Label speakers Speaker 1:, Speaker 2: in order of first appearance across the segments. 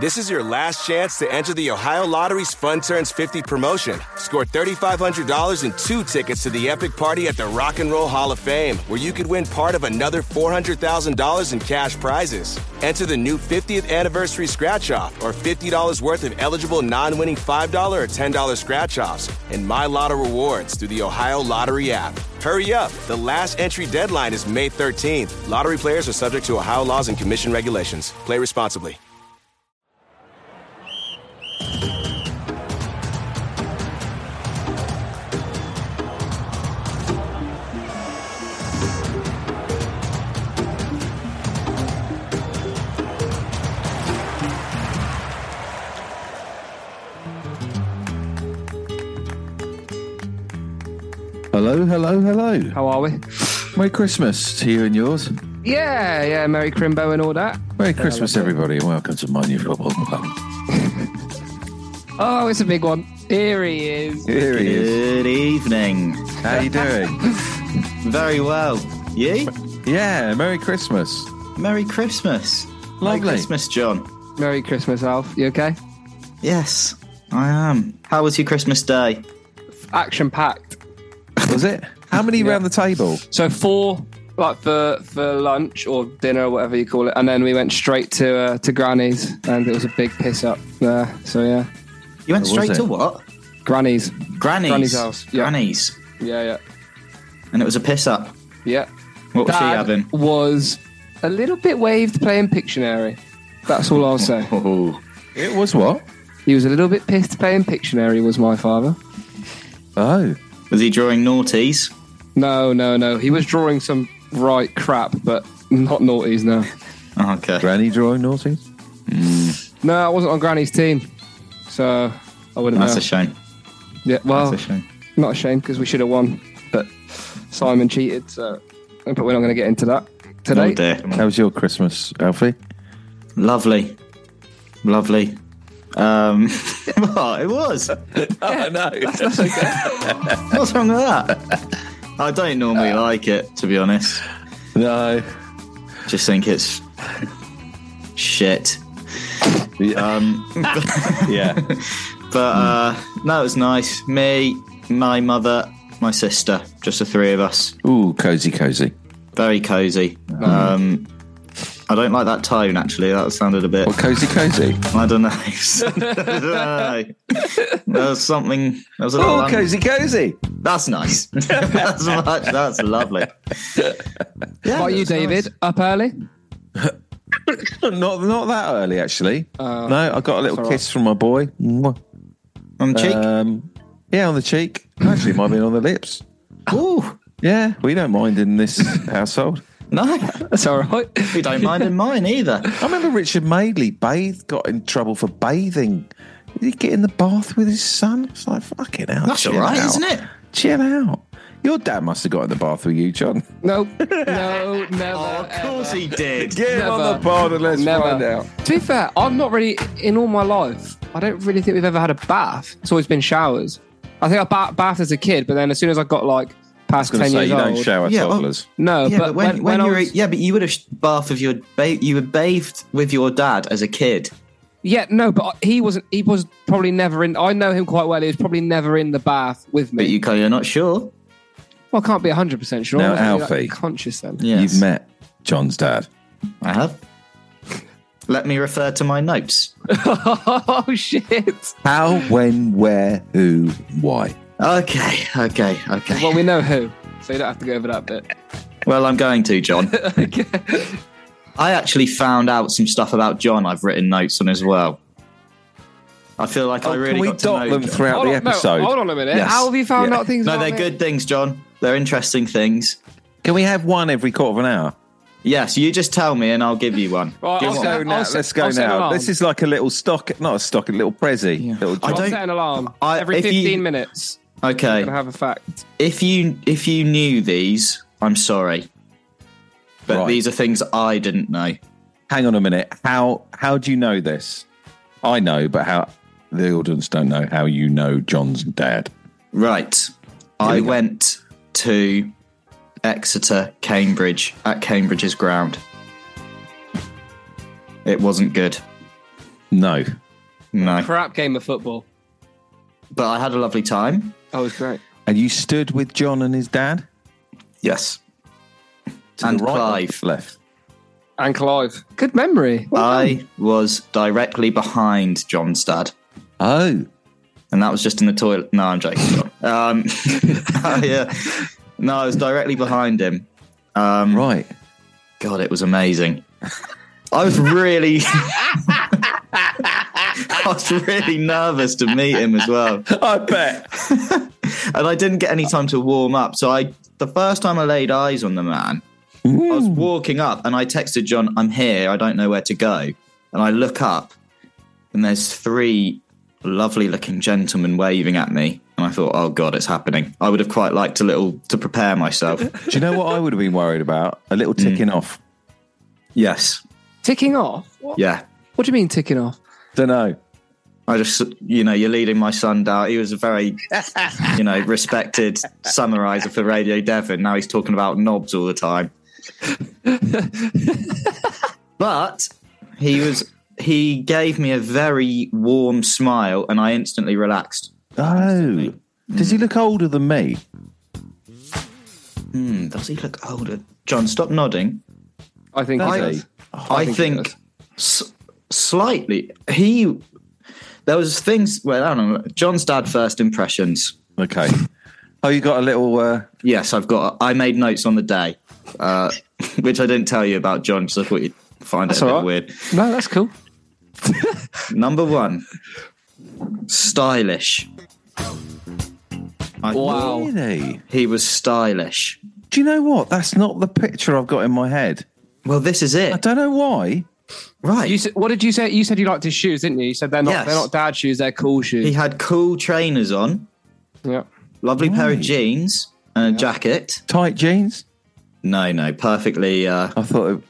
Speaker 1: This is your last chance to enter the Ohio Lottery's Fun Turns 50 promotion. Score $3,500 and two tickets to the epic party at the Rock and Roll Hall of Fame, where you could win part of another $400,000 in cash prizes. Enter the new 50th Anniversary Scratch Off or $50 worth of eligible non winning $5 or $10 scratch offs and My Lotto rewards through the Ohio Lottery app. Hurry up! The last entry deadline is May 13th. Lottery players are subject to Ohio laws and commission regulations. Play responsibly.
Speaker 2: Hello, hello, hello.
Speaker 3: How are we?
Speaker 2: Merry Christmas to you and yours.
Speaker 3: Yeah, yeah, Merry Crimbo and all that.
Speaker 2: Merry Christmas, everybody, and welcome to my new football club.
Speaker 3: Oh, it's a big one. Here he is.
Speaker 2: Here he is.
Speaker 4: Good evening.
Speaker 2: How you doing?
Speaker 4: Very well. You?
Speaker 2: yeah, Merry Christmas.
Speaker 4: Merry Christmas.
Speaker 2: Lovely.
Speaker 4: Merry Christmas, John.
Speaker 3: Merry Christmas, Alf. You okay?
Speaker 4: Yes, I am. How was your Christmas day?
Speaker 3: Action packed.
Speaker 2: Was it? How many round the table?
Speaker 3: So four, like for for lunch or dinner or whatever you call it, and then we went straight to uh, to Granny's, and it was a big piss up there. So yeah,
Speaker 4: You went
Speaker 2: was
Speaker 4: straight to
Speaker 2: it?
Speaker 4: what?
Speaker 3: Granny's.
Speaker 4: Granny's.
Speaker 3: Granny's house, yeah.
Speaker 4: Granny's.
Speaker 3: Yeah, yeah,
Speaker 4: And it was a piss up.
Speaker 3: yeah.
Speaker 4: What was she
Speaker 3: Dad
Speaker 4: having?
Speaker 3: was a little bit waved playing Pictionary. That's all I'll say.
Speaker 4: Oh,
Speaker 2: It was what?
Speaker 3: He was a little bit pissed playing Pictionary. Was my father.
Speaker 2: Oh,
Speaker 4: was he drawing naughties?
Speaker 3: No, no, no. He was drawing some right crap, but not naughties, no.
Speaker 4: Oh, Okay.
Speaker 2: Granny drawing naughty.
Speaker 3: No, I wasn't on Granny's team. So I wouldn't
Speaker 4: That's
Speaker 3: know.
Speaker 4: a shame.
Speaker 3: yeah, well,
Speaker 4: That's a shame.
Speaker 3: not a shame because we should have won, but Simon cheated, so. But we're not going to get into that
Speaker 4: Oh
Speaker 3: today.
Speaker 4: dear.
Speaker 2: How was your Christmas, Alfie?
Speaker 4: Lovely. Lovely. Um, what? It was.
Speaker 2: Oh no,
Speaker 4: What's wrong with that? I don't normally
Speaker 2: Uh,
Speaker 4: like it, to be honest.
Speaker 2: no.
Speaker 4: Just think it's shit.
Speaker 2: Yeah,
Speaker 4: Um,
Speaker 2: yeah.
Speaker 4: But uh, no, it was nice. Me, my mother, my sister, just the three of us.
Speaker 2: Ooh, cozy, cozy.
Speaker 4: Very cozy.
Speaker 2: Mm.
Speaker 4: Um, I don't like that tone actually. That sounded a bit.
Speaker 2: Well, cozy, cozy.
Speaker 4: I don't know. there was something. There was a little
Speaker 2: Oh,
Speaker 4: un-
Speaker 2: cozy, cozy.
Speaker 4: That's nice. that's much. That's lovely. Yeah,
Speaker 3: How are
Speaker 4: it
Speaker 3: you,
Speaker 4: was nice.
Speaker 3: David? Up early?
Speaker 2: Not not that early, actually. no, I got a little kiss from my boy. Mwah.
Speaker 4: On cheek.
Speaker 2: Um, yeah, on the cheek. Actually, might have been on the lips.
Speaker 4: Ooh,
Speaker 2: Yeah, we don't mind in this household.
Speaker 4: no,
Speaker 3: That's all right.
Speaker 4: we don't mind in mine either.
Speaker 2: I remember Richard Madeley bathed, got in trouble for bathing. Did he get in the bath with his son? It's like, fucking hell.
Speaker 4: That's all
Speaker 2: chill
Speaker 4: right,
Speaker 2: out.
Speaker 4: isn't it?
Speaker 2: Chill out. Your dad must have got in the bath with you, John.
Speaker 3: no, no, never. ever.
Speaker 4: he did.
Speaker 2: Get him on the pod and let's
Speaker 3: Never.
Speaker 2: find out.
Speaker 3: To be fair, I've not really, in all my life, I don't really think we've ever had a bath. It's always been showers. I think I ba- bathed as a kid, but then as soon as I got like past 10
Speaker 2: I was going to say,
Speaker 3: years
Speaker 2: you
Speaker 3: old.
Speaker 2: don't shower
Speaker 4: Yeah, well-
Speaker 2: toddlers.
Speaker 3: No,
Speaker 4: Yeah,
Speaker 3: but,
Speaker 4: but when, when,
Speaker 3: I
Speaker 4: you were
Speaker 3: was-
Speaker 4: yeah, but you would have bathed with your ba- you were bathed with your dad as a kid.
Speaker 3: yeah, no, but I- he wasn't. He was probably never in. I know him quite well. He was probably never in the bath with me.
Speaker 4: But you you're not sure.
Speaker 3: well, I can't be hundred percent sure.
Speaker 2: Now,
Speaker 3: I'm not really, like,
Speaker 2: Alfie.
Speaker 3: conscious then.
Speaker 4: Yes,
Speaker 2: You've met John's dad.
Speaker 4: I have. Let me refer to my notes.
Speaker 3: oh shit!
Speaker 2: How, when, where, who, why?
Speaker 4: Okay, okay, okay.
Speaker 3: Well, we know who, so you don't have to go over that bit.
Speaker 4: Well, I'm going to John. I actually found out some stuff about John. I've written notes on as well. I feel like I
Speaker 2: Oh,
Speaker 4: really
Speaker 2: can we
Speaker 4: got to
Speaker 2: dot
Speaker 4: know
Speaker 2: them
Speaker 4: John.
Speaker 2: throughout
Speaker 3: hold
Speaker 2: the
Speaker 3: on, no,
Speaker 2: episode?
Speaker 3: hold on a minute.
Speaker 2: Yes.
Speaker 3: How have you found
Speaker 2: Yeah.
Speaker 3: out things?
Speaker 4: No,
Speaker 3: about
Speaker 4: they're
Speaker 3: me?
Speaker 4: good things, John. They're interesting things.
Speaker 2: Can we have one every quarter of an hour?
Speaker 4: Yes, you just tell me and I'll give you one.
Speaker 3: Right,
Speaker 4: Give
Speaker 3: I'll
Speaker 4: one.
Speaker 3: go-
Speaker 2: Go now,
Speaker 3: set-
Speaker 2: let's go
Speaker 3: I'll set an
Speaker 2: now.
Speaker 3: alarm.
Speaker 2: This is like a little stock, not a stock, a little prezi. Little
Speaker 4: I
Speaker 2: John.
Speaker 3: I'll
Speaker 4: don't-
Speaker 3: set an alarm
Speaker 4: I-
Speaker 3: every
Speaker 4: if you-
Speaker 3: fifteen minutes.
Speaker 4: Okay.
Speaker 3: Gotta have a fact.
Speaker 4: If you if you knew these, I'm sorry. But
Speaker 2: Right.
Speaker 4: these are things I didn't know.
Speaker 2: Hang on a minute. How how do you know this? I know, but how the audience don't know how you know John's dad.
Speaker 4: Right. I went to Exeter, Cambridge, at Cambridge's ground. It wasn't good.
Speaker 2: No.
Speaker 4: No.
Speaker 3: Crap game of football.
Speaker 4: But I had a lovely time.
Speaker 3: Oh, it was great.
Speaker 2: And you stood with John and his dad
Speaker 4: Yes.
Speaker 2: to
Speaker 4: And
Speaker 2: the right or
Speaker 4: Clive.
Speaker 2: the left.
Speaker 3: And Clive. Good memory.
Speaker 4: I was directly behind John's dad.
Speaker 2: Oh,
Speaker 4: and that was just in the toilet. No, I'm joking. John. um, yeah, no, I was directly behind him.
Speaker 2: right.
Speaker 4: God, it was amazing. I was really, I was really nervous to meet him as well,
Speaker 2: I bet.
Speaker 4: and I didn't get any time to warm up. So I, the first time I laid eyes on the man, I was walking up, and I texted John, "I'm here. I don't know where to go," and I look up, and there's three lovely-looking gentlemen waving at me. And I thought, oh god, it's happening. I would have quite liked a little to prepare myself.
Speaker 2: Do you know what I would have been worried about? A little ticking off.
Speaker 4: yes,
Speaker 3: Ticking off? What?
Speaker 4: yeah.
Speaker 3: what do you mean ticking off?
Speaker 2: Don't know.
Speaker 4: I just, you know, you're leading my son down. He was a very, you know, respected summariser for Radio Devon. Now he's talking about knobs all the time. but he was, he gave me a very warm smile and I instantly relaxed.
Speaker 2: Oh. Does he look older than me?
Speaker 4: Hmm, does he look older? John, stop nodding.
Speaker 3: I think he
Speaker 4: I-
Speaker 3: does.
Speaker 4: I
Speaker 3: Oh, think
Speaker 4: think,
Speaker 3: he does.
Speaker 4: s- slightly. He, there was things, well, I don't know. John's dad first impressions.
Speaker 2: Okay. Oh, you got a little. Uh,
Speaker 4: Yes, I've got. I made notes on the day, uh, which I didn't tell you about, John, because I thought you'd find it a
Speaker 3: all
Speaker 4: bit
Speaker 3: right.
Speaker 4: weird.
Speaker 3: No, that's cool.
Speaker 4: Number one, stylish. I
Speaker 3: Oh.
Speaker 4: thought
Speaker 2: really?
Speaker 4: He was stylish.
Speaker 2: Do you know what? That's not the picture I've got in my head.
Speaker 4: Well, this is
Speaker 2: I
Speaker 4: it,
Speaker 2: don't know why.
Speaker 4: right?
Speaker 3: You said, what did you say? You said you liked his shoes, didn't you? You said they're not
Speaker 4: Yes.
Speaker 3: they're not dad shoes, they're cool
Speaker 4: he
Speaker 3: shoes.
Speaker 4: had cool trainers on,
Speaker 3: yeah.
Speaker 4: lovely pair of jeans and a jacket.
Speaker 2: Tight jeans.
Speaker 4: No, no, perfectly, uh,
Speaker 2: I thought it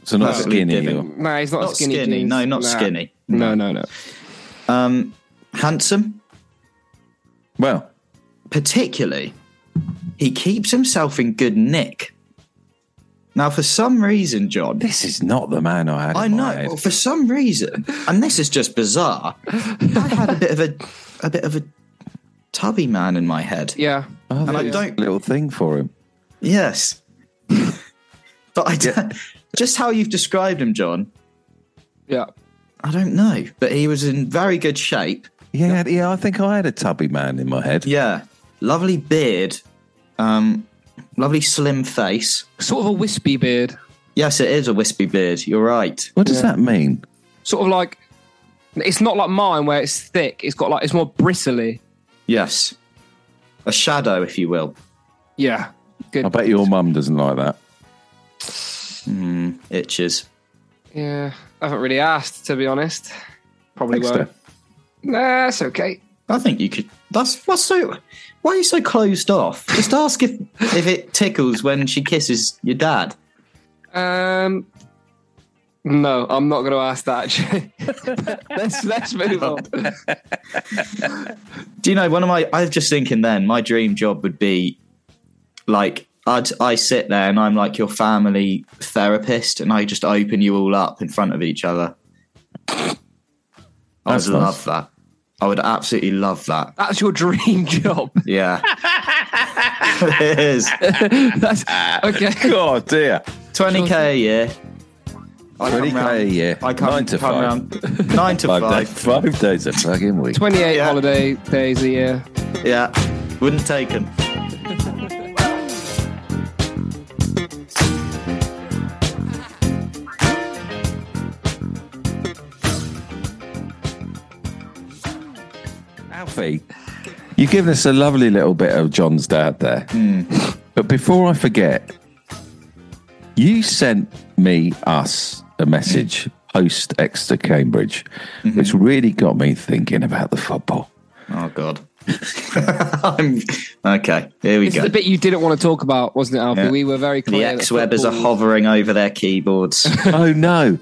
Speaker 2: was a nice
Speaker 4: Perfectly
Speaker 2: skinny.
Speaker 4: giving.
Speaker 2: Or,
Speaker 3: No, he's not,
Speaker 4: not
Speaker 3: skinny.
Speaker 4: skinny.
Speaker 3: jeans.
Speaker 4: No, not
Speaker 3: Nah.
Speaker 4: skinny.
Speaker 3: No, no, no.
Speaker 4: Handsome,
Speaker 2: well,
Speaker 4: particularly, he keeps himself in good nick. Now, for some reason, John,
Speaker 2: this is not the man I had.
Speaker 4: I
Speaker 2: in my
Speaker 4: know.
Speaker 2: head.
Speaker 4: Well, for some reason, and this is just bizarre, I had a bit of a a bit of a tubby man in my head.
Speaker 3: Yeah.
Speaker 2: Oh,
Speaker 4: and I
Speaker 2: there's
Speaker 4: don't-
Speaker 2: a little thing for him.
Speaker 4: Yes, but I don't, just how you've described him, John.
Speaker 3: Yeah.
Speaker 4: I don't know, but he was in very good shape.
Speaker 2: Yeah, yeah. I think I had a tubby man in my head.
Speaker 4: Yeah, lovely beard, um, lovely slim face.
Speaker 3: Sort of a wispy beard.
Speaker 4: Yes, it is a wispy beard. You're right.
Speaker 2: What does that mean?
Speaker 3: Sort of like it's not like mine where it's thick. It's got like it's more bristly.
Speaker 4: Yes, a shadow, if you will.
Speaker 3: Yeah. Good.
Speaker 2: I bet your mum doesn't like that.
Speaker 4: Itches.
Speaker 3: Yeah. I haven't really asked to be honest. Probably
Speaker 2: Thanks,
Speaker 3: won't.
Speaker 2: Steph.
Speaker 3: Nah, it's okay.
Speaker 4: I think you could. That's what's so. Why are you so closed off? Just ask if if it tickles when she kisses your dad.
Speaker 3: Um no, I'm not going to ask that. Actually, let's let's move on.
Speaker 4: Do you know one of my? I was just thinking. Then my dream job would be like I'd I sit there and I'm like your family therapist, and I just open you all up in front of each other. I would
Speaker 2: That's nice.
Speaker 4: love that. I would absolutely love that.
Speaker 3: That's your dream job.
Speaker 4: Yeah, it is.
Speaker 3: That's okay.
Speaker 2: God dear.
Speaker 4: Twenty k a year. I come
Speaker 2: 20K a
Speaker 4: round-
Speaker 2: year.
Speaker 4: I come,
Speaker 2: Nine to
Speaker 4: come
Speaker 2: five.
Speaker 4: round- nine to
Speaker 2: Five,
Speaker 4: five.
Speaker 2: days, five days a fucking week.
Speaker 3: 28
Speaker 4: Yeah.
Speaker 3: holiday days a year.
Speaker 4: Yeah, wouldn't take him.
Speaker 2: Alfie, you've given us a lovely little bit of John's dad there. But before I forget, you sent me, us, a message post Exeter Cambridge, which really got me thinking about the football.
Speaker 4: Oh God. I'm, okay, here we
Speaker 3: This
Speaker 4: go.
Speaker 3: is the bit you didn't want to talk about, wasn't it, Alfie?
Speaker 4: Yeah.
Speaker 3: We were very clear.
Speaker 4: the
Speaker 3: that
Speaker 4: ex webbers are
Speaker 3: football-
Speaker 4: hovering over their keyboards.
Speaker 2: oh no.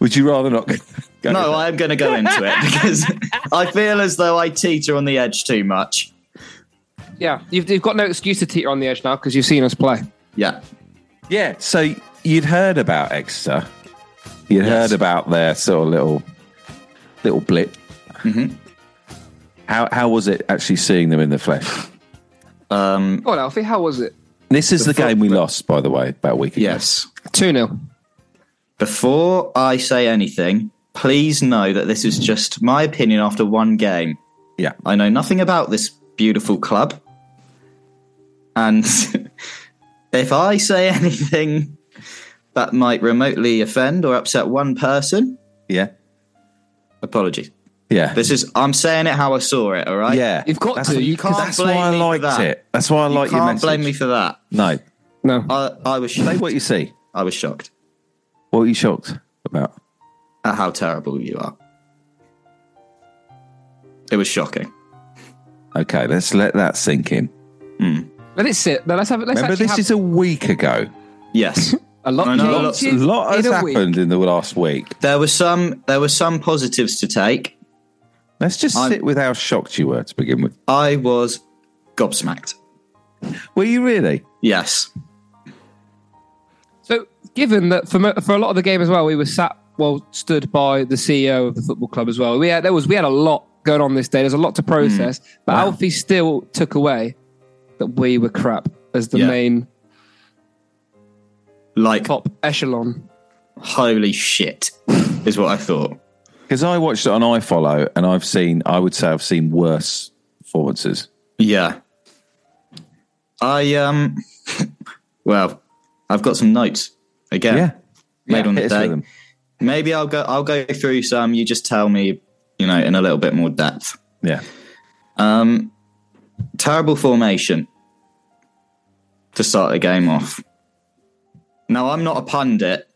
Speaker 2: Would you rather not go?
Speaker 4: no, I am going to go into it because I feel as though I teeter on the edge too much.
Speaker 3: Yeah, you've, you've got no excuse to teeter on the edge now because you've seen us play.
Speaker 4: Yeah.
Speaker 2: Yeah. So you'd heard about Exeter. You'd
Speaker 4: Yes.
Speaker 2: heard about their sort of little little blip. How how was it actually seeing them in the flesh?
Speaker 4: Um,
Speaker 3: Go on, Alfie, how was it?
Speaker 2: This is the,
Speaker 4: fir-
Speaker 2: game we lost, by the way, about a week ago.
Speaker 4: yes.
Speaker 3: 2 0.
Speaker 4: Before I say anything, please know that this is just my opinion after one game.
Speaker 2: Yeah.
Speaker 4: I know nothing about this beautiful club. And if I say anything that might remotely offend or upset one person,
Speaker 2: Yeah.
Speaker 4: apologies.
Speaker 2: Yeah.
Speaker 4: This is I'm saying it how I saw it, all right?
Speaker 2: yeah.
Speaker 3: You've got to. You can't.
Speaker 2: That's why I
Speaker 4: blame me for
Speaker 2: liked
Speaker 4: that.
Speaker 2: it. That's why I
Speaker 4: You
Speaker 2: like your
Speaker 4: can't
Speaker 2: message.
Speaker 4: blame me for that.
Speaker 2: no.
Speaker 3: No.
Speaker 4: I, I was
Speaker 2: Say
Speaker 4: shocked.
Speaker 2: what you see.
Speaker 4: I was shocked
Speaker 2: What were you shocked about?
Speaker 4: at how terrible you are. It was shocking.
Speaker 2: Okay, let's let that sink in.
Speaker 3: Let it sit. No, let's have it. Let's
Speaker 2: Remember,
Speaker 3: actually
Speaker 2: this
Speaker 3: have
Speaker 2: is a week ago.
Speaker 4: Yes.
Speaker 3: a lot
Speaker 4: I know, lots-
Speaker 2: A
Speaker 3: changes
Speaker 2: lot
Speaker 3: in a
Speaker 2: has
Speaker 3: week.
Speaker 2: happened in the last week.
Speaker 4: There were some there were some positives to take.
Speaker 2: Let's just
Speaker 4: I'm-
Speaker 2: sit with how shocked you were to begin with.
Speaker 4: I was gobsmacked.
Speaker 2: Were you really?
Speaker 4: Yes.
Speaker 3: So, given that for mo- for a lot of the game as well, we were sat well stood by the CEO of the football club as well. We had there was we had a lot going on this day. There's a lot to
Speaker 2: Hmm.
Speaker 3: process, but Alfie still took away that we were crap as the
Speaker 4: Yeah.
Speaker 3: main
Speaker 4: Like
Speaker 3: top echelon.
Speaker 4: holy shit is what I thought.
Speaker 2: Because I watched it on iFollow and I've seen, I would say I've seen worse performances.
Speaker 4: Yeah. I um well, I've got some notes again.
Speaker 2: Yeah.
Speaker 4: Made on
Speaker 2: hit
Speaker 4: the
Speaker 2: us with
Speaker 4: day.
Speaker 2: them.
Speaker 4: Maybe I'll go I'll go through some, you just tell me, you know, in a little bit more depth.
Speaker 2: Yeah.
Speaker 4: terrible formation to start the game off. Now I'm not a pundit,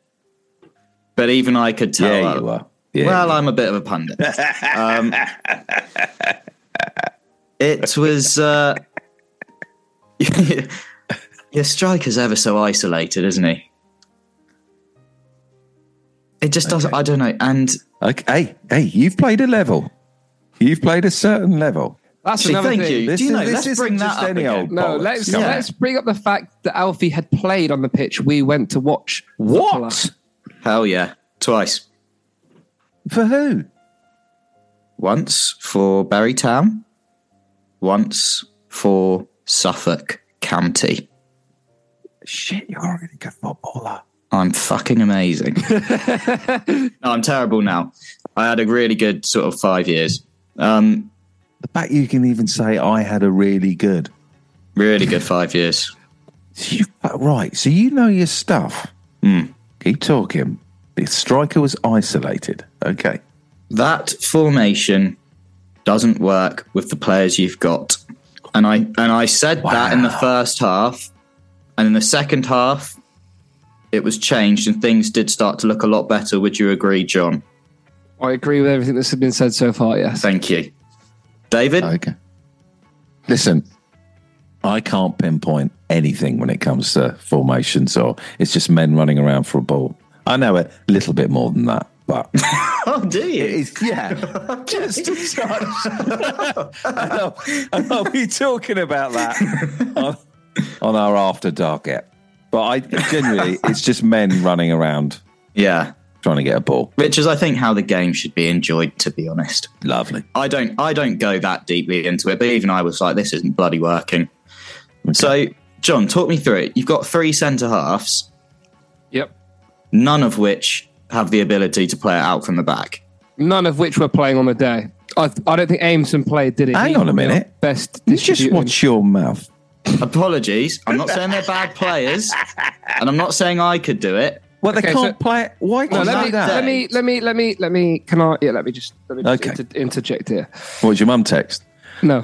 Speaker 4: but even I could tell.
Speaker 2: Yeah,
Speaker 4: that-
Speaker 2: you were. Yeah.
Speaker 4: well, I'm a bit of a pundit. um, it was. Uh, your striker's ever so isolated, isn't he? It just doesn't. I don't know. And
Speaker 2: okay. Hey, hey, you've played a level. You've played a certain level.
Speaker 3: That's
Speaker 4: Actually,
Speaker 3: another
Speaker 4: thank
Speaker 3: thing.
Speaker 4: you. Do know,
Speaker 2: this
Speaker 4: let's
Speaker 2: isn't
Speaker 4: bring that
Speaker 2: just
Speaker 4: up
Speaker 2: any
Speaker 4: again.
Speaker 2: old
Speaker 3: No,
Speaker 2: bollocks.
Speaker 3: let's
Speaker 2: Come on.
Speaker 3: let's bring up the fact that Alfie had played on the pitch we went to watch.
Speaker 2: What?
Speaker 4: hell yeah, twice.
Speaker 2: For who?
Speaker 4: once for Barry Town, once for Suffolk County.
Speaker 2: Shit, you're a really good footballer.
Speaker 4: I'm fucking amazing. no, I'm terrible now. I had a really good sort of five years. Um,
Speaker 2: The fact you can even say I had a really good.
Speaker 4: really good five years.
Speaker 2: You, uh, right, so you know your stuff. Hmm, Keep talking. The striker was isolated. Okay.
Speaker 4: That formation doesn't work with the players you've got. And I and I said that in the first half. And in the second half, it was changed and things did start to look a lot better. Would you agree, John?
Speaker 3: I agree with everything that's been said so far. Yes,
Speaker 4: Thank you. David?
Speaker 2: Okay. Listen, I can't pinpoint anything when it comes to formations or it's just men running around for a ball. I know a little bit more than that, but
Speaker 4: Oh, do you?
Speaker 2: it's yeah. just a touch. and, I'll, and I'll be talking about that on, on our after dark app. But I generally it's just men running around
Speaker 4: yeah,
Speaker 2: trying to get a ball.
Speaker 4: which is, I think, how the game should be enjoyed. To be honest,
Speaker 2: Lovely.
Speaker 4: I don't, I don't go that deeply into it. But even I was like, this isn't bloody working. So, John, talk me through it. You've got three centre halves,
Speaker 3: Yep.
Speaker 4: none of which have the ability to play it out from the back.
Speaker 3: None of which were playing on the day. I, I don't think Ameson played, did he?
Speaker 2: Hang
Speaker 3: He
Speaker 2: on a
Speaker 3: probably
Speaker 2: minute.
Speaker 3: our Best.
Speaker 2: You just
Speaker 3: distributor.
Speaker 2: watch your mouth.
Speaker 4: Apologies, I'm not saying they're bad players, and I'm not saying I could do it.
Speaker 2: Well, they
Speaker 3: Okay,
Speaker 2: can't
Speaker 3: so-
Speaker 2: play. Why
Speaker 3: No,
Speaker 2: can't
Speaker 3: let
Speaker 2: they
Speaker 3: me,
Speaker 2: do that?
Speaker 3: let me, let me, let me, let me, can I, yeah, let me just, let me just
Speaker 2: Okay.
Speaker 3: inter- interject here.
Speaker 2: What's your mum text?
Speaker 3: No.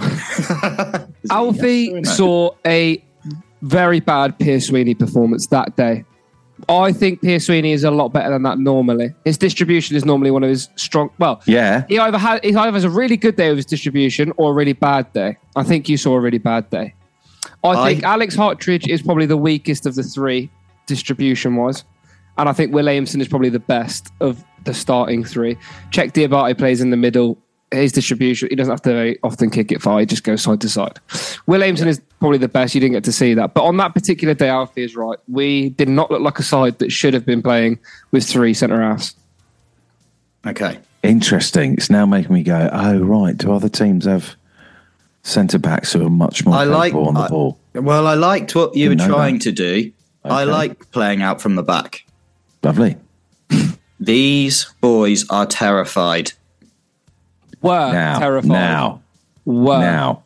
Speaker 3: Alfie saw a very bad Pierce Sweeney performance that day. I think Pierre Sweeney is a lot better than that normally. His distribution is normally one of his strong. Well,
Speaker 2: Yeah.
Speaker 3: he either has he either has a really good day with his distribution or a really bad day. I think you saw a really bad day. I,
Speaker 4: I-
Speaker 3: think Alex Hartridge is probably the weakest of the three distribution wise, and I think Will Ameson is probably the best of the starting three. Check Diabate plays in the middle. His distribution, he doesn't have to very often kick it far. He just goes side to side. Will Ameson is probably the best. You didn't get to see that, but on that particular day, Alfie is right. We did not look like a side that should have been playing with three centre halves.
Speaker 4: Okay.
Speaker 2: Interesting. It's now making me go, oh, right. Do other teams have centre backs who are much more
Speaker 4: I like-
Speaker 2: capable on the
Speaker 4: I-
Speaker 2: ball?
Speaker 4: Well, I liked what you
Speaker 2: Didn't
Speaker 4: were
Speaker 2: know
Speaker 4: trying
Speaker 2: that.
Speaker 4: to do. I
Speaker 2: Okay.
Speaker 4: like playing out from the back.
Speaker 2: Lovely.
Speaker 4: These boys are terrified.
Speaker 3: Were
Speaker 2: Now.
Speaker 3: terrified. Uh,
Speaker 2: Now.
Speaker 3: Were.
Speaker 2: Now.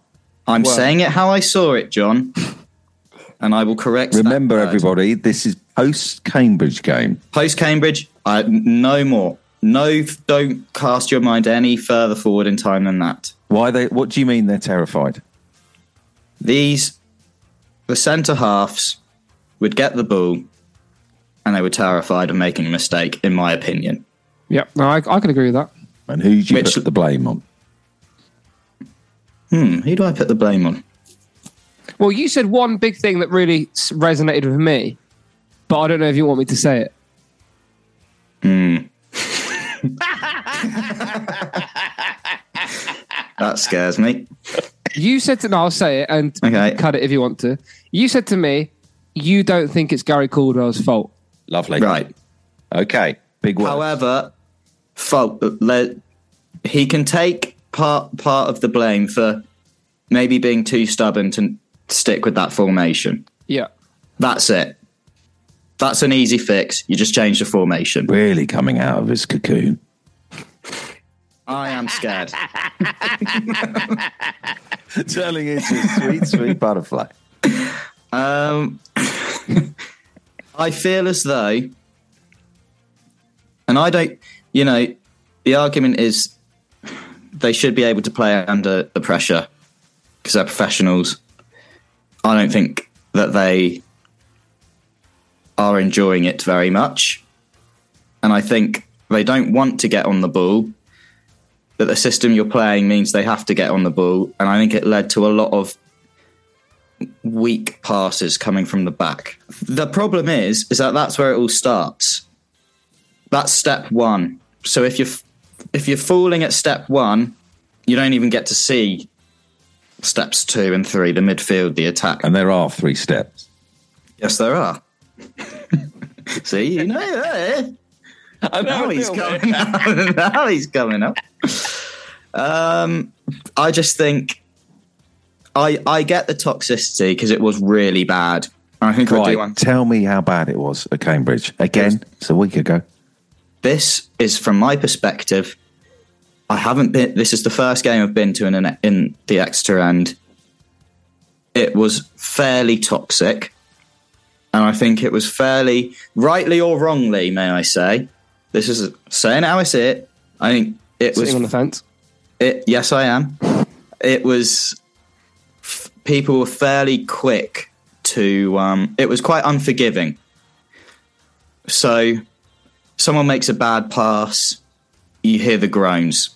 Speaker 4: I'm saying it how I saw it, John. And I will correct. that
Speaker 2: Remember,
Speaker 4: word.
Speaker 2: everybody, this is post Cambridge game.
Speaker 4: Post Cambridge, I no more. No, don't cast your mind any further forward in time than that.
Speaker 2: Why they? What do you mean they're terrified?
Speaker 4: These, the centre halves, would get the ball, and they were terrified of making a mistake. In my opinion,
Speaker 3: Yep, no, I, I could agree with that.
Speaker 2: And who do you
Speaker 4: Mitch-
Speaker 2: put the blame on?
Speaker 4: hmm, who do I put the blame on?
Speaker 3: Well, you said one big thing that really s- resonated with me, but I don't know if you want me to say it.
Speaker 4: That scares me.
Speaker 3: You said to no, I'll say it and
Speaker 4: Okay.
Speaker 3: cut it if you want to. You said to me, you don't think it's Gary Caldwell's fault.
Speaker 2: Lovely.
Speaker 4: Right.
Speaker 2: Okay. Big word.
Speaker 4: However, fault le- he can take part part of the blame for maybe being too stubborn to stick with that formation.
Speaker 3: Yeah,
Speaker 4: That's it. That's an easy fix. You just change the formation.
Speaker 2: really coming out of his cocoon.
Speaker 4: I am scared.
Speaker 2: Turning into a sweet, sweet butterfly.
Speaker 4: Um, I feel as though, and I don't, you know, the argument is they should be able to play under the pressure because they're professionals. I don't think that they are enjoying it very much. And I think they don't want to get on the ball, but the system you're playing means they have to get on the ball. And I think it led to a lot of weak passes coming from the back. The problem is, is that that's where it all starts. That's step one. So if you're f- if you're falling at step one, you don't even get to see steps two and three, the midfield, the attack.
Speaker 2: And there are three steps.
Speaker 4: Yes, there are. See, you know that. eh? now he's coming up. now he's coming up. Um, I just think I I get the toxicity because it was really bad. I think I do.
Speaker 2: Right.
Speaker 4: want-
Speaker 2: Tell me how bad it was at Cambridge. Again, it's a week ago.
Speaker 4: This is from my perspective. I haven't been. This is the first game I've been to in an, in the extra end. It was fairly toxic, and I think it was fairly rightly or wrongly, may I say. This is saying how I see it. I think it was
Speaker 3: sitting on the fence.
Speaker 4: It, yes, I am. It was f- people were fairly quick to. Um, it was quite unforgiving. So, someone makes a bad pass, you hear the groans.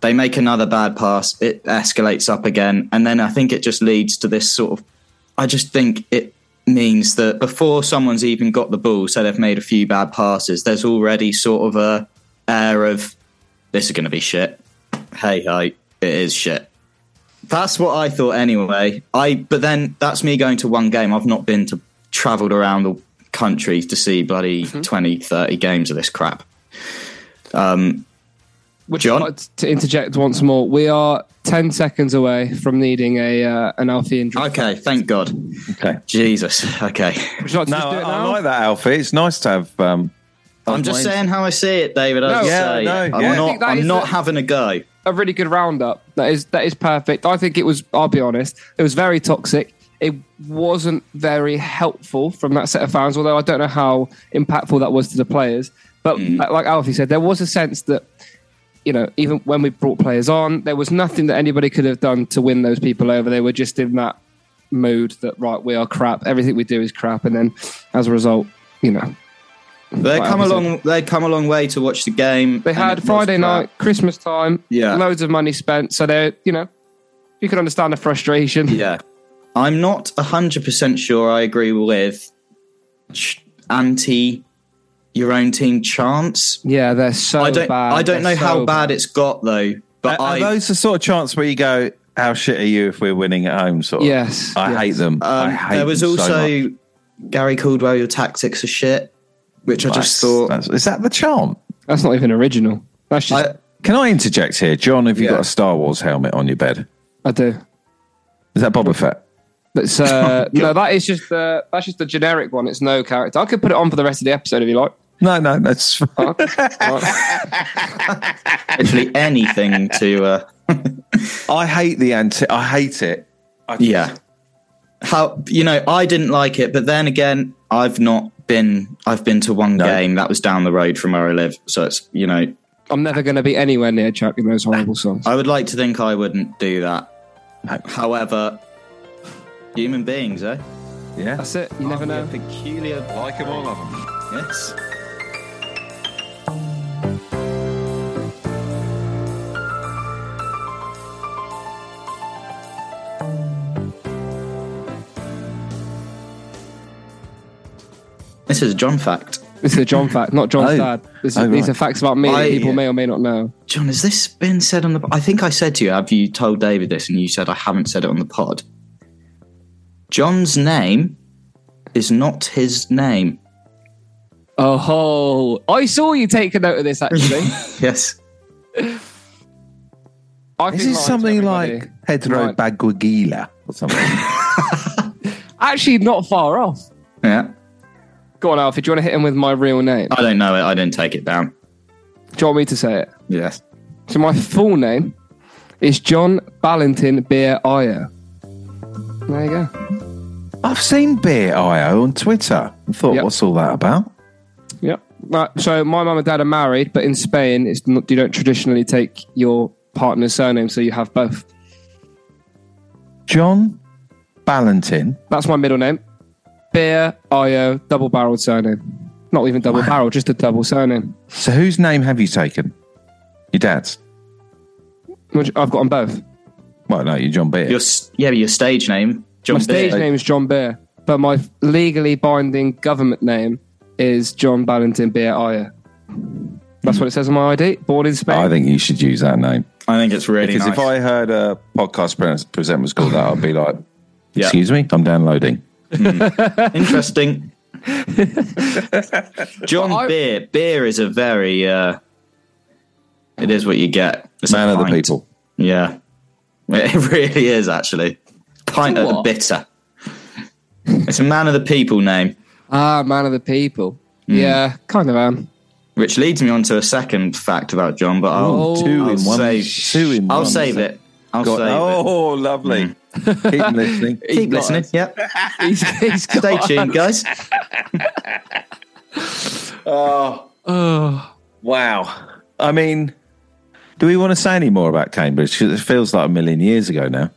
Speaker 4: They make another bad pass, it escalates up again, and then I think it just leads to this sort of. I just think it means that before someone's even got the ball, so they've made a few bad passes. There's already sort of a air of this is going to be shit hey hi it is shit that's what i thought anyway i but then that's me going to one game i've not been to traveled around the country to see bloody
Speaker 3: Mm-hmm.
Speaker 4: twenty, thirty 20 30 games of this crap
Speaker 3: Which
Speaker 4: John?
Speaker 3: I'd like to interject once more, we are 10 seconds away from needing a uh, an Alfie injury.
Speaker 4: okay thank god
Speaker 2: Okay.
Speaker 4: jesus okay
Speaker 3: Would you like to
Speaker 2: No,
Speaker 3: just do
Speaker 2: I,
Speaker 3: it
Speaker 2: I
Speaker 3: now?
Speaker 2: like that, Alfie. It's nice to have. Um,
Speaker 4: i'm just
Speaker 2: Wayne.
Speaker 4: saying how i see it david I
Speaker 3: No,
Speaker 4: just
Speaker 2: yeah,
Speaker 4: say,
Speaker 2: no,
Speaker 4: i'm
Speaker 2: yeah. I
Speaker 4: not
Speaker 3: think that
Speaker 4: i'm
Speaker 3: is
Speaker 4: not
Speaker 3: a-
Speaker 4: having a go
Speaker 3: a really good roundup. That is that is perfect. I think it was. I'll be honest. It was very toxic. It wasn't very helpful from that set of fans. Although I don't know how impactful that was to the players. But like- like Alfie said, there was a sense that you know even when we brought players on, there was nothing that anybody could have done to win those people over. They were just in that mood that right, we are crap. Everything we do is crap, and then as a result, you know,
Speaker 4: They
Speaker 3: Right,
Speaker 4: come
Speaker 3: obviously.
Speaker 4: along. They come a long way to watch the game.
Speaker 3: They
Speaker 4: and it
Speaker 3: had
Speaker 4: was
Speaker 3: Friday
Speaker 4: crap.
Speaker 3: night, Christmas time,
Speaker 4: Yeah.
Speaker 3: loads of money spent. So they're, you know, you can understand the frustration.
Speaker 4: Yeah, I'm not hundred percent sure. I agree with ch- anti your own team chance.
Speaker 3: Yeah, they're so
Speaker 4: I don't.
Speaker 3: bad.
Speaker 4: I don't know
Speaker 3: They're
Speaker 4: how
Speaker 3: so
Speaker 4: bad it's got though. But
Speaker 2: Are, are
Speaker 4: I
Speaker 2: those the sort of chants where you go, "How shit are you if we're winning at home?" Sort of.
Speaker 3: Yes,
Speaker 2: I
Speaker 3: yes.
Speaker 2: hate them. I
Speaker 4: Um,
Speaker 2: hate
Speaker 4: there was
Speaker 2: them so
Speaker 4: also
Speaker 2: much.
Speaker 4: Gary Caldwell. Your tactics are shit, which I
Speaker 2: That's-
Speaker 4: just thought.
Speaker 2: that's- is that the chant?
Speaker 3: That's not even original. That's just
Speaker 4: I,
Speaker 3: I,
Speaker 2: Can I interject here, John? Have you
Speaker 4: Yeah.
Speaker 2: got a Star Wars helmet on your bed?
Speaker 3: do.
Speaker 2: Is that Boba Fett?
Speaker 4: Oh
Speaker 3: That's uh, no, that is just the that's just the generic one. It's no character. I could put it on for the rest of the episode if you like.
Speaker 2: No, no, that's
Speaker 3: Oh, right.
Speaker 4: literally anything to. Uh,
Speaker 2: I hate the anti. I hate it. I just-
Speaker 4: Yeah. How you know, I didn't like it, but then again, I've not been I've been to one game that was down the road from where I live. So it's you know,
Speaker 3: I'm never going to be anywhere near chanting those horrible songs.
Speaker 4: I would like to think I wouldn't do that. However, human beings, eh?
Speaker 2: yeah.
Speaker 3: That's it. You never
Speaker 4: Are we a
Speaker 3: know.
Speaker 4: Peculiar
Speaker 2: Like them all of them.
Speaker 4: yes. This is a John fact.
Speaker 3: This is a John fact, not John's
Speaker 2: Oh.
Speaker 3: dad. This is,
Speaker 2: Oh,
Speaker 3: These
Speaker 2: right.
Speaker 3: are facts about me
Speaker 4: I-
Speaker 3: that people may or may not know.
Speaker 4: John, has this been said on the? I think I said to you, have you told David this? And you said I haven't said it on the pod. John's name is not his name.
Speaker 3: Oh, I saw you take a note of this actually.
Speaker 4: Yes,
Speaker 3: I
Speaker 2: This
Speaker 3: think
Speaker 2: is
Speaker 3: lies,
Speaker 2: something
Speaker 3: everybody.
Speaker 2: like Pedro
Speaker 3: Right.
Speaker 2: Baguagila or something.
Speaker 3: actually not far off.
Speaker 4: yeah.
Speaker 3: Go on, Alfie. Do you want to hit him with my real name?
Speaker 4: I don't know it. I didn't take it down.
Speaker 3: Do you want me to say it?
Speaker 4: Yes.
Speaker 3: So my full name is John Ballantin Beer Ayer. There you go.
Speaker 2: I've seen Beer IO on Twitter and thought,
Speaker 3: Yep.
Speaker 2: what's all that about?
Speaker 3: Yep. Right, so my mum and dad are married, but in Spain, it's not, you don't traditionally take your partner's surname, so you have both.
Speaker 2: John Ballantin.
Speaker 3: That's my middle name. Beer Ayer, double barreled surname. Not even double barrel, just a double surname.
Speaker 2: So whose name have you taken? Your dad's.
Speaker 3: Which I've got on both.
Speaker 2: Well, no, you're John Beer.
Speaker 4: Your s- yeah, but your stage name, John.
Speaker 3: My stage
Speaker 4: Beard.
Speaker 3: name is John Beer, but my legally binding government name is John Ballantin Beer Ayer. That's what it says on my ID. Born in Spain.
Speaker 2: I think you should use that name
Speaker 4: I think it's really
Speaker 2: because
Speaker 4: nice.
Speaker 2: if I heard a podcast pre- present was called that, I'd be like,
Speaker 4: Yeah.
Speaker 2: "Excuse me, I'm downloading."
Speaker 4: Interesting. John
Speaker 3: I-
Speaker 4: Beer. Beer is a very. Uh, it is what you get. It's a
Speaker 2: Man of the
Speaker 4: pint.
Speaker 2: people.
Speaker 4: Yeah, it really is actually. Pint of the
Speaker 3: What?
Speaker 4: bitter. It's a man of the people name,
Speaker 3: Ah, man of the people.
Speaker 2: Hmm.
Speaker 3: Yeah, kind of am.
Speaker 4: which leads me on to a second fact about John. But I'll,
Speaker 3: Oh,
Speaker 2: two
Speaker 4: I'll
Speaker 2: in one.
Speaker 4: save-
Speaker 2: Two in
Speaker 4: I'll
Speaker 2: one.
Speaker 4: save it. I'll
Speaker 2: Got-
Speaker 4: save it. Mm.
Speaker 2: oh, lovely. Keep listening.
Speaker 4: Keep listening. Yep.
Speaker 3: He's, he's got,
Speaker 4: Stay tuned, guys.
Speaker 2: Wow. I mean, do we want to say any more about Cambridge? 'Cause it feels like a million years ago now.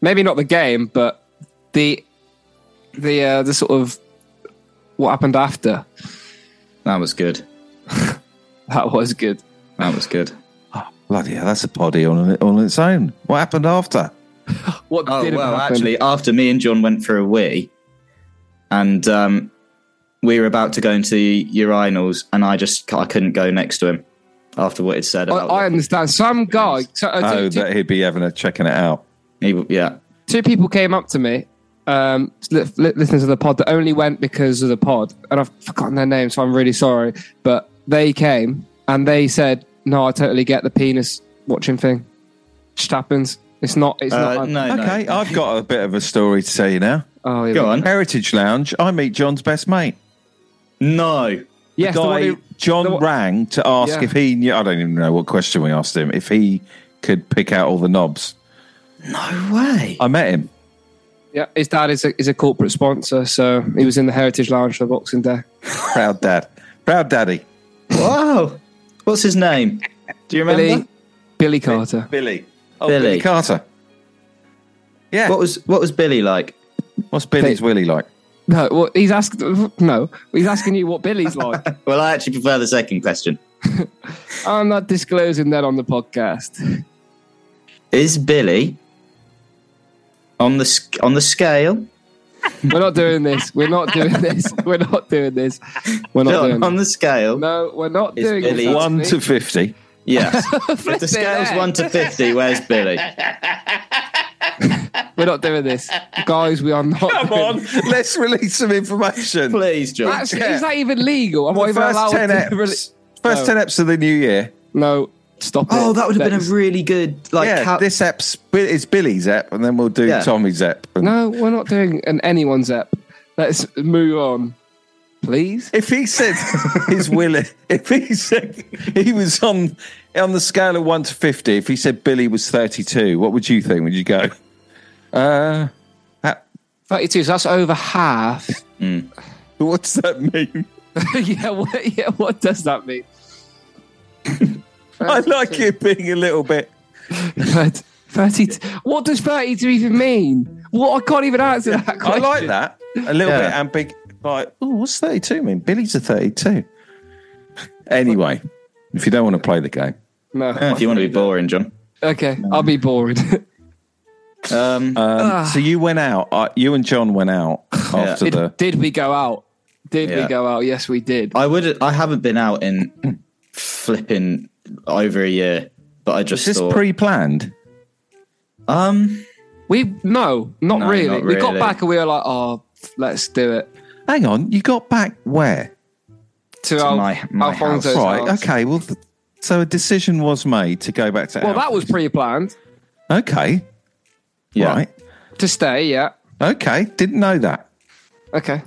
Speaker 3: maybe not the game, but the the uh, the sort of what happened after
Speaker 4: That was good.
Speaker 3: that was good.
Speaker 4: That was good.
Speaker 2: Bloody hell, that's a poddy on, on its own. What happened after?
Speaker 3: What
Speaker 4: Oh
Speaker 3: didn't
Speaker 4: well,
Speaker 3: happen?
Speaker 4: actually, after me and John went for a wee, and um, we were about to go into urinals, and I just I couldn't go next to him after what it said
Speaker 3: I,
Speaker 4: about
Speaker 3: I understand. Some guy, so, uh,
Speaker 2: Oh,
Speaker 3: two- two-
Speaker 2: that he'd be having a checking it out.
Speaker 4: he, yeah.
Speaker 3: two people came up to me, um, li- li- listeners of the pod that only went because of the pod, and I've forgotten their names, so I'm really sorry. But they came and they said, "No, I totally get the penis watching thing. Just happens. It's not. It's
Speaker 4: Uh,
Speaker 3: not.
Speaker 4: no, no.
Speaker 2: Okay, I've got a bit of a story to tell you now.
Speaker 3: Oh, yeah.
Speaker 4: Go on.
Speaker 2: Heritage Lounge, I meet John's best mate.
Speaker 4: No.
Speaker 3: Yes, the
Speaker 2: Guy
Speaker 3: one who-
Speaker 2: John
Speaker 3: the one-
Speaker 2: rang to ask
Speaker 3: Yeah.
Speaker 2: if he knew. I don't even know what question we asked him. If he could pick out all the knobs,
Speaker 4: No way.
Speaker 2: I met him.
Speaker 3: Yeah, his dad is a, is a corporate sponsor, so he was in the Heritage Lounge for Boxing Day.
Speaker 2: Proud dad, proud daddy,
Speaker 4: Wow. What's his name? Do you remember?
Speaker 3: Billy, Billy Carter.
Speaker 2: Billy. Oh,
Speaker 4: Billy.
Speaker 2: Billy, Carter. Yeah.
Speaker 4: What was what was Billy like?
Speaker 2: What's Billy's
Speaker 3: Billy.
Speaker 2: Willy like?
Speaker 3: No, well, he's asked. No, he's asking you what Billy's like.
Speaker 4: Well, I actually prefer the second question.
Speaker 3: I'm not disclosing that on the podcast.
Speaker 4: Is Billy on the sc- on the scale?
Speaker 3: We're not doing this. We're not doing this. We're not doing this. We're not
Speaker 4: John,
Speaker 3: doing.
Speaker 4: on the scale?
Speaker 3: No, we're not
Speaker 4: Is
Speaker 3: doing
Speaker 4: Billy-
Speaker 3: this.
Speaker 2: One to fifty.
Speaker 4: Yes. if the scale's
Speaker 3: there.
Speaker 4: one to fifty, where's Billy?
Speaker 3: We're not doing this, guys. We are not.
Speaker 2: Come
Speaker 3: doing
Speaker 2: on, let's release some information.
Speaker 4: Please, John.
Speaker 3: That's,
Speaker 2: Yeah.
Speaker 3: Is that even legal? I'm not
Speaker 2: the
Speaker 3: even
Speaker 2: first
Speaker 3: allowed
Speaker 2: ten
Speaker 3: to.
Speaker 2: eps.
Speaker 3: Really,
Speaker 2: first
Speaker 3: No.
Speaker 2: ten eps of the new year.
Speaker 3: no, stop.
Speaker 4: oh,
Speaker 3: it.
Speaker 4: that would have been
Speaker 3: Next.
Speaker 4: a really good like.
Speaker 2: yeah,
Speaker 4: cap-
Speaker 2: this ep's it's Billy's ep, and then we'll do
Speaker 4: Yeah.
Speaker 2: Tommy's ep. And
Speaker 3: No, we're not doing an anyone's app. Let's move on, please.
Speaker 2: If he said his will, if he said he was on on the scale of one to fifty, if he said Billy was thirty-two, what would you think? Would you go? Uh,
Speaker 3: Thirty-two. So that's over half.
Speaker 2: what's that mean?
Speaker 3: yeah, what, yeah. What does that mean?
Speaker 2: I like it being a little bit.
Speaker 3: Thirty- Thirty. What does thirty-two even mean? What I can't even answer that.
Speaker 2: I
Speaker 3: Question.
Speaker 2: like that a little
Speaker 4: Yeah.
Speaker 2: bit ambig. Like, oh, what's thirty-two mean? Billy's a thirty-two. Anyway, if you don't want to play the game,
Speaker 3: No.
Speaker 4: Yeah, Oh, if you want to be boring, John.
Speaker 3: Okay, I'll be bored.
Speaker 4: Um,
Speaker 2: um, so you went out. Uh, you and John went out after the.
Speaker 3: did, did we go out? Did
Speaker 4: Yeah.
Speaker 3: we go out? Yes, we did.
Speaker 4: I would. I haven't been out in flipping over a year, but I just
Speaker 2: Is this
Speaker 4: thought.
Speaker 2: pre-planned?
Speaker 4: um,
Speaker 3: We no, not
Speaker 4: No,
Speaker 3: really.
Speaker 4: not
Speaker 3: We got
Speaker 4: really.
Speaker 3: back and we were like, oh, let's do it.
Speaker 2: Hang on, you got back where?
Speaker 3: To,
Speaker 4: To
Speaker 3: Al-
Speaker 4: my- my
Speaker 3: Alfonso's
Speaker 4: house.
Speaker 2: Right.
Speaker 3: house.
Speaker 2: Okay. Well, th- so a decision was made to go back to.
Speaker 3: Well, that
Speaker 2: Alfred.
Speaker 3: was pre-planned
Speaker 2: okay.
Speaker 4: yeah.
Speaker 2: Right.
Speaker 3: to stay. Yeah.
Speaker 2: Okay. Didn't know that.
Speaker 3: Okay.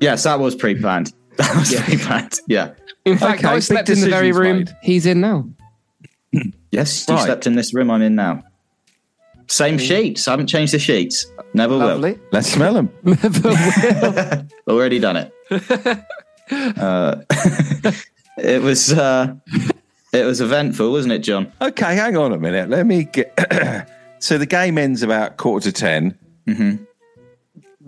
Speaker 4: Yes, that was pre-planned. That was pre-planned. Yeah.
Speaker 3: In fact,
Speaker 2: Okay,
Speaker 3: I
Speaker 2: big
Speaker 3: slept in the very
Speaker 2: decisions
Speaker 3: room
Speaker 2: made.
Speaker 3: he's in now.
Speaker 4: Yes, you
Speaker 2: Right.
Speaker 4: slept in this room I'm in now. Same sheets. I haven't changed the sheets. Never
Speaker 3: Mm. Lovely.
Speaker 2: Let's smell them.
Speaker 4: will. Already done it. uh, it was uh, it was eventful, wasn't it, John?
Speaker 2: Okay. Hang on a minute. Let me get. so the game ends about quarter to 10
Speaker 3: Mm-hmm.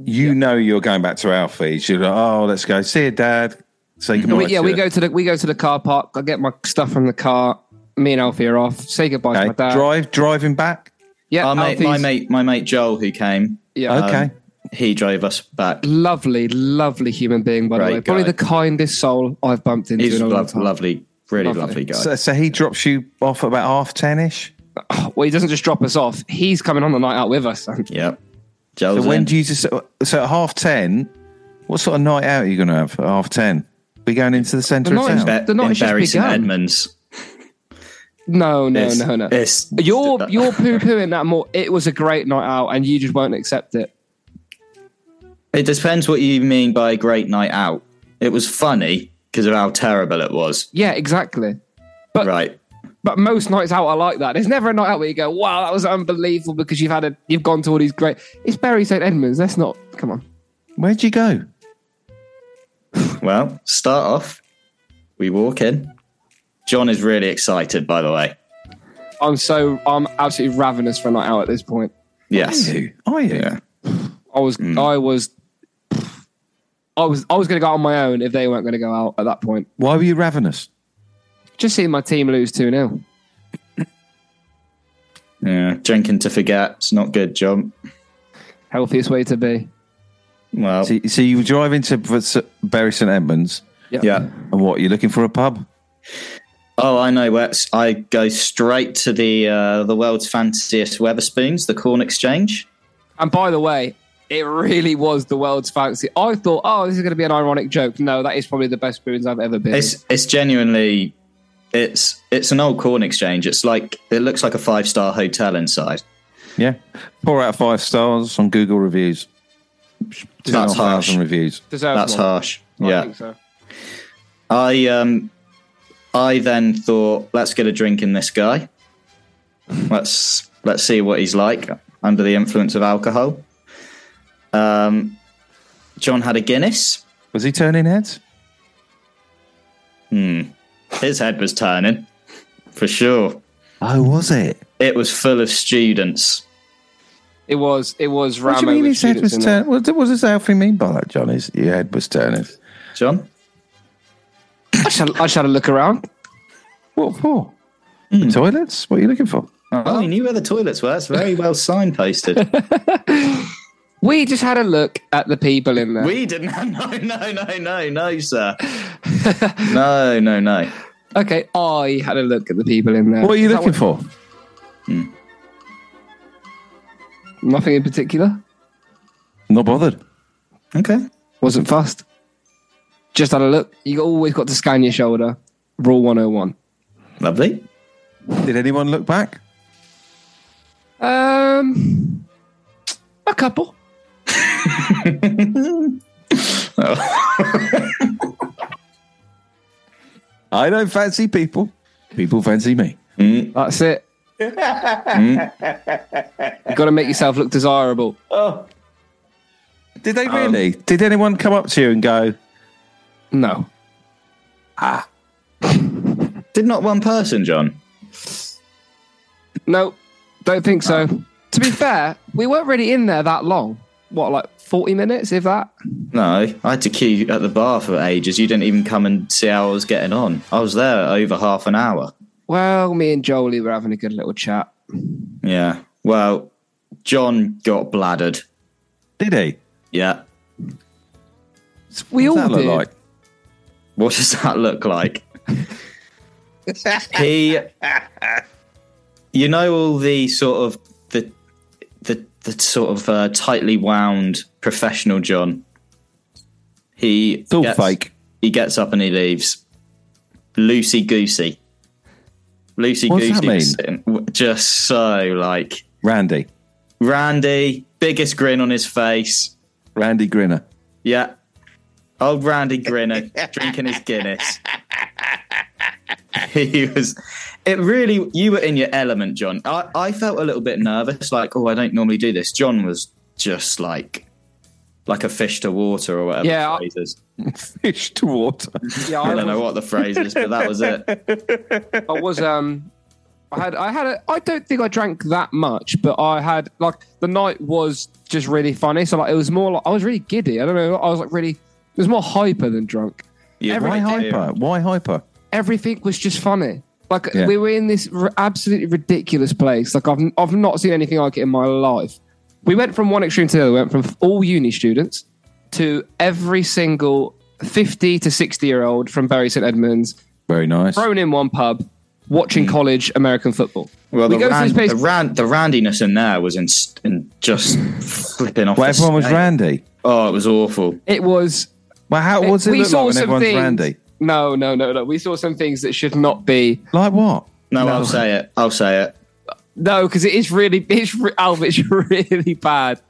Speaker 2: You know you're going back to Alfie's. You're like, oh, let's go see your dad. Say goodbye.
Speaker 3: we, Mm-hmm. yeah,
Speaker 2: to
Speaker 3: we
Speaker 2: her.
Speaker 3: go to the we go to the car park. I get my stuff from the car. Me and Alfie are off. Say goodbye to my
Speaker 2: Okay.
Speaker 3: dad.
Speaker 2: Drive, driving back.
Speaker 3: Yeah,
Speaker 4: Our mate, my
Speaker 3: Alfie's-
Speaker 4: mate, my mate Joel, who came, um,
Speaker 3: Yeah.
Speaker 2: Okay.
Speaker 4: he drove us back.
Speaker 3: Lovely, lovely human being, by the
Speaker 4: Great
Speaker 3: way. Probably
Speaker 4: guy.
Speaker 3: the kindest soul I've bumped into
Speaker 4: He's
Speaker 3: in
Speaker 4: a
Speaker 3: a long
Speaker 4: lov-
Speaker 3: time.
Speaker 4: lovely, really
Speaker 3: Lovely.
Speaker 4: lovely, guy.
Speaker 2: so, so he drops you off about half ten ish.
Speaker 3: Well, he doesn't just drop us off. He's coming on the night out with us.
Speaker 4: yep. Joel's
Speaker 2: So when
Speaker 4: in.
Speaker 2: do you just so at half ten? What sort of night out are you going to have at half ten? We going into the centre of
Speaker 3: night-
Speaker 2: town?
Speaker 4: Be-
Speaker 3: the night
Speaker 4: in
Speaker 3: has just
Speaker 4: Bury St
Speaker 3: begun.
Speaker 4: Edmunds.
Speaker 3: No, no,
Speaker 4: It's-
Speaker 3: no, no.
Speaker 4: it's-
Speaker 3: You're you're poo pooing that more. It was a great night out, and you just won't accept it.
Speaker 4: It depends what you mean by great night out. It was funny because of how terrible it was.
Speaker 3: Yeah, exactly.
Speaker 4: Right.
Speaker 3: But most nights out are like that. There's never a night out where you go, "Wow, that was unbelievable," because you've had a you've gone to all these great. It's Barry St Edmunds. That's not. Come on.
Speaker 2: Where'd you go?
Speaker 4: Well, start off. We walk in. John is really excited, by the way.
Speaker 3: I'm so I'm absolutely ravenous for a night out at this point.
Speaker 4: Yes.
Speaker 2: you? Are you?
Speaker 4: Yeah.
Speaker 3: I was
Speaker 2: Hmm.
Speaker 3: I was I was I was going to go out on my own if they weren't going to go out at that point.
Speaker 2: Why were you ravenous?
Speaker 3: Just seeing my team lose two 0
Speaker 4: Yeah. Drinking to forget. It's not good, John.
Speaker 3: Healthiest way to be.
Speaker 4: Well,
Speaker 2: So, so you were driving to Br- S- Bury St Edmunds,
Speaker 4: yeah.
Speaker 2: and what? You're looking for a pub?
Speaker 4: Oh, I know. where it's- I go straight to the uh, the world's fanciest Weatherspoons, the Corn Exchange.
Speaker 3: And by the way, it really was the world's fancy. I thought, oh, this is going to be an ironic joke. No, that is probably the best spoons I've ever been.
Speaker 4: It's it's genuinely, it's it's an old Corn Exchange. It's like it looks like a five star hotel inside.
Speaker 2: Yeah. Four out of five stars on Google reviews. Two and a
Speaker 4: That's
Speaker 2: half thousand
Speaker 4: harsh.
Speaker 2: reviews.
Speaker 3: Deserves
Speaker 4: That's
Speaker 3: one.
Speaker 4: harsh.
Speaker 3: I
Speaker 4: yeah.
Speaker 3: think so.
Speaker 4: I um, I then thought, let's get a drink in this guy. Let's let's see what he's like under the influence of alcohol. Um, John had a Guinness.
Speaker 2: Was he turning heads?
Speaker 4: His head was turning, for sure.
Speaker 2: Oh, was it?
Speaker 4: It was full of students.
Speaker 3: It was it was Rambo.
Speaker 2: What do you mean
Speaker 3: with
Speaker 2: his head
Speaker 3: students
Speaker 2: was
Speaker 3: in there.
Speaker 2: turning? What, what does Alfie mean by that, John? His your head was turning.
Speaker 4: John?
Speaker 3: I just, had, I just had a look around.
Speaker 2: What for? The toilets? What are you looking for?
Speaker 4: Oh, you knew where the toilets were. It's very well signposted.
Speaker 3: We just had a look at the people in there.
Speaker 4: we didn't. No, no, no, no, no, sir. no, no, no.
Speaker 3: okay, I had a look at the people in there.
Speaker 2: What are you
Speaker 3: Is that
Speaker 2: looking for?
Speaker 3: what- Nothing in particular.
Speaker 2: Not bothered.
Speaker 4: Okay.
Speaker 3: Wasn't fussed. Just had a look. You always got to scan your shoulder. Rule 101.
Speaker 4: Lovely.
Speaker 2: Did anyone look back?
Speaker 3: Um, a couple.
Speaker 2: I don't fancy people. People fancy me.
Speaker 3: That's it. you got to make yourself look desirable.
Speaker 2: Did they really? Um, Did anyone come up to you and go,
Speaker 3: No.
Speaker 4: Did not one person, John.
Speaker 3: No, don't think so. To be fair, we weren't really in there that long. What, like 40 minutes, if that?
Speaker 4: No, I had to queue at the bar for ages. You didn't even come and see how I was getting on. I was there over half an hour.
Speaker 3: Well, me and Jolie were having a good little chat.
Speaker 4: Yeah. Well, John got bladdered.
Speaker 2: did he?
Speaker 4: Yeah.
Speaker 3: We all
Speaker 2: What's that look
Speaker 3: did.
Speaker 2: like?
Speaker 4: What does that look like? he, you know, all the sort of the the the sort of uh, tightly wound professional John. He
Speaker 2: It's all
Speaker 4: gets-
Speaker 2: fake.
Speaker 4: He gets up and he leaves. Loosey goosey. Loosey
Speaker 2: What's that mean?
Speaker 4: goosey. Just so like
Speaker 2: Randy.
Speaker 4: Randy, biggest grin on his face.
Speaker 2: Randy Grinner.
Speaker 4: Yeah. Old Randy Grinner drinking his Guinness. he was. It really. You were in your element, John. I, I felt a little bit nervous, like, oh, I don't normally do this. John was just like, like a fish to water or whatever
Speaker 3: Yeah,
Speaker 4: yeah,
Speaker 3: I-
Speaker 4: the phrase is.
Speaker 2: Fish to water.
Speaker 3: Yeah,
Speaker 4: I
Speaker 3: I,
Speaker 4: don't know
Speaker 3: was,
Speaker 4: what the phrase is, but that was it.
Speaker 3: I was, um, I had, I had, a, I don't think I drank that much, but I had, like, the night was just really funny. So, like, it was more like, I was really giddy. I don't know. I was, like, really, it was more hyper than drunk.
Speaker 4: You
Speaker 2: Why
Speaker 4: really do.
Speaker 2: hyper? Why hyper?
Speaker 3: everything was just funny. Like
Speaker 2: Yeah.
Speaker 3: we were in this r- absolutely ridiculous place. Like I've I've not seen anything like it in my life. We went from one extreme to the other. We went from all uni students to every single fifty to sixty year old from Bury St Edmunds
Speaker 2: Very nice.
Speaker 3: thrown in one pub watching college American football.
Speaker 4: Well,
Speaker 3: we
Speaker 4: the,
Speaker 3: go to
Speaker 4: ran,
Speaker 3: this place.
Speaker 4: the, ran, the randiness in there was in, in just flipping off.
Speaker 2: Well,
Speaker 4: the
Speaker 2: everyone was
Speaker 4: scale.
Speaker 2: Randy.
Speaker 4: Oh, it was awful.
Speaker 3: it was
Speaker 2: Well, how what's it
Speaker 3: Eh, we
Speaker 2: look
Speaker 3: saw
Speaker 2: like when
Speaker 3: some
Speaker 2: everyone's
Speaker 3: things.
Speaker 2: Randy?
Speaker 3: No, no, no, no. We saw some things that should not be.
Speaker 2: Like what?
Speaker 4: no, I'll say it. I'll say it.
Speaker 3: No, because it is really, it's re- Alf, it's really bad.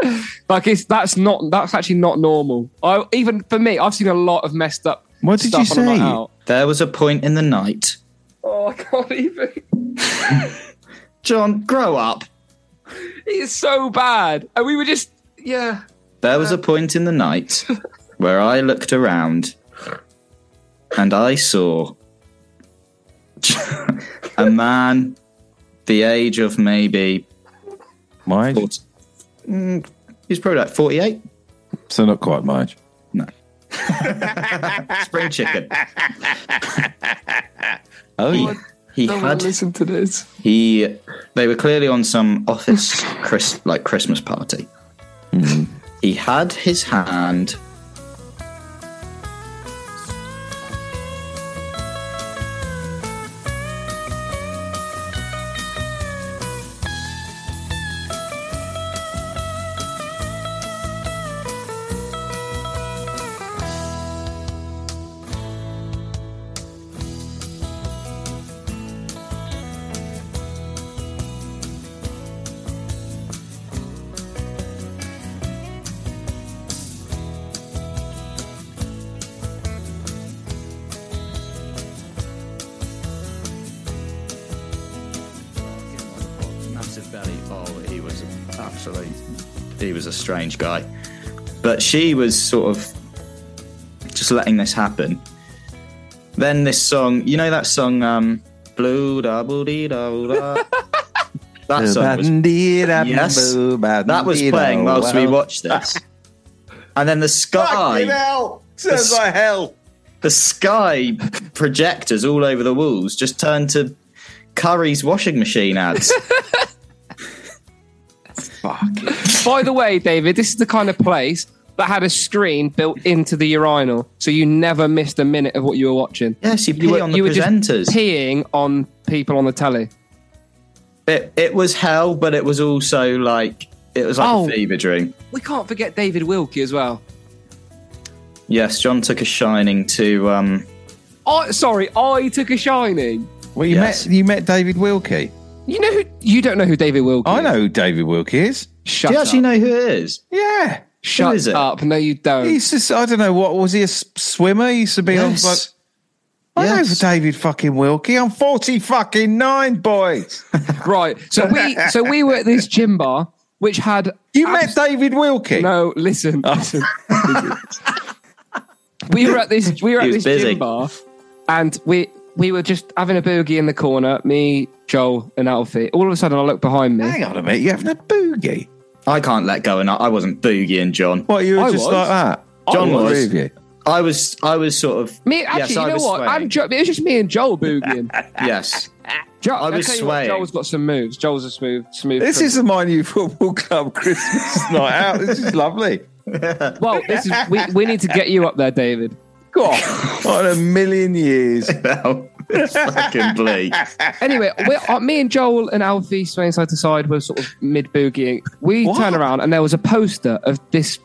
Speaker 3: Like it's that's not that's actually not normal. I even for me, I've seen a lot of messed up.
Speaker 2: What did
Speaker 3: stuff on
Speaker 2: you
Speaker 3: a night
Speaker 2: say?
Speaker 3: out.
Speaker 4: There was a point in the night.
Speaker 3: Oh, I can't even.
Speaker 4: John, grow up.
Speaker 3: It's so bad, and we were just yeah.
Speaker 4: There was a
Speaker 3: Uh.
Speaker 4: point in the night where I looked around and I saw a man the age of maybe
Speaker 2: Mine?
Speaker 4: fort- mm, he's probably like 48
Speaker 2: So not quite mine.
Speaker 4: spring chicken
Speaker 2: Oh, yeah.
Speaker 4: he
Speaker 3: I won't
Speaker 4: had
Speaker 3: listen to this.
Speaker 4: he they were clearly on some office Chris, like christmas party he had his hand massive belly. Oh, he was an absolute. He was a strange guy. But she was sort of just letting this happen. Then this song, you know that song, um, Blue Double Dee Da. da? That song was Yes. That was playing whilst we watched this. And then the
Speaker 1: Fucking
Speaker 4: sky,
Speaker 1: hell! Sounds like hell.
Speaker 4: the sky projectors all over the walls just turned to Curry's washing machine ads.
Speaker 3: By the way, David, this is the kind of place that had a screen built into the urinal, so you never missed a minute of what you were watching.
Speaker 4: yes, you pee
Speaker 3: You were,
Speaker 4: on the
Speaker 3: you were
Speaker 4: presenters.
Speaker 3: just peeing on people on the telly.
Speaker 4: it, it was hell, but it was also like it was like
Speaker 3: Oh.
Speaker 4: a fever dream.
Speaker 3: We can't forget David Wilkie as well.
Speaker 4: Yes, John took a shining to um,
Speaker 3: I, sorry, I took a shining.
Speaker 2: Well, you
Speaker 4: Yes.
Speaker 2: met you met David Wilkie.
Speaker 3: You know who, you don't know who David Wilkie
Speaker 2: I
Speaker 3: is.
Speaker 2: know who David Wilkie is.
Speaker 3: Shut
Speaker 4: Do you
Speaker 3: up.
Speaker 4: actually know who it is?
Speaker 2: Yeah,
Speaker 3: Shut
Speaker 4: is it?
Speaker 3: up. No, you don't.
Speaker 2: he's just. I don't know what was he a s- swimmer? He used to be on. But I
Speaker 4: Yes.
Speaker 2: know David fucking Wilkie. I'm forty fucking nine, boys.
Speaker 3: Right. So we so we were at this gym bar which had
Speaker 2: You
Speaker 3: abs-
Speaker 2: met David Wilkie.
Speaker 3: No, listen.
Speaker 4: Oh.
Speaker 3: listen. we were at this we were
Speaker 4: He
Speaker 3: at this
Speaker 4: was busy.
Speaker 3: gym bar and we we were just having a boogie in the corner, me, Joel, and Alfie. All of a sudden I look behind me.
Speaker 2: Hang on a minute. You're having a boogie.
Speaker 4: I can't let go, and I, I wasn't boogieing John.
Speaker 2: What you were
Speaker 3: I
Speaker 2: just
Speaker 3: was.
Speaker 2: like that?
Speaker 4: John
Speaker 2: I
Speaker 4: was.
Speaker 2: believe you.
Speaker 4: I was, I was sort of
Speaker 3: Me actually,
Speaker 4: Yes,
Speaker 3: you
Speaker 4: I
Speaker 3: know
Speaker 4: was
Speaker 3: what?
Speaker 4: swaying.
Speaker 3: I'm jo- it was just me and Joel boogieing.
Speaker 4: yes.
Speaker 3: Joel,
Speaker 4: I was
Speaker 3: tell you what,
Speaker 4: swaying.
Speaker 3: Joel's got some moves. Joel's a smooth smooth.
Speaker 2: This is the my new football club Christmas night out. This is lovely.
Speaker 3: well, this is we, we need to get you up there, David.
Speaker 2: God, what in a million years.
Speaker 4: Now it's fucking bleak.
Speaker 3: Anyway, we're, uh, me and Joel and Alfie swaying side to side were sort of mid boogieing. We
Speaker 2: What?
Speaker 3: turned around and there was a poster of this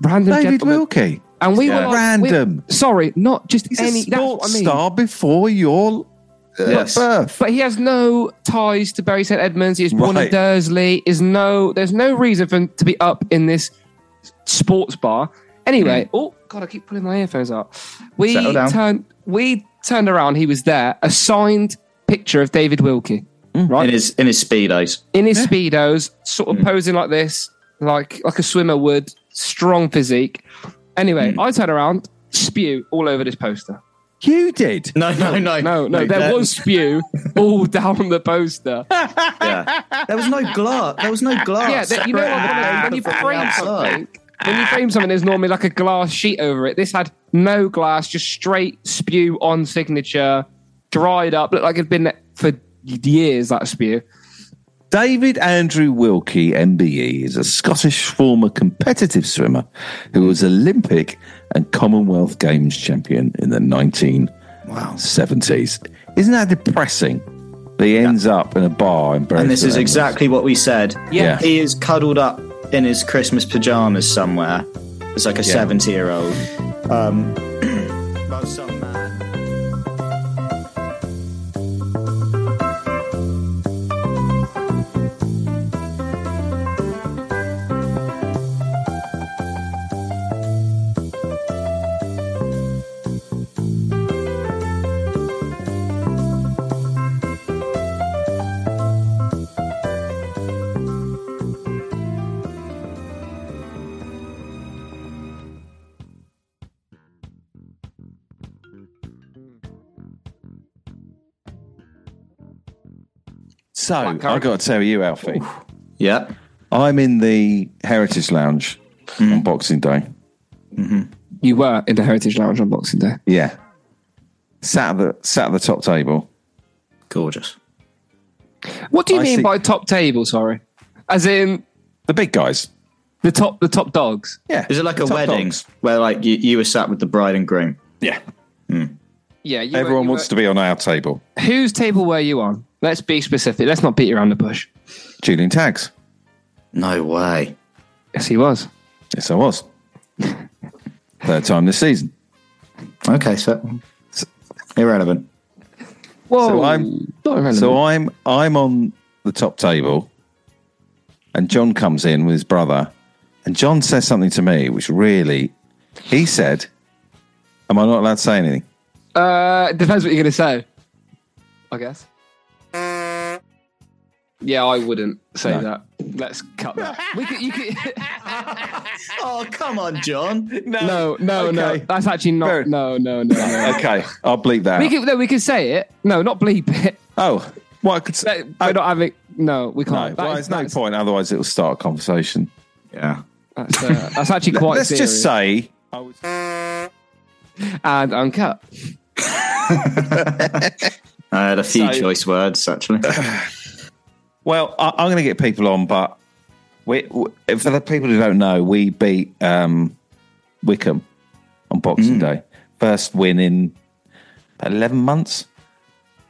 Speaker 3: random
Speaker 2: David
Speaker 3: gentleman,
Speaker 2: Wilkie.
Speaker 3: and we
Speaker 4: Yeah.
Speaker 3: were like, we-
Speaker 2: Random.
Speaker 3: sorry, not just
Speaker 2: He's
Speaker 3: any.
Speaker 2: a
Speaker 3: That's what
Speaker 2: sports
Speaker 3: I mean.
Speaker 2: star before your uh,
Speaker 4: Yes.
Speaker 2: birth.
Speaker 3: But he has no ties to Bury St Edmunds. He was born
Speaker 2: Right.
Speaker 3: in Dursley. Is no, there's no reason for him to be up in this sports bar. Anyway, oh god, I keep pulling my earphones out. We
Speaker 4: Mm. Settle down.
Speaker 3: turned, we turned around. He was there, a signed picture of David Wilkie,
Speaker 4: In
Speaker 3: right?
Speaker 4: his in his speedos.
Speaker 3: in his speedos, sort
Speaker 4: Mm.
Speaker 3: of posing like this, like like a swimmer would, strong physique.
Speaker 4: Mm.
Speaker 3: Anyway, I turn around, spew all over this poster.
Speaker 2: You did.
Speaker 4: No, no, no,
Speaker 3: No, no, there
Speaker 4: that-
Speaker 3: was spew all down the poster.
Speaker 4: yeah. There was no glass. There was no glass.
Speaker 3: Yeah, that, you know what? When, when you
Speaker 4: From the
Speaker 3: frame
Speaker 4: outside.
Speaker 3: something, when you frame something, there's normally like a glass sheet over it. This had no glass, just straight spew on signature, dried up, looked like it'd been there for years. That spew.
Speaker 2: David Andrew Wilkie, MBE, is a Scottish former competitive swimmer who was Olympic and Commonwealth Games champion in the 1970s. Isn't that depressing? That he ends up in a bar in
Speaker 4: And this is exactly what we said.
Speaker 2: Yeah.
Speaker 4: He is cuddled up in his Christmas pajamas somewhere. It's like a
Speaker 2: Yeah.
Speaker 4: 70 year old. Um, by some man.
Speaker 2: So I got to tell you, Alfie,
Speaker 4: Yeah.
Speaker 2: I'm in the Heritage Lounge
Speaker 4: Hmm.
Speaker 2: on Boxing Day.
Speaker 3: You were in the Heritage Lounge on Boxing Day.
Speaker 2: Yeah, sat at the sat at the top table.
Speaker 4: Gorgeous.
Speaker 3: What do you
Speaker 2: I
Speaker 3: mean
Speaker 2: see.
Speaker 3: by top table? Sorry, as in
Speaker 2: The big guys.
Speaker 3: the top the top dogs.
Speaker 2: Yeah,
Speaker 4: Is it like
Speaker 2: the
Speaker 4: a
Speaker 2: top
Speaker 4: wedding
Speaker 2: dogs.
Speaker 4: where like you, you were sat with the bride and groom?
Speaker 2: Yeah,
Speaker 3: Yeah, you
Speaker 2: everyone wants to be on our table.
Speaker 3: to. Whose table were you on? Let's be specific. Let's not beat around the bush.
Speaker 2: Julian Tags.
Speaker 4: No way.
Speaker 3: Yes, he was.
Speaker 2: Yes, I was. Third time this season.
Speaker 4: Okay, so irrelevant.
Speaker 3: Whoa,
Speaker 2: So I'm-
Speaker 3: not irrelevant.
Speaker 2: So I'm I'm on the top table, and John comes in with his brother, and John says something to me which really, he said, "Am I not allowed to say anything?"
Speaker 3: Uh, it depends what you're going to say. I guess. Yeah, I wouldn't say
Speaker 2: No.
Speaker 3: that. Let's cut that. We could, you could,
Speaker 4: Oh, come on, John.
Speaker 3: no, no, no.
Speaker 2: Okay.
Speaker 3: That's actually not.
Speaker 2: Fair-
Speaker 3: No, no, no. no.
Speaker 2: Okay, I'll bleep that.
Speaker 3: we
Speaker 2: out.
Speaker 3: could, no, we could say it. No, not bleep it.
Speaker 2: Oh, what I could say?
Speaker 3: We're not having. No, we
Speaker 2: No,
Speaker 3: can't. That
Speaker 2: well,
Speaker 3: is-
Speaker 2: there's no
Speaker 3: that's-
Speaker 2: point. Otherwise, it'll start a conversation.
Speaker 4: Yeah.
Speaker 3: That's, uh, that's actually quite.
Speaker 2: Let's just
Speaker 3: serious.
Speaker 2: say
Speaker 3: and uncut.
Speaker 4: I had a few
Speaker 2: So-
Speaker 4: choice words actually.
Speaker 2: Well, I, I'm going to get people on, but we, w for the people who don't know, we beat um, Wickham on Boxing Day. First win in 11 months.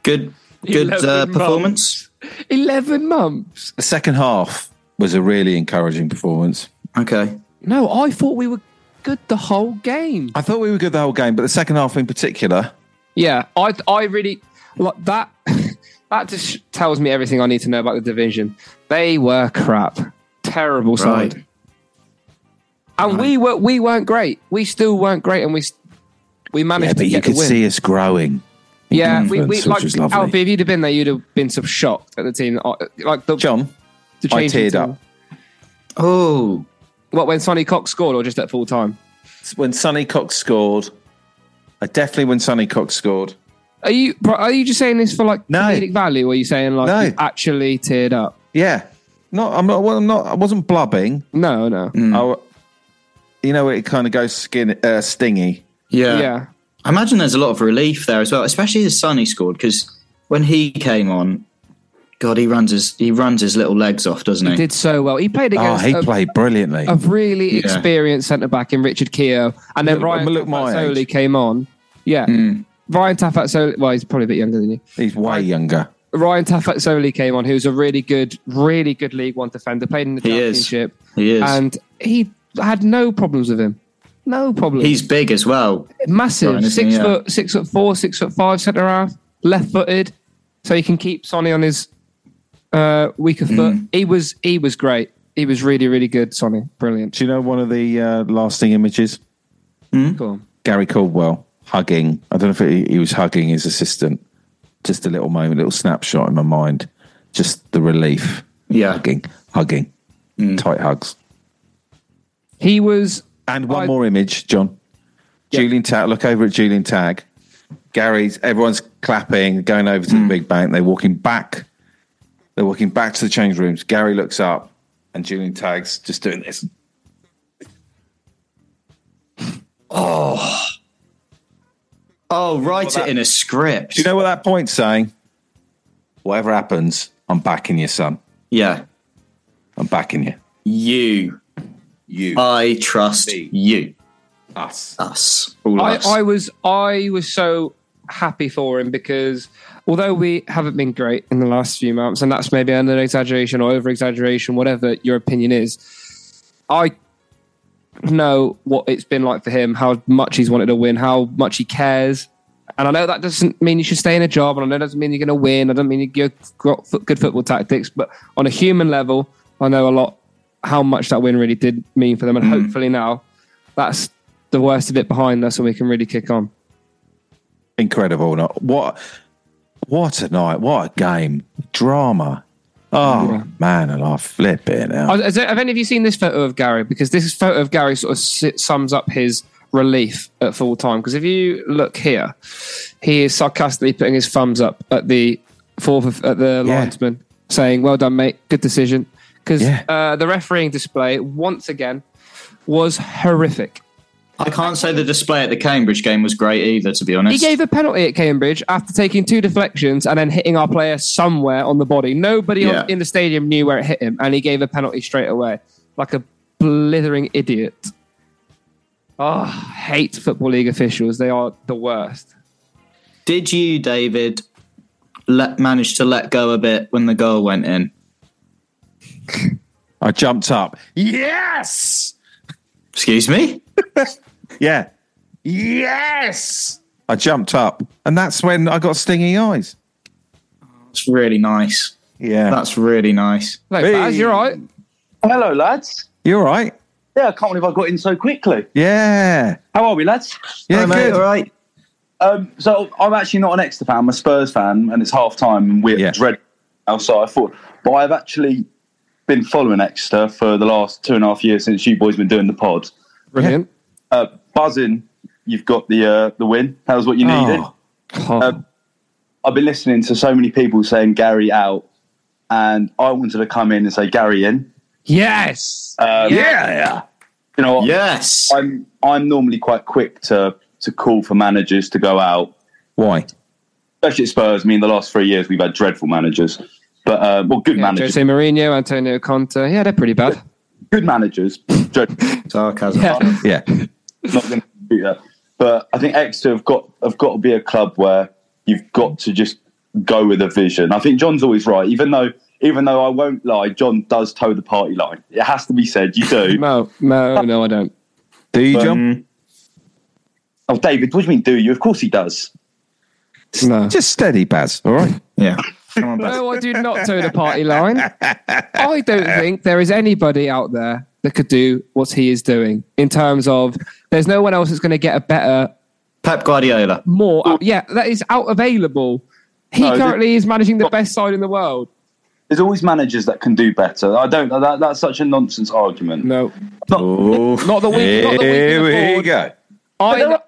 Speaker 4: Good, good uh,
Speaker 3: Eleven months.
Speaker 4: performance.
Speaker 3: Eleven months.
Speaker 2: The second half was a really encouraging performance.
Speaker 4: Okay.
Speaker 3: No, I thought we were good the whole game.
Speaker 2: I thought we were good the whole game, but the second half in particular,
Speaker 3: Yeah, I I really like that. that just tells me everything I need to know about the division. They were crap, terrible side,
Speaker 4: Right.
Speaker 3: and we were we weren't great. We still weren't great, and we s- we
Speaker 2: yeah,
Speaker 3: managed
Speaker 2: but
Speaker 3: to
Speaker 2: you
Speaker 3: get the
Speaker 2: could
Speaker 3: win.
Speaker 2: see us growing. in
Speaker 3: yeah, we, we
Speaker 2: confidence,
Speaker 3: like
Speaker 2: which was lovely.
Speaker 3: Alfie. If you'd have been there, you'd have been so shocked at the team. uh, Like the,
Speaker 2: John,
Speaker 3: the
Speaker 2: I
Speaker 3: change in
Speaker 2: teared
Speaker 3: team.
Speaker 2: up.
Speaker 4: Oh,
Speaker 3: What when Sonny Cox scored, or just at full time?
Speaker 2: when Sonny Cox scored, I definitely when Sonny Cox scored.
Speaker 3: Are you bro, are you just saying this for like
Speaker 2: No.
Speaker 3: comedic value? Or are you saying like
Speaker 2: No.
Speaker 3: you actually teared up?
Speaker 2: Yeah, no, I'm not. Well, I'm not. I wasn't blubbing.
Speaker 3: No, no,
Speaker 2: Oh, you know, it kind of goes skin uh, stingy.
Speaker 4: yeah.
Speaker 3: yeah.
Speaker 4: I imagine there's a lot of relief there as well, especially as Sonny scored because when he came on, God, he runs his he runs his little legs off, doesn't he?
Speaker 3: did so well. He played
Speaker 2: Oh,
Speaker 3: against
Speaker 2: he
Speaker 3: a,
Speaker 2: played brilliantly.
Speaker 3: a really
Speaker 4: Ah, Yeah.
Speaker 3: experienced centre back in Richard Keogh, and then
Speaker 2: Look-
Speaker 3: Ryan
Speaker 2: look my
Speaker 3: Tafazzoli
Speaker 2: age.
Speaker 3: came on. Yeah,
Speaker 4: Hmm.
Speaker 3: Ryan Tafazzoli. Well, he's probably a bit younger than you.
Speaker 2: He's way younger.
Speaker 3: Ryan Tafazzoli came on, who's a really good, really good League One defender, played in the
Speaker 4: He is.
Speaker 3: championship,
Speaker 4: He is.
Speaker 3: and he had no problems with him. No problems.
Speaker 4: He's big as well.
Speaker 3: massive.
Speaker 4: Right, isn't
Speaker 3: six
Speaker 4: he? Yeah.
Speaker 3: foot, six foot four, six foot five centre half, left footed, so he can keep Sonny on his uh, weaker foot. He was he was great. He was really really good. Sonny, brilliant.
Speaker 2: Do you know one of the uh, lasting images?
Speaker 3: Cool.
Speaker 2: Gary Caldwell hugging. I don't know if he, he was hugging his assistant. Just a little moment, little snapshot in my mind. Just the relief.
Speaker 4: Yeah.
Speaker 2: Hugging, hugging, tight hugs.
Speaker 3: He was.
Speaker 2: And one
Speaker 3: I-
Speaker 2: more image, John. Julian Tag. Look over at Julian Tag. Gary's. Everyone's clapping, going over to the big bank. They're walking back. They're walking back to the change rooms. Gary looks up, and Julian Tag's just doing this.
Speaker 4: Oh, write it in a script.
Speaker 2: Do you know what that point's saying? Whatever happens, I'm backing you, son.
Speaker 4: yeah.
Speaker 2: I'm backing you.
Speaker 4: You.
Speaker 2: You,
Speaker 4: I trust you.
Speaker 2: us.
Speaker 4: Us. All
Speaker 3: I,
Speaker 4: us.
Speaker 3: I was. I was so happy for him because although we haven't been great in the last few months, and that's maybe under exaggeration or over exaggeration, whatever your opinion is, I know what it's been like for him, how much he's wanted to win, how much he cares. And I know that doesn't mean you should stay in a job, and I know that doesn't mean you're going to win. I don't mean you've got fo- good football tactics, but on a human level, I know a lot how much that win really did mean for them.
Speaker 4: Hmm.
Speaker 3: And hopefully now, that's the worst of it behind us, and we can really kick on.
Speaker 2: Incredible. No- What what a night. What a game. Drama. Oh man, and I flip it now.
Speaker 3: Has- has- Have any of you seen this photo of Gary? Because this photo of Gary sort of si- sums up his relief at full time. Because if you look here, he is sarcastically putting his thumbs up at the fourth of, at the
Speaker 2: Yeah.
Speaker 3: linesman, saying, "Well done, mate. Good decision." Because
Speaker 2: Yeah.
Speaker 3: uh, the refereeing display once again was horrific.
Speaker 4: I can't say the display at the Cambridge game was great either, to be honest.
Speaker 3: He gave a penalty at Cambridge after taking two deflections and then hitting our player somewhere on the body. Nobody on-
Speaker 4: Yeah.
Speaker 3: in the stadium knew where it hit him, and he gave a penalty straight away, like a blithering idiot. Oh, hate football league officials. They are the worst.
Speaker 4: Did you, David, let manage to let go a bit when the goal went in?
Speaker 2: I jumped up. Yes.
Speaker 4: Excuse me?
Speaker 2: Yeah. Yes. I jumped up. And that's when I got stingy eyes.
Speaker 4: That's really nice.
Speaker 2: Yeah.
Speaker 4: That's really nice.
Speaker 3: Like,
Speaker 2: Hey.
Speaker 3: Baz, you're right.
Speaker 5: Hello, lads.
Speaker 2: you all right?
Speaker 5: Yeah, I can't believe I got in so quickly.
Speaker 2: Yeah.
Speaker 5: How are we, lads?
Speaker 2: Yeah,
Speaker 4: Hi, mate,
Speaker 2: good.
Speaker 4: all right.
Speaker 5: Um, so I'm actually not an Exeter fan. I'm a Spurs fan, and it's half time, and we're
Speaker 2: Yeah.
Speaker 5: dread outside. I thought, but I've actually been following Exeter for the last two and a half years since you boys been doing the pod.
Speaker 3: Brilliant.
Speaker 5: Uh, buzzing, you've got the uh, the win. That was what you needed.
Speaker 2: Oh,
Speaker 3: Oh,
Speaker 5: I've been listening to so many people saying Gary out, and I wanted to come in and say Gary in.
Speaker 3: Yes.
Speaker 5: Um,
Speaker 2: yeah.
Speaker 5: You know,
Speaker 4: Yes.
Speaker 5: I'm I'm normally quite quick to to call for managers to go out,
Speaker 2: Why?
Speaker 5: especially at Spurs. I mean, the last three years we've had dreadful managers, but uh, well, good
Speaker 3: Yeah,
Speaker 5: managers,
Speaker 3: Jose Mourinho, Antonio Conte. Yeah, they're pretty bad.
Speaker 5: good managers, dreadful.
Speaker 4: Sarcasm.
Speaker 3: Yeah.
Speaker 2: Yeah.
Speaker 5: not going to do that. But I think Exeter have got have got to be a club where you've got to just go with a vision. I think John's always right, even though even though I won't lie, John does toe the party line. It has to be said. You do.
Speaker 3: No, no, no, I don't.
Speaker 2: Do you,
Speaker 5: Um,
Speaker 2: John?
Speaker 5: oh, David, what do you mean? Do you? Of course he does.
Speaker 3: No.
Speaker 2: Just steady, Baz. All right.
Speaker 4: Yeah. Come on, Baz.
Speaker 3: No, I do not toe the party line. I don't think there is anybody out there that could do what he is doing in terms of there's no one else that's going to get a better,
Speaker 4: Pep Guardiola.
Speaker 3: more. uh, yeah, that is out available. He
Speaker 5: No, the-
Speaker 3: currently is managing the best side in the world.
Speaker 5: There's always managers that can do better. I don't. That, that's such a nonsense argument.
Speaker 3: No,
Speaker 2: Oh,
Speaker 3: Not the weak- not the weak
Speaker 2: Here
Speaker 3: in the
Speaker 2: we
Speaker 3: board.
Speaker 2: go.
Speaker 5: There
Speaker 3: I
Speaker 5: are,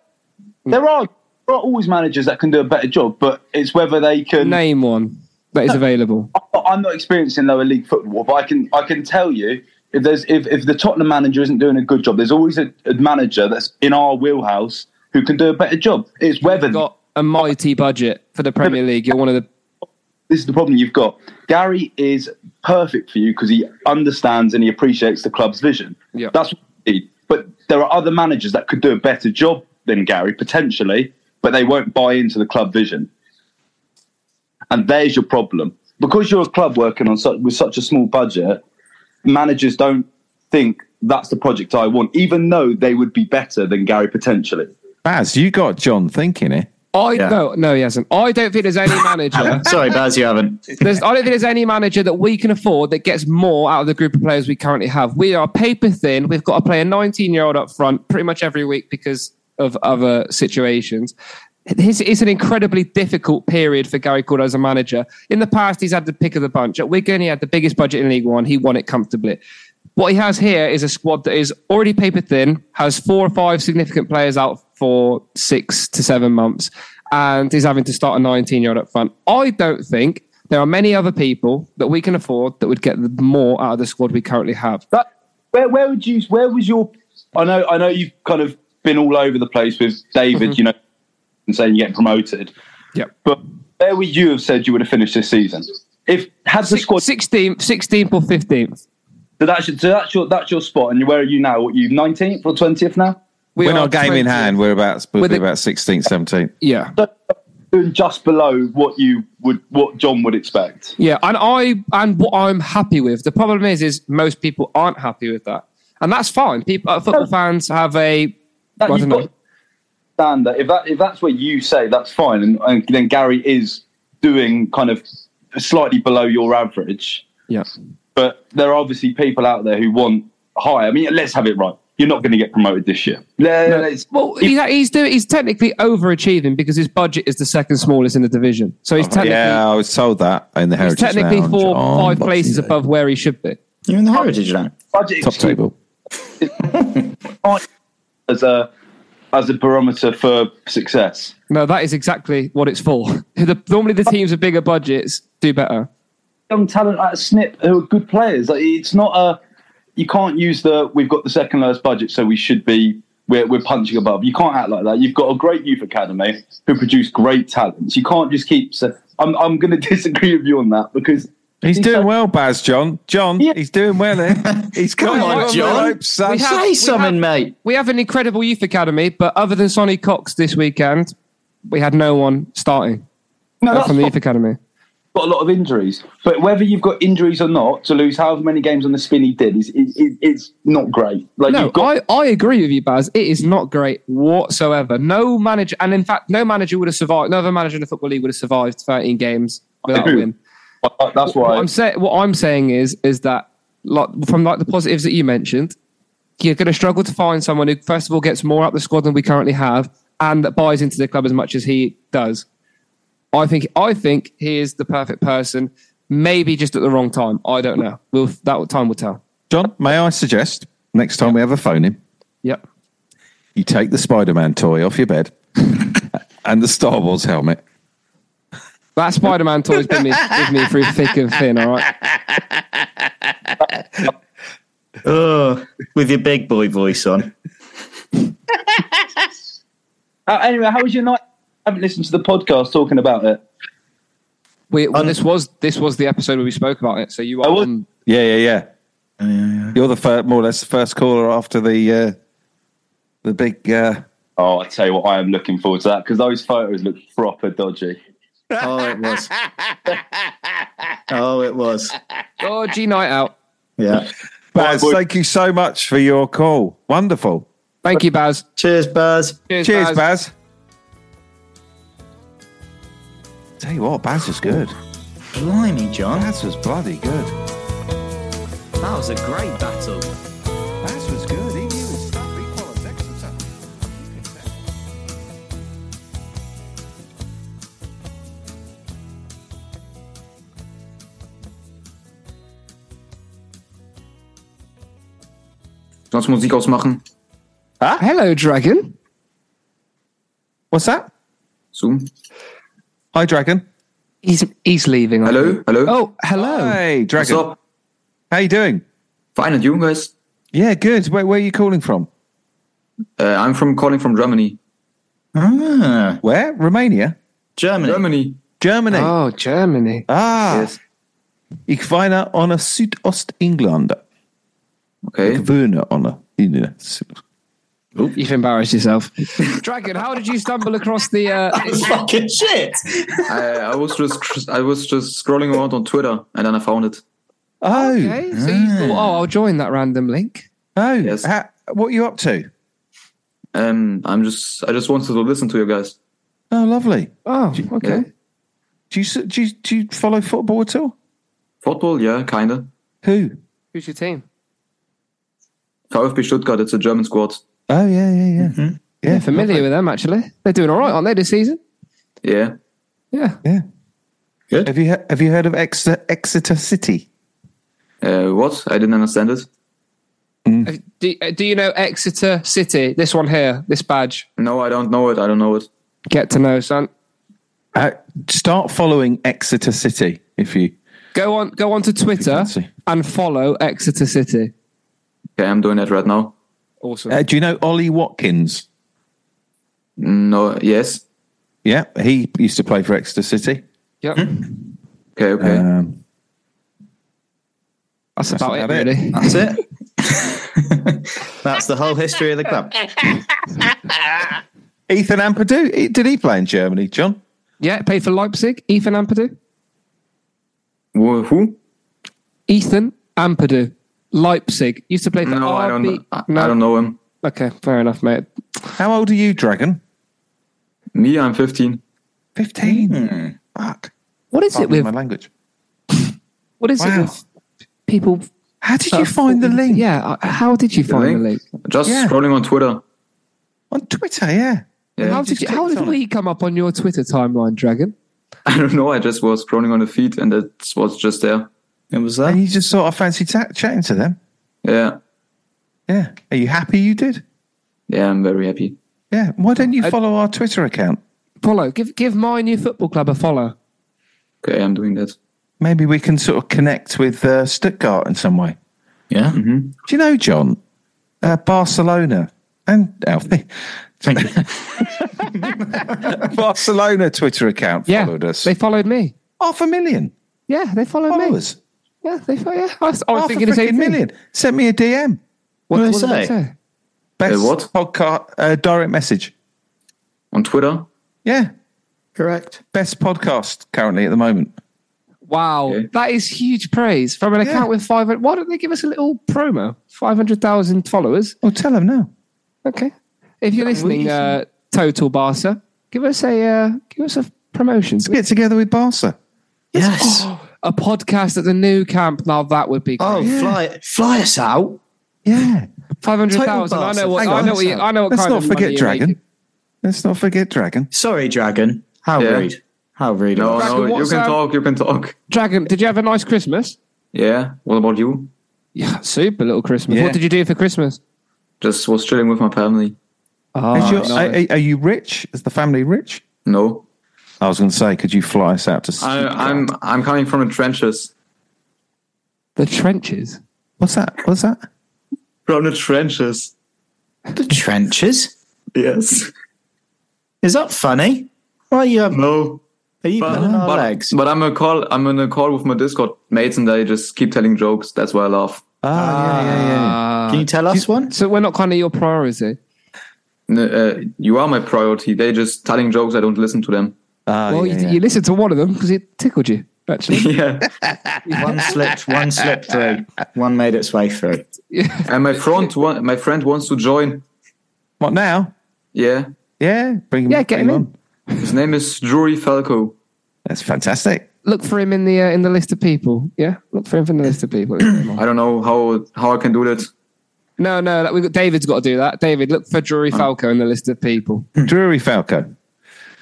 Speaker 5: there are there are always managers that can do a better job, but it's whether they can.
Speaker 3: name one that is available.
Speaker 5: I'm not experienced in lower league football, but I can I can tell you if there's if, if the Tottenham manager isn't doing a good job, there's always a, a manager that's in our wheelhouse who can do a better job. It's whether
Speaker 3: Got a mighty budget for the Premier League. You're one of the
Speaker 5: this is the problem you've got. Gary is perfect for you because he understands and he appreciates the club's vision.
Speaker 3: Yeah.
Speaker 5: That's what you need. But there are other managers that could do a better job than Gary potentially, but they won't buy into the club vision. And there's your problem. Because you're a club working on such with such a small budget, managers don't think that's the project I want, even though they would be better than Gary potentially.
Speaker 2: Baz, you got John thinking it.
Speaker 3: I
Speaker 4: Yeah.
Speaker 3: no, no, he hasn't. I don't think there's any manager.
Speaker 4: Sorry, Baz, you haven't.
Speaker 3: There's, I don't think there's any manager that we can afford that gets more out of the group of players we currently have. We are paper thin. We've got to play a 19 year old up front pretty much every week because of other situations. His, it's an incredibly difficult period for Gary Cordell as a manager. In the past, he's had the pick of the bunch. At Wigan, he had the biggest budget in League One. He won it comfortably. What he has here is a squad that is already paper thin, has four or five significant players out for six to seven months, and is having to start a 19 year old up front. I don't think there are many other people that we can afford that would get the more out of the squad we currently have.
Speaker 5: That where where would you where was your I know I know you've kind of been all over the place with David, you know, and saying you get promoted.
Speaker 3: Yep.
Speaker 5: But where would you have said you would have finished this season? If had the
Speaker 3: Six-
Speaker 5: squad
Speaker 3: 16th, 16th or 15th.
Speaker 5: so that's, your- so that's your that's your spot and where are you now? What you nineteenth or twentieth now?
Speaker 3: We
Speaker 2: When
Speaker 3: are
Speaker 2: our game in
Speaker 3: 20th.
Speaker 2: hand, we're about we'll
Speaker 3: With
Speaker 2: be
Speaker 3: the-
Speaker 2: about 16th, 17th.
Speaker 3: Yeah.
Speaker 5: So doing just below what you would what John would expect.
Speaker 3: Yeah, and I and what I'm happy with. The problem is, is most people aren't happy with that, and that's fine. People, uh, football fans have a.
Speaker 5: That
Speaker 3: I don't
Speaker 5: you've got
Speaker 3: know.
Speaker 5: to understand that if that if that's where you say that's fine and, and then Gary is doing kind of slightly below your average.
Speaker 3: Yeah,
Speaker 5: but there are obviously people out there who want higher. I mean, let's have it right. You're not going to get promoted this year. Le- let's-
Speaker 3: well, he, he's doing. He's technically overachieving because his budget is the second smallest in the division. So he's technically
Speaker 2: Oh, Yeah, I was told that in the
Speaker 3: he's
Speaker 2: Heritage
Speaker 3: technically
Speaker 2: Lounge Oh,
Speaker 3: four,
Speaker 2: on
Speaker 3: five
Speaker 2: Boxing
Speaker 3: places
Speaker 2: Day.
Speaker 3: above where he should be.
Speaker 4: You're in the Heritage now.
Speaker 5: budget
Speaker 2: top
Speaker 5: excuse-
Speaker 2: table.
Speaker 5: as a as a barometer for success.
Speaker 3: No, that is exactly what it's for. The, normally, the teams with bigger budgets do better.
Speaker 5: Young talent like Snip who are good players. Like, it's not a you can't use the we've got the second lowest budget, so we should be we're, we're punching above. You can't act like that. You've got a great youth academy who produce great talents. You can't just keep. So I'm I'm going to disagree with you on that because
Speaker 2: He's
Speaker 5: these
Speaker 2: doing
Speaker 5: are-
Speaker 2: well, Baz John. John,
Speaker 5: Yeah.
Speaker 2: he's doing well there. He's got
Speaker 4: Come
Speaker 2: you
Speaker 4: on,
Speaker 2: the
Speaker 4: John.
Speaker 2: ropes, son.
Speaker 3: We have-
Speaker 4: Say something,
Speaker 3: have-
Speaker 4: mate.
Speaker 3: We have an incredible youth academy, but other than Sonny Cox this weekend, we had no one starting
Speaker 5: No,
Speaker 3: uh,
Speaker 5: that's
Speaker 3: from the
Speaker 5: fine.
Speaker 3: youth academy.
Speaker 5: got a lot of injuries. But whether you've got injuries or not, to lose however many games on the spin he did is is, is, is not great. Like
Speaker 3: No,
Speaker 5: you've got
Speaker 3: I, I agree with you, Baz. It is not great whatsoever. No manager, and in fact, no manager would have survived. No other manager in the football league would have survived 13 games without a
Speaker 5: agree.
Speaker 3: win.
Speaker 5: that's
Speaker 3: What
Speaker 5: why
Speaker 3: I'm saying, what I'm saying is, is that like from like the positives that you mentioned, you're going to struggle to find someone who, first of all, gets more out the squad than we currently have, and that buys into the club as much as he does. I think, I think he is the perfect person. Maybe just at the wrong time. I don't know. We'll, that time will tell.
Speaker 2: John, may I suggest next time we have a phone in,
Speaker 3: Yep.
Speaker 2: you take the Spider Man toy off your bed and the Star Wars helmet
Speaker 3: That Spider Man toy's been me, with me through thick and thin, all right?
Speaker 4: Ugh, with your big boy voice on.
Speaker 5: Uh, anyway, how was your night? I haven't listened to the podcast talking about it.
Speaker 3: We, well, this was this was the episode where we spoke about it, so you
Speaker 5: I
Speaker 3: are.
Speaker 5: was-
Speaker 3: on-
Speaker 2: Yeah, yeah, yeah.
Speaker 4: Oh,
Speaker 2: You're the first, more or less the first caller after the uh, the big. Uh,
Speaker 5: Oh, I tell you what, I am looking forward to that because those photos look proper dodgy.
Speaker 4: Oh, it was. Oh, it was.
Speaker 3: Oh, G Night Out.
Speaker 4: Yeah.
Speaker 2: Baz,
Speaker 5: boy.
Speaker 2: thank you so much for your call. Wonderful.
Speaker 3: Thank you, Baz.
Speaker 4: Cheers, Baz.
Speaker 3: Cheers,
Speaker 2: Cheers,
Speaker 3: Baz.
Speaker 2: Baz. Tell you what, Baz was good.
Speaker 4: Blimey, John.
Speaker 2: Baz was bloody good.
Speaker 4: That was a great battle.
Speaker 2: Baz was good. He knew his stuff. He follows exercise.
Speaker 6: Sonst Musik ausmachen.
Speaker 3: Hello, Dragon.
Speaker 2: What's that?
Speaker 6: Zoom.
Speaker 2: Hi, Dragon.
Speaker 3: He's he's leaving. I
Speaker 6: Hello,
Speaker 3: think.
Speaker 6: hello.
Speaker 3: Oh, hello.
Speaker 2: Hey,
Speaker 6: What's
Speaker 2: Dragon.
Speaker 6: up?
Speaker 2: How you doing?
Speaker 6: Fine, and you guys?
Speaker 2: Yeah, good. Where, where are you calling from?
Speaker 6: Uh, I'm from calling from Germany.
Speaker 4: Ah,
Speaker 2: Where? Romania?
Speaker 4: Germany.
Speaker 6: Germany.
Speaker 2: Germany.
Speaker 3: Oh, Germany.
Speaker 2: Ah.
Speaker 6: Yes.
Speaker 2: Ich weine on a Südostengland.
Speaker 6: Okay.
Speaker 2: Ich wohne on a. in Süd-
Speaker 3: Oh, You've embarrassed yourself. Dragon, how did you stumble across the? Uh,
Speaker 4: Fucking shit.
Speaker 6: I, I was just I was just scrolling around on Twitter and then I found it.
Speaker 2: Oh,
Speaker 3: okay, so you thought, oh, I'll join that random link.
Speaker 2: oh.
Speaker 6: Yes.
Speaker 2: Ha- what are you up to?
Speaker 6: Um, I'm just I just wanted to listen to you guys.
Speaker 2: Oh, lovely.
Speaker 3: Oh, okay.
Speaker 6: Yeah.
Speaker 2: Do you, s- do you do you follow football at all?
Speaker 6: Football, yeah, kinda.
Speaker 2: Who?
Speaker 3: Who's your team?
Speaker 6: KFB Stuttgart, it's a German squad.
Speaker 2: Oh yeah, yeah, yeah.
Speaker 3: Yeah, familiar with them actually. They're doing all right, aren't they, this season?
Speaker 6: Yeah.
Speaker 3: Yeah.
Speaker 2: Yeah.
Speaker 4: Good.
Speaker 2: Have you he- have you heard of Exeter, Exeter City?
Speaker 6: Uh, what? I didn't understand it.
Speaker 3: Uh, Do, uh, do you know Exeter City? This one here, this badge.
Speaker 6: No, I don't know it. I don't know it.
Speaker 3: Get to know, son.
Speaker 2: Uh, start following Exeter City if you.
Speaker 3: Go on, go on to Twitter
Speaker 2: fancy.
Speaker 3: and follow Exeter City.
Speaker 6: Okay, I'm doing it right now.
Speaker 3: Awesome.
Speaker 2: Uh, do you know Ollie Watkins?
Speaker 6: No, yes.
Speaker 2: Yeah, he used to play for Exeter City.
Speaker 3: yep.
Speaker 6: Okay, okay.
Speaker 2: Um,
Speaker 3: That's about it, Uh.
Speaker 2: about it.
Speaker 3: really.
Speaker 4: That's it. That's the whole history of the club.
Speaker 2: Ethan Ampadu, he- did he play in Germany, John?
Speaker 3: Yeah, played for Leipzig. Ethan Ampadu.
Speaker 6: Who? who?
Speaker 3: Ethan Ampadu. Leipzig. Used to play for
Speaker 6: No, I
Speaker 3: RB.
Speaker 6: don't. I, I don't know him.
Speaker 3: Okay, fair enough, mate.
Speaker 2: How old are you, Dragon?
Speaker 6: Me, I'm 15.
Speaker 2: 15. Fuck.
Speaker 3: What is it
Speaker 2: Pardon
Speaker 3: Hmm. with
Speaker 2: my language.
Speaker 3: what is it
Speaker 2: Wow.
Speaker 3: with people?
Speaker 2: How did
Speaker 3: that
Speaker 2: you
Speaker 3: are
Speaker 2: find the
Speaker 3: 14?
Speaker 2: link?
Speaker 3: Yeah, uh, how did you find the link?
Speaker 6: link? Just
Speaker 2: Yeah.
Speaker 6: scrolling on Twitter.
Speaker 2: On Twitter, yeah.
Speaker 6: Yeah.
Speaker 3: How did you, how did we come up on your Twitter timeline, Dragon?
Speaker 6: I don't know. I just was scrolling on the feed, and that was just there.
Speaker 4: It was
Speaker 2: And
Speaker 4: that.
Speaker 2: you just sort of fancy ta- chatting to them.
Speaker 6: Yeah,
Speaker 2: Yeah. Are you happy you did?
Speaker 6: yeah. I'm very happy.
Speaker 2: Yeah. Why don't you follow our Twitter account?
Speaker 3: Follow. Give give my new football club a follow.
Speaker 6: Okay, I'm doing that.
Speaker 2: Maybe we can sort of connect with uh, Stuttgart in some way.
Speaker 4: Yeah. Mm-hmm.
Speaker 2: Do you know, John? Uh, Barcelona and oh, Alfie.
Speaker 4: Thank you.
Speaker 2: Barcelona Twitter account
Speaker 3: Yeah,
Speaker 2: followed us.
Speaker 3: they followed me.
Speaker 2: Half a million
Speaker 3: Yeah, they followed me.
Speaker 2: followers.
Speaker 3: Yeah, they followed. Yeah, I was, I was
Speaker 2: Half a
Speaker 3: thinking the
Speaker 2: freaking
Speaker 3: same thing.
Speaker 2: million. Sent me a DM.
Speaker 3: What,
Speaker 4: What did
Speaker 3: what
Speaker 4: they
Speaker 3: did they
Speaker 4: say?
Speaker 3: say?
Speaker 2: Best
Speaker 6: Uh, what?
Speaker 2: podcast uh, direct message.
Speaker 6: On Twitter,
Speaker 2: Yeah,
Speaker 4: Correct.
Speaker 2: best podcast currently at the moment.
Speaker 3: Wow,
Speaker 6: Okay.
Speaker 3: that is huge praise from an account with five. Why don't they give us a little promo? Five hundred thousand followers.
Speaker 2: Well, tell them now.
Speaker 3: Okay, if you're listening, uh, Total Barca, give us a uh, give us a promotion.
Speaker 2: Let's get together with Barca.
Speaker 4: Yes.
Speaker 3: A podcast at the new camp. Now that would be great.
Speaker 4: Oh, fly fly us out.
Speaker 2: Yeah.
Speaker 3: Five hundred thousand. I
Speaker 4: Total
Speaker 3: know what.
Speaker 4: Barca.
Speaker 3: I
Speaker 4: Hang
Speaker 3: know
Speaker 4: on,
Speaker 3: what. You,
Speaker 4: so
Speaker 3: I know what.
Speaker 2: Let's
Speaker 3: kind
Speaker 2: not
Speaker 3: of money
Speaker 2: forget
Speaker 3: you're
Speaker 2: Dragon.
Speaker 3: making.
Speaker 2: Let's not forget Dragon.
Speaker 4: Sorry, Dragon. How
Speaker 6: Yeah.
Speaker 4: rude. How rude.
Speaker 6: no,
Speaker 4: of us.
Speaker 6: no, you
Speaker 3: what's
Speaker 6: can
Speaker 3: up?
Speaker 6: talk. You can talk.
Speaker 3: Dragon, did you have a nice Christmas?
Speaker 6: Yeah. What about you?
Speaker 3: Yeah, super little Christmas.
Speaker 2: Yeah.
Speaker 3: What did you do for Christmas?
Speaker 6: Just was chilling with my family.
Speaker 3: Oh,
Speaker 2: Is your-
Speaker 3: nice.
Speaker 2: are, are- are you rich? Is the family rich?
Speaker 6: No,
Speaker 2: I was going to say, could you fly us out to?
Speaker 6: I, I'm I'm coming from the trenches.
Speaker 3: The trenches.
Speaker 2: What's that? What's that?
Speaker 6: From the trenches.
Speaker 4: The trenches?
Speaker 6: Yes.
Speaker 4: Is that funny? Why are you, um,
Speaker 6: No.
Speaker 4: are you
Speaker 6: But,
Speaker 4: pulling our
Speaker 6: Uh, but,
Speaker 4: legs?
Speaker 6: but I'm a call. I'm in a call with my Discord mates, and they just keep telling jokes. That's why I laugh.
Speaker 3: Ah,
Speaker 2: Oh, yeah, yeah, yeah.
Speaker 3: Uh,
Speaker 4: Can you tell us one?
Speaker 3: so we're not kind of your eh? priority.
Speaker 6: N- Uh, you are my priority. They just telling jokes. I don't listen to them.
Speaker 2: Oh,
Speaker 3: well,
Speaker 2: yeah,
Speaker 3: you,
Speaker 2: yeah.
Speaker 3: you listened to one of them because it tickled you. Actually,
Speaker 6: yeah.
Speaker 4: One slipped, one slipped through, one made its way through.
Speaker 6: And my friend, wa- my friend wants to join.
Speaker 2: What now?
Speaker 6: Yeah.
Speaker 2: Yeah, bring him.
Speaker 3: Yeah, get
Speaker 2: bring
Speaker 3: him
Speaker 2: on.
Speaker 3: in.
Speaker 6: His name is Drury Falco.
Speaker 2: That's fantastic.
Speaker 3: look for him in the uh, in the list of people. Yeah, look for him in the list of people.
Speaker 6: I don't know how how I can do that.
Speaker 3: no, no, that, we got, David's got to do that. David, look for Drury
Speaker 2: Oh.
Speaker 3: Falco in the list of people.
Speaker 2: Drury Falco,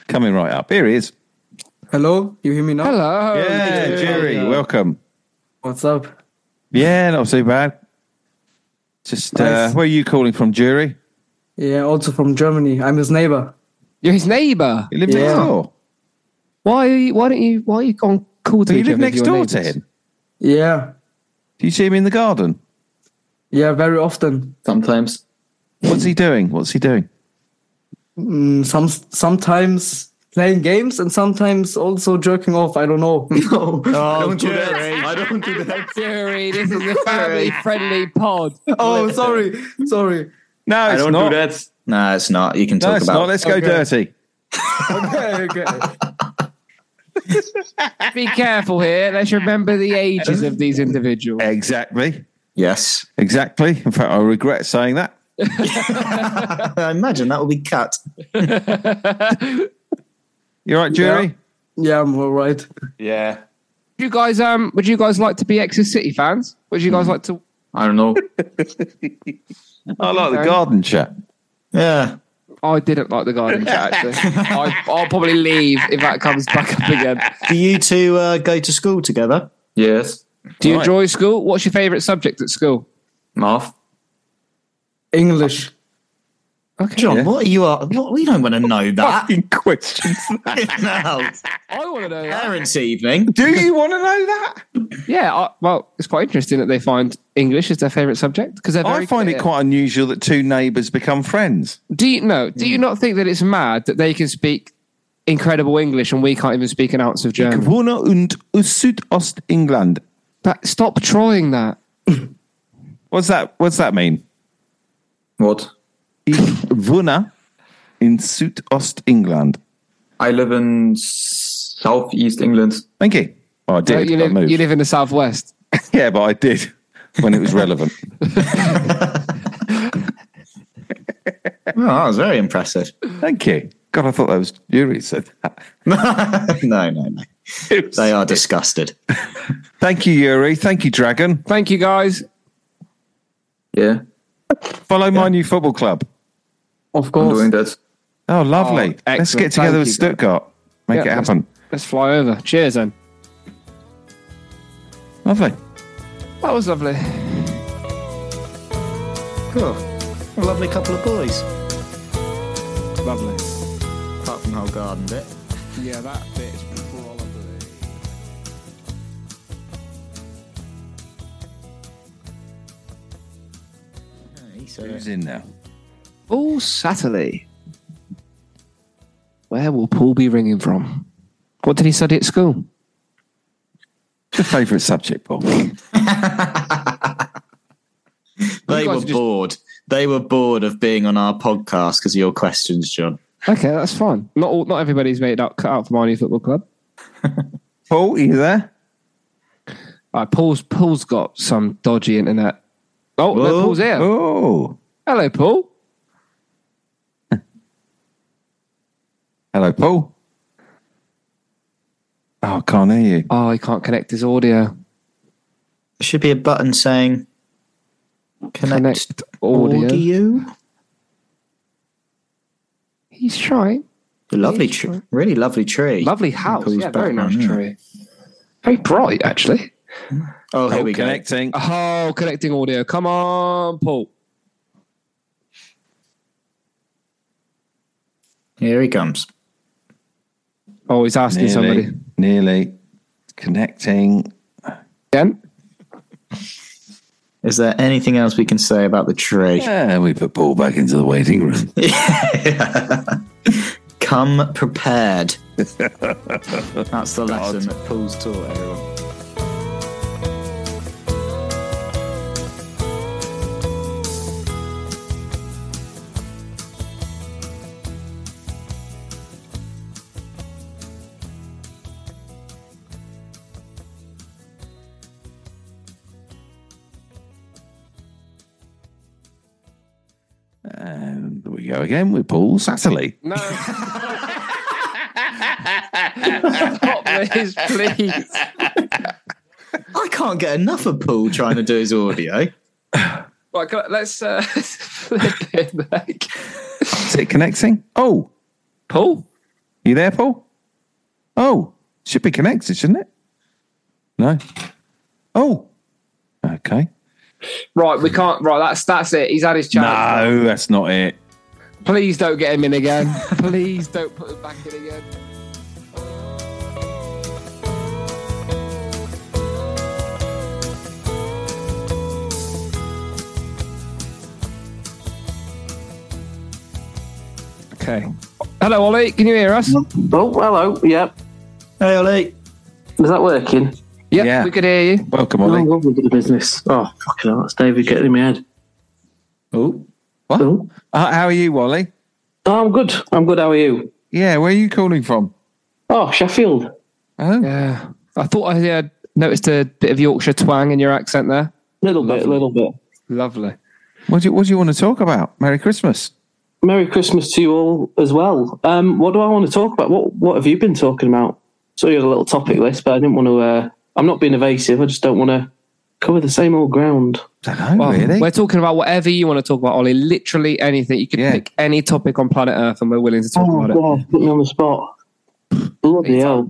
Speaker 2: coming right up. Here he is.
Speaker 7: Hello, you hear me now?
Speaker 3: Hello,
Speaker 2: yeah, Jerry, welcome.
Speaker 7: What's up?
Speaker 2: Yeah, not so bad. Just uh,
Speaker 7: Nice.
Speaker 2: where are you calling from, Jury?
Speaker 7: Yeah, also from Germany. I'm his neighbor.
Speaker 3: you're his neighbour.
Speaker 2: You live next
Speaker 7: Yeah.
Speaker 2: door.
Speaker 3: Why? Are you, why don't you? Why are you on cool to
Speaker 2: Do you
Speaker 3: each
Speaker 2: live
Speaker 3: other if
Speaker 2: next
Speaker 3: you're
Speaker 2: door to
Speaker 3: neighbours?
Speaker 2: him?
Speaker 7: Yeah,
Speaker 2: Do you see him in the garden?
Speaker 7: yeah, very often.
Speaker 6: Sometimes
Speaker 2: What's he doing? What's he doing?
Speaker 7: Mm, some sometimes playing games and sometimes also jerking off. I don't know.
Speaker 6: no, I don't do that.
Speaker 4: Jerry.
Speaker 6: I don't do that.
Speaker 3: Jerry, this is a family-friendly pod.
Speaker 7: oh, sorry, sorry.
Speaker 2: No,
Speaker 6: I
Speaker 2: it's
Speaker 6: don't
Speaker 2: not.
Speaker 6: do that.
Speaker 4: No, it's not. You can talk
Speaker 2: No, it's
Speaker 4: about
Speaker 2: not. Let's go
Speaker 7: Okay.
Speaker 2: dirty.
Speaker 7: Okay, okay.
Speaker 3: Be careful here. Let's remember the ages of these individuals.
Speaker 2: Exactly.
Speaker 4: Yes.
Speaker 2: Exactly. In fact, I regret saying that.
Speaker 4: I imagine that will be cut.
Speaker 2: You all right, Jury?
Speaker 7: Yeah, I'm all right.
Speaker 2: Yeah.
Speaker 3: Would you guys um? Would you guys like to be Exeter City fans? Would you guys like to?
Speaker 6: I don't know.
Speaker 2: I like the
Speaker 3: Okay.
Speaker 2: garden chat.
Speaker 4: Yeah.
Speaker 3: I didn't like the garden chat. Actually, I, I'll probably leave if that comes back up again.
Speaker 4: Do you two uh, go to school together?
Speaker 6: Yes,
Speaker 3: Do you
Speaker 2: Right.
Speaker 3: enjoy school? What's your favourite subject at school?
Speaker 6: math.
Speaker 7: English.
Speaker 3: Okay.
Speaker 4: John, what are you? Are, what, we don't want to know that.
Speaker 2: Fucking questions.
Speaker 4: no.
Speaker 3: I want to know. That.
Speaker 4: Parents' evening.
Speaker 2: Do you want to know that?
Speaker 3: Yeah. I, well, it's quite interesting that they find English is their favourite subject because
Speaker 2: I find it quite unusual that two neighbours become friends.
Speaker 3: Do you no? Do you not think that it's mad that they can speak incredible English and we can't even speak an ounce of German?
Speaker 2: Gewohne und Südost England.
Speaker 3: That, stop trying that.
Speaker 2: What's that? What's that mean?
Speaker 6: What?
Speaker 2: Ich wohne E, in Südost England.
Speaker 6: I live in southeast England.
Speaker 2: Thank you. Oh, I
Speaker 3: You,
Speaker 2: did. I
Speaker 3: live,
Speaker 2: moved.
Speaker 3: you live in the southwest.
Speaker 2: Yeah, but I did when it was relevant.
Speaker 4: Oh, that was very impressive.
Speaker 2: Thank you. God, I thought that was Yuri said that.
Speaker 4: no, no, no. They are disgusted.
Speaker 2: Thank you, Yuri. Thank you, Dragon.
Speaker 3: Thank you guys.
Speaker 6: Yeah,
Speaker 2: Follow my new football club.
Speaker 7: Of
Speaker 6: I'm
Speaker 7: course.
Speaker 6: doing that.
Speaker 2: Oh, lovely.
Speaker 3: Oh,
Speaker 2: Let's get
Speaker 3: excellent.
Speaker 2: together
Speaker 3: Thank
Speaker 2: with
Speaker 3: you,
Speaker 2: Stuttgart. Make
Speaker 3: Yeah,
Speaker 2: it
Speaker 3: let's-
Speaker 2: happen.
Speaker 3: Let's fly over. Cheers, then.
Speaker 2: Lovely.
Speaker 3: That was lovely.
Speaker 4: Cool. A lovely couple of boys.
Speaker 3: Lovely.
Speaker 4: Apart from the whole garden bit.
Speaker 3: Yeah, that bit is probably.
Speaker 2: Who's in now?
Speaker 3: All Saturday. Where will Paul be ringing from? What did he study at school?
Speaker 2: What's your favourite subject, Paul?
Speaker 4: They
Speaker 3: You guys
Speaker 4: were
Speaker 3: are just-
Speaker 4: bored. They were bored of being on our podcast because of your questions, John.
Speaker 3: Okay, that's fine. Not all, not everybody's made out cut out for my new football club.
Speaker 2: Paul, are you there?
Speaker 3: All right, Paul's Paul's got some dodgy internet. Oh, no,
Speaker 4: Whoa.
Speaker 3: Paul's here.
Speaker 2: Oh.
Speaker 3: Hello, Paul.
Speaker 2: Hello, Paul. Oh, I can't hear you.
Speaker 3: Oh, he can't connect his audio.
Speaker 4: There should be a button saying connect,
Speaker 3: Connect audio.
Speaker 4: audio.
Speaker 3: He's trying.
Speaker 4: A lovely tree. Really lovely tree.
Speaker 3: Lovely house.
Speaker 4: Paul's
Speaker 3: Yeah, very
Speaker 4: background,
Speaker 3: nice
Speaker 4: yeah.
Speaker 3: tree. Very bright, actually.
Speaker 4: oh, here we go.
Speaker 2: connecting.
Speaker 3: Oh, connecting audio. Come on, Paul.
Speaker 4: Here he comes.
Speaker 3: Oh, he's asking somebody.
Speaker 2: Nearly. Connecting.
Speaker 3: Again?
Speaker 4: Is there anything else we can say about the tree?
Speaker 2: Yeah, we put Paul back into the waiting room.
Speaker 4: Come prepared. That's the lesson that Paul's taught everyone.
Speaker 2: And there we go again with Paul Satterley.
Speaker 3: No. Stop this, please.
Speaker 4: I can't get enough of Paul trying to do his audio.
Speaker 3: Right, can I- let's uh, flip it back.
Speaker 2: Is it connecting? Oh,
Speaker 3: Paul?
Speaker 2: you there, Paul? Oh, should be connected, shouldn't it? No. Oh, okay.
Speaker 3: Right, we can't. Right, that's that's it. He's had his chance.
Speaker 2: No, that's not it.
Speaker 3: Please don't get him in again. Please don't put him back in again. Okay. Hello, Ollie. Can you hear us?
Speaker 8: Oh, hello. Yep.
Speaker 4: Hey, Ollie.
Speaker 8: Is that working?
Speaker 3: Yep,
Speaker 2: Yeah.
Speaker 3: we could hear you.
Speaker 2: Welcome,
Speaker 8: Oh,
Speaker 2: Ollie.
Speaker 8: what was the business? Oh, fucking hell. That's David getting in my head.
Speaker 2: Oh, what?
Speaker 8: Oh.
Speaker 2: Uh, how are you, Ollie?
Speaker 8: Oh, I'm good. I'm good. How are you?
Speaker 2: Yeah, where are you calling from?
Speaker 8: Oh, Sheffield.
Speaker 2: Oh,
Speaker 3: Yeah. I thought I had noticed a bit of Yorkshire twang in your accent there.
Speaker 8: Little bit, little bit.
Speaker 3: Lovely.
Speaker 2: what do you, what do you want to talk about? Merry Christmas.
Speaker 8: Merry Christmas to you all as well. Um, what do I want to talk about? What What have you been talking about? So you had a little topic list, but I didn't want to. Uh, I'm not being evasive. I just don't want to cover the same old ground.
Speaker 2: Don't know,
Speaker 3: Well,
Speaker 2: really.
Speaker 3: We're talking about whatever you want to talk about, Ollie. Literally anything. You could
Speaker 2: Yeah.
Speaker 3: pick any topic on planet Earth, and we're willing to talk
Speaker 8: Oh
Speaker 3: about it.
Speaker 8: God, put me on the spot. Bloody hell!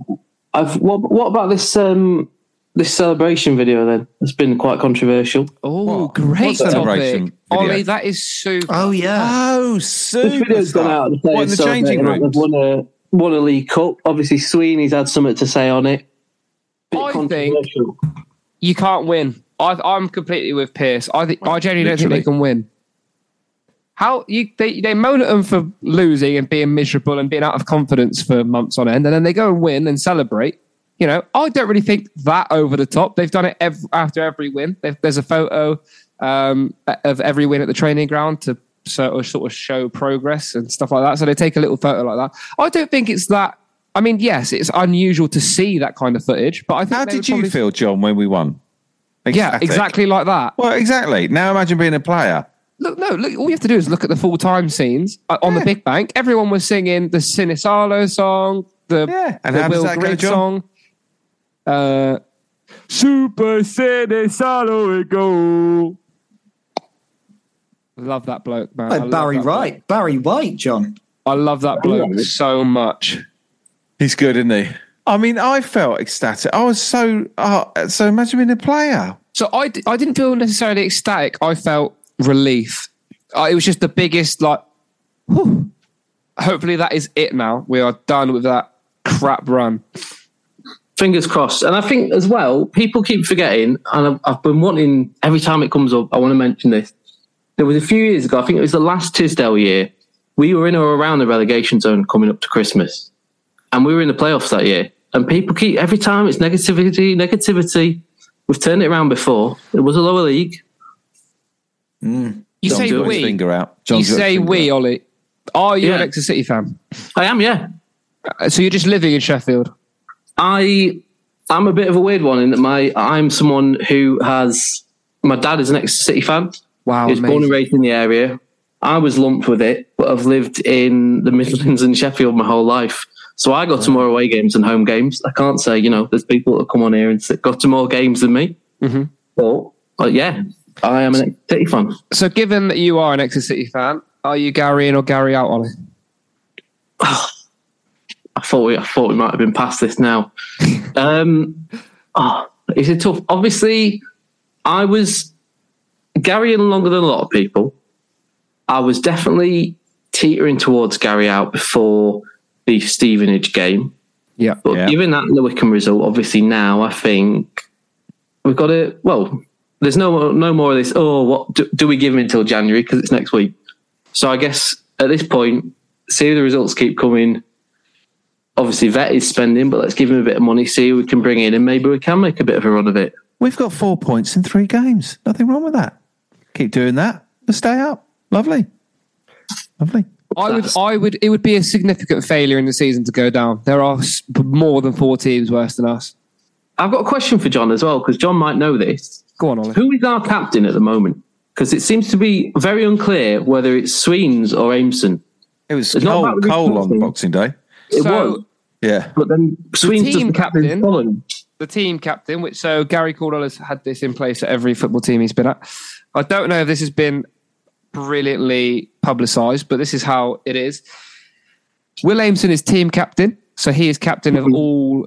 Speaker 8: I've, what What about this um this celebration video then? It's been quite controversial.
Speaker 3: Oh,
Speaker 2: What?
Speaker 3: great
Speaker 2: What celebration
Speaker 3: topic, Ollie.
Speaker 2: video?
Speaker 3: That is super.
Speaker 4: Oh, yeah.
Speaker 2: Oh,
Speaker 8: This video's gone out.
Speaker 2: super.
Speaker 8: The players
Speaker 2: What in the
Speaker 8: celebrating
Speaker 2: changing
Speaker 8: that
Speaker 2: rooms?
Speaker 8: They've won a won a League Cup. Obviously, Sweeney's had something to say on it. Bit
Speaker 3: I think-
Speaker 8: controversial.
Speaker 3: You can't win. I, I'm completely with Pierce. I think I genuinely don't think they
Speaker 2: Literally.
Speaker 3: can win. How you they, they moan at them for losing and being miserable and being out of confidence for months on end, and then they go and win and celebrate. You know, I don't really think that over the top. They've done it ev- after every win. They've, there's a photo um, of every win at the training ground to sort of, sort of show progress and stuff like that. So they take a little photo like that. I don't think it's that. I mean, yes, it's unusual to see that kind of footage, but I think
Speaker 2: How
Speaker 3: they would
Speaker 2: did you
Speaker 3: probably-
Speaker 2: feel, John, when we won?
Speaker 3: Yeah,
Speaker 2: Ecstatic.
Speaker 3: exactly like that.
Speaker 2: Well, exactly. Now imagine being a player.
Speaker 3: Look, no, look. All you have to do is look at the full time scenes uh, on the Big Bank. Everyone was singing the Sinisalo song, the,
Speaker 2: Yeah. And
Speaker 3: the
Speaker 2: how does
Speaker 3: Will
Speaker 2: that go,
Speaker 3: Grigg
Speaker 2: John?
Speaker 3: song. Uh, Super Sinisalo it go. Love that bloke, man. I
Speaker 4: Like
Speaker 3: love
Speaker 4: Barry
Speaker 3: that bloke.
Speaker 4: Wright. Barry White, John.
Speaker 3: I love that bloke so much.
Speaker 2: He's good, isn't he? I mean, I felt ecstatic. I was so. Oh, so imagine being a player.
Speaker 3: So I, d- I didn't feel necessarily ecstatic. I felt relief. Uh, it was just the biggest, like, whew. hopefully that is it now. We are done with that crap run.
Speaker 8: fingers crossed. And I think as well, people keep forgetting, and I've, I've been wanting every time it comes up, I want to mention this. There was a few years ago, I think it was the last Tisdale year, we were in or around the relegation zone coming up to Christmas, and we were in the playoffs that year. And people keep every time it's negativity, negativity. We've turned it around before. It was a lower league.
Speaker 3: You say
Speaker 2: John's got his
Speaker 3: we.
Speaker 2: finger out.
Speaker 3: You
Speaker 2: John's got his
Speaker 3: say
Speaker 2: finger
Speaker 3: we,
Speaker 2: out.
Speaker 3: Ollie. Are you
Speaker 8: Yeah.
Speaker 3: an Exeter City fan?
Speaker 8: I am, yeah.
Speaker 3: Uh, So you're just living in Sheffield.
Speaker 8: I I'm a bit of a weird one in that my I'm someone who has my dad is an ex City fan.
Speaker 3: Wow,
Speaker 8: He was born and
Speaker 3: amazing.
Speaker 8: raised in the area. I was lumped with it, but I've lived in the Midlands and Sheffield my whole life. So I go to more away games than home games. I can't say, you know, there's people that come on here and say, got to more games than me.
Speaker 3: Mm-hmm.
Speaker 8: But, but yeah, I am an City fan.
Speaker 3: So given that you are an Exeter City fan, are you Gary in or Gary out, Ollie?
Speaker 8: I thought we, I thought we might have been past this now. Um, oh, it's a tough. Obviously, I was Gary in longer than a lot of people. I was definitely teetering towards Gary out before the Stevenage game,
Speaker 3: Yeah.
Speaker 8: But
Speaker 2: Yeah.
Speaker 8: given that and the Wickham result, obviously now I think we've got to. Well, there's no no more of this. Oh, what do, do we give him until January because it's next week? So I guess at this point, see if the results keep coming. Obviously, Vet is spending, but let's give him a bit of money, see who we can bring in, and maybe we can make a bit of a run of it.
Speaker 2: We've got four points in three games. Nothing wrong with that. Keep doing that. Let's stay up. Lovely. Lovely.
Speaker 3: I would,
Speaker 8: That's-
Speaker 3: I would. It would be a significant failure in the season to go down. There are s- more than four teams worse than us.
Speaker 8: I've got a question for John as well because John might know this.
Speaker 3: Go on, Ollie.
Speaker 8: Who is our captain at the moment? Because it seems to be very unclear whether it's Sweens or Ameson.
Speaker 2: It was
Speaker 8: It's not
Speaker 2: Cole,
Speaker 8: about the
Speaker 2: Cole on
Speaker 8: results.
Speaker 2: Boxing Day.
Speaker 8: It
Speaker 3: So-
Speaker 8: was,
Speaker 2: Yeah.
Speaker 8: but then Sweens
Speaker 3: team
Speaker 8: doesn't
Speaker 3: captain-
Speaker 8: captain Holland.
Speaker 3: the team captain, which so Gary Caldwell has had this in place at every football team he's been at. I don't know if this has been brilliantly publicised, but this is how it is. Will Ameson is team captain, so he is captain of all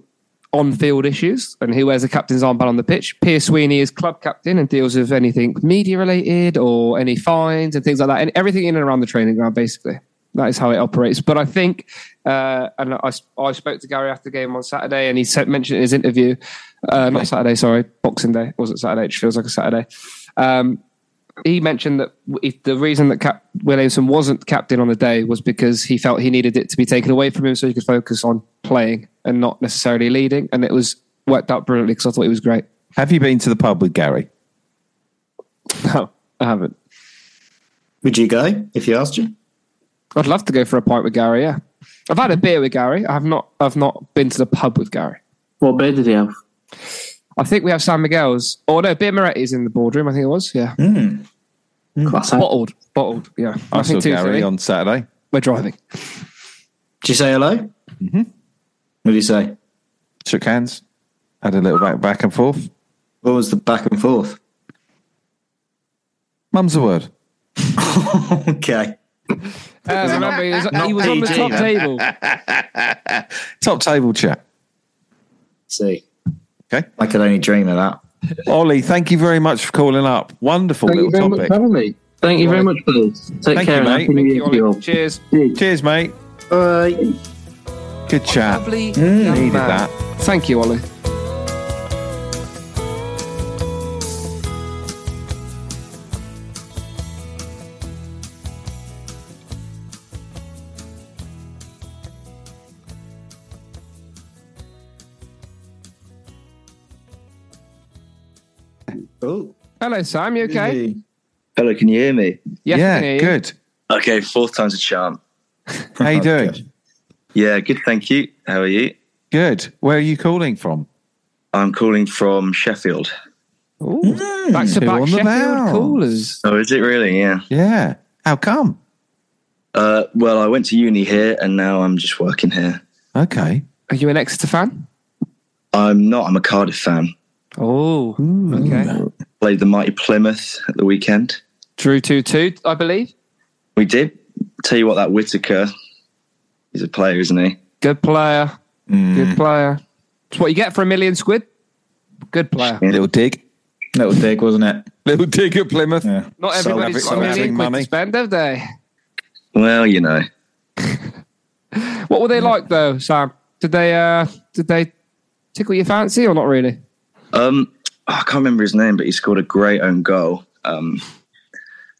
Speaker 3: on-field issues, and he wears the captain's armband on the pitch. Piers Sweeney is club captain and deals with anything media-related or any fines and things like that, and everything in and around the training ground, basically. That is how it operates. But I think, uh, and I, I spoke to Gary after the game on Saturday, and he said, mentioned in his interview, uh, not Saturday, sorry, Boxing Day. Was it Saturday? It feels like a Saturday. Um, he mentioned that w- if the reason that Cap- Williamson wasn't captain on the day was because he felt he needed it to be taken away from him so he could focus on playing and not necessarily leading. And it was worked out brilliantly because I thought he was great.
Speaker 2: Have you been to the pub with Gary?
Speaker 3: No, I haven't.
Speaker 4: Would you go if you asked you?
Speaker 3: I'd love to go for a pint with Gary. Yeah, I've had a beer with Gary. I've not. I've not been to the pub with Gary.
Speaker 8: What beer did he have?
Speaker 3: I think we have San Miguel's. Oh no, beer Moretti's in the boardroom. I think it was. Yeah,
Speaker 2: Hmm?
Speaker 8: Class act.
Speaker 3: bottled, bottled. Yeah,
Speaker 2: I saw
Speaker 3: too
Speaker 2: Gary
Speaker 3: silly.
Speaker 2: on Saturday.
Speaker 3: We're driving.
Speaker 4: Did you say hello? Mm-hmm. What did you say?
Speaker 2: Shook hands. Had a little back, back and forth.
Speaker 4: What was the back and forth?
Speaker 2: Mum's a word.
Speaker 4: Okay.
Speaker 3: Uh, remember, he was, he
Speaker 4: Not
Speaker 3: was on the
Speaker 4: PG.
Speaker 3: top table.
Speaker 2: Top table chat.
Speaker 4: See.
Speaker 2: Okay.
Speaker 4: I could only dream of that.
Speaker 2: Ollie, thank you very much for calling up. Wonderful
Speaker 8: Thank you very
Speaker 2: little
Speaker 8: much
Speaker 2: topic.
Speaker 8: for having me. Thank you very much, Bills. Take
Speaker 2: Thank
Speaker 8: care
Speaker 2: you,
Speaker 8: and
Speaker 2: mate.
Speaker 8: happy new
Speaker 3: Thank
Speaker 8: year
Speaker 3: you,
Speaker 8: to you
Speaker 3: Ollie.
Speaker 8: all.
Speaker 3: Cheers.
Speaker 2: Cheers, mate.
Speaker 4: Bye.
Speaker 2: Good chat.
Speaker 3: Lovely.
Speaker 8: Mm.
Speaker 2: Needed
Speaker 3: man.
Speaker 2: that.
Speaker 3: Thank you, Ollie.
Speaker 4: Oh.
Speaker 3: Hello, Sam. You okay?
Speaker 9: Hello, can you hear me?
Speaker 3: Yes,
Speaker 2: yeah,
Speaker 3: I can hear you.
Speaker 2: good.
Speaker 9: Okay, fourth time's a charm.
Speaker 2: How you doing?
Speaker 4: Good.
Speaker 9: Yeah, good, thank you. How are you?
Speaker 2: Good. Where are you calling from?
Speaker 9: I'm calling from Sheffield.
Speaker 3: Ooh,
Speaker 9: Hmm.
Speaker 3: back to
Speaker 2: Two on
Speaker 3: back
Speaker 2: the
Speaker 3: Sheffield
Speaker 2: bounce.
Speaker 3: callers.
Speaker 9: Oh, is it really? Yeah.
Speaker 2: Yeah. How come?
Speaker 9: Uh, well, I went to uni here and now I'm just working here.
Speaker 2: Okay.
Speaker 3: Are you an Exeter fan?
Speaker 9: I'm not, I'm a Cardiff fan.
Speaker 3: Oh,
Speaker 9: Hmm.
Speaker 3: okay.
Speaker 9: Played the mighty Plymouth at the weekend.
Speaker 3: Drew two two, I believe.
Speaker 9: We did. Tell you what, that Whitaker, he's a player, isn't he?
Speaker 3: Good player. Good player. It's what you get for a million squid. Good player.
Speaker 9: Yeah.
Speaker 2: Little dig.
Speaker 4: Little dig, wasn't it?
Speaker 2: Little dig at Plymouth.
Speaker 4: Yeah.
Speaker 3: Not everybody's
Speaker 2: having-
Speaker 3: got a
Speaker 2: so having
Speaker 3: million quid
Speaker 2: money.
Speaker 3: to spend, have they?
Speaker 9: Well, you know.
Speaker 3: What were they like though, Sam? Did they uh did they tickle your fancy or not really?
Speaker 9: Um, I can't remember his name, but he scored a great own goal. Um,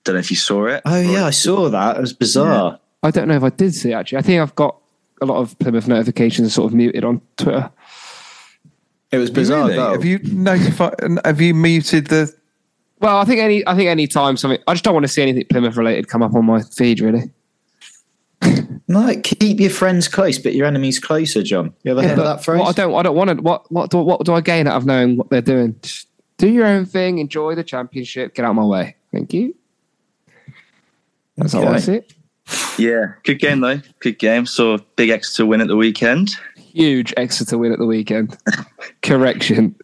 Speaker 9: don't know if you saw it.
Speaker 4: Oh yeah, I saw that. It was bizarre.
Speaker 3: I don't know if I did see actually. I think I've got a lot of Plymouth notifications sort of muted on Twitter.
Speaker 4: It was bizarre.
Speaker 2: Really?
Speaker 4: goal.
Speaker 2: Have you notified? Have you muted the?
Speaker 3: Well, I think any I think any time something I just don't want to see anything Plymouth related come up on my feed really.
Speaker 4: No, keep your friends close, but your enemies closer, John. You ever heard of that phrase?
Speaker 3: What I don't I don't want to what what do, what do I gain out of knowing what they're doing? Just do your own thing, enjoy the championship, get out of my way. Thank you. That's all I
Speaker 4: Okay.
Speaker 3: see.
Speaker 9: Yeah, good game though. Good game. Saw a big Exeter win at the weekend.
Speaker 3: Huge Exeter win at the weekend. Correction.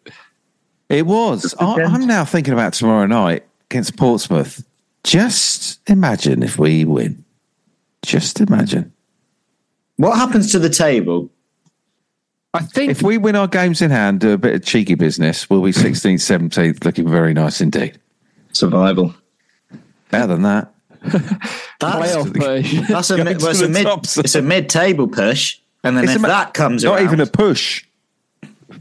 Speaker 2: It was. I, I'm now thinking about tomorrow night against Portsmouth. Just imagine if we win. Just imagine
Speaker 4: what happens to the table?
Speaker 3: I think
Speaker 2: if we win our games in hand, do a bit of cheeky business. We'll be 16th, 17th, looking very nice indeed.
Speaker 9: Survival.
Speaker 2: Better than that.
Speaker 4: That's
Speaker 3: push.
Speaker 4: that's a, mi- well, it's, a mid, it's a mid-table push. And then
Speaker 2: It's
Speaker 4: if
Speaker 2: ama-
Speaker 4: that comes
Speaker 2: not
Speaker 4: around,
Speaker 2: even a push.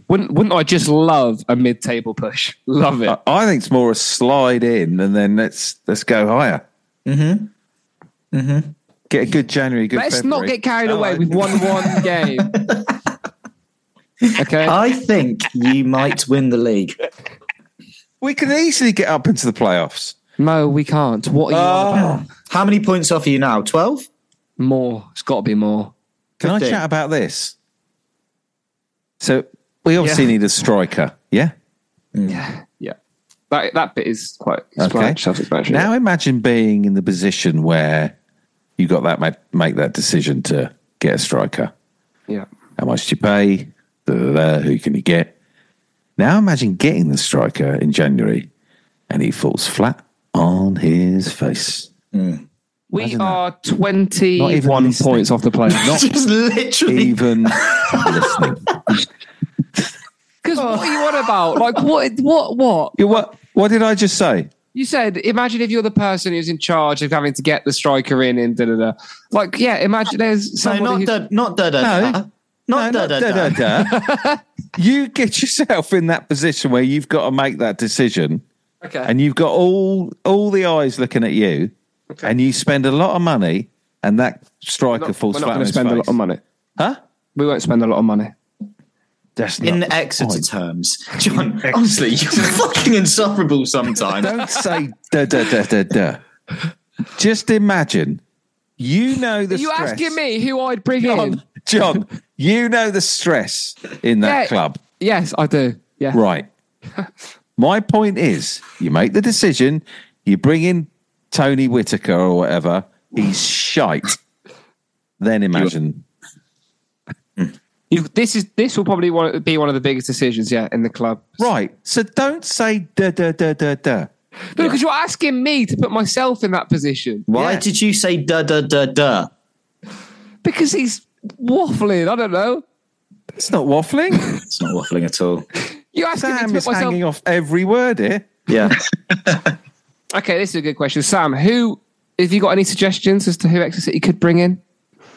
Speaker 3: Wouldn't wouldn't I just love a mid table push? Love it.
Speaker 2: I, I think it's more a slide in, and then let's let's go higher. Mm-hmm. Mm-hmm. Get a good January, good.
Speaker 3: Let's
Speaker 2: February.
Speaker 3: not get carried
Speaker 2: No,
Speaker 3: away
Speaker 2: I-
Speaker 3: with one one game. Okay.
Speaker 4: I think you might win the league.
Speaker 2: We can easily get up into the playoffs.
Speaker 3: no, we can't. What are you on about?
Speaker 4: How many points off are you now? 12?
Speaker 3: More. It's got to be more.
Speaker 2: Can I
Speaker 4: 15.
Speaker 2: chat about this? So we obviously need a striker. Yeah.
Speaker 3: Yeah. That that bit is quite
Speaker 2: Okay.
Speaker 3: explanatory- self-explanatory.
Speaker 2: Now imagine being in the position where you got that make, make that decision to get a striker.
Speaker 3: yeah.
Speaker 2: How much do you pay? Da, da, da, who can you get? Now imagine getting the striker in January and he falls flat on his face.
Speaker 3: We
Speaker 2: Imagine that.
Speaker 3: are twenty one
Speaker 2: listening.
Speaker 3: points off the play.
Speaker 2: Not
Speaker 4: Just literally.
Speaker 2: even listening.
Speaker 3: Because what are you on about? Like what what what?
Speaker 2: You- What, what did I just say?
Speaker 3: You said imagine if you're the person who's in charge of having to get the striker in and da da da. Like, yeah, imagine there's
Speaker 4: No,
Speaker 3: somebody
Speaker 4: not
Speaker 3: who's
Speaker 4: da, not da da
Speaker 2: No.
Speaker 4: da. Not da da da.
Speaker 2: da. You get yourself in that position where you've got to make that decision.
Speaker 3: okay.
Speaker 2: and you've got all all the eyes looking at you, and you spend a lot of money, and that striker
Speaker 3: Not-
Speaker 2: falls
Speaker 3: we're not going
Speaker 2: flat on
Speaker 3: to
Speaker 2: his
Speaker 3: spend
Speaker 2: face.
Speaker 3: a lot of money.
Speaker 2: Huh?
Speaker 3: We won't spend a lot of money.
Speaker 2: That's not
Speaker 4: In
Speaker 2: the
Speaker 4: Exeter
Speaker 2: point.
Speaker 4: terms, John, honestly, you're fucking insufferable sometimes.
Speaker 2: Don't say da da da da da. Just imagine, you know the
Speaker 3: Are you
Speaker 2: stress.
Speaker 3: asking me who I'd bring in?
Speaker 2: John, John, you know the stress in that
Speaker 3: Yeah.
Speaker 2: club,
Speaker 3: Yes, I do. Yeah.
Speaker 2: right? My point is, you make the decision, you bring in Tony Whittaker or whatever. He's shite. Then imagine.
Speaker 3: You, this is this will probably one, be one of the biggest decisions, yeah, in the club.
Speaker 2: Right. So don't say da da da da da.
Speaker 3: No, because you're asking me to put myself in that position.
Speaker 4: Why did you say da da da da?
Speaker 3: Because he's waffling. I don't know.
Speaker 2: It's not waffling.
Speaker 4: It's not waffling at all.
Speaker 3: You're asking
Speaker 2: Sam
Speaker 3: me to
Speaker 2: is
Speaker 3: put myself.
Speaker 2: hanging off every word here.
Speaker 4: Yeah.
Speaker 3: Okay, this is a good question, Sam. Who have you got any suggestions as to who Exeter City could bring in?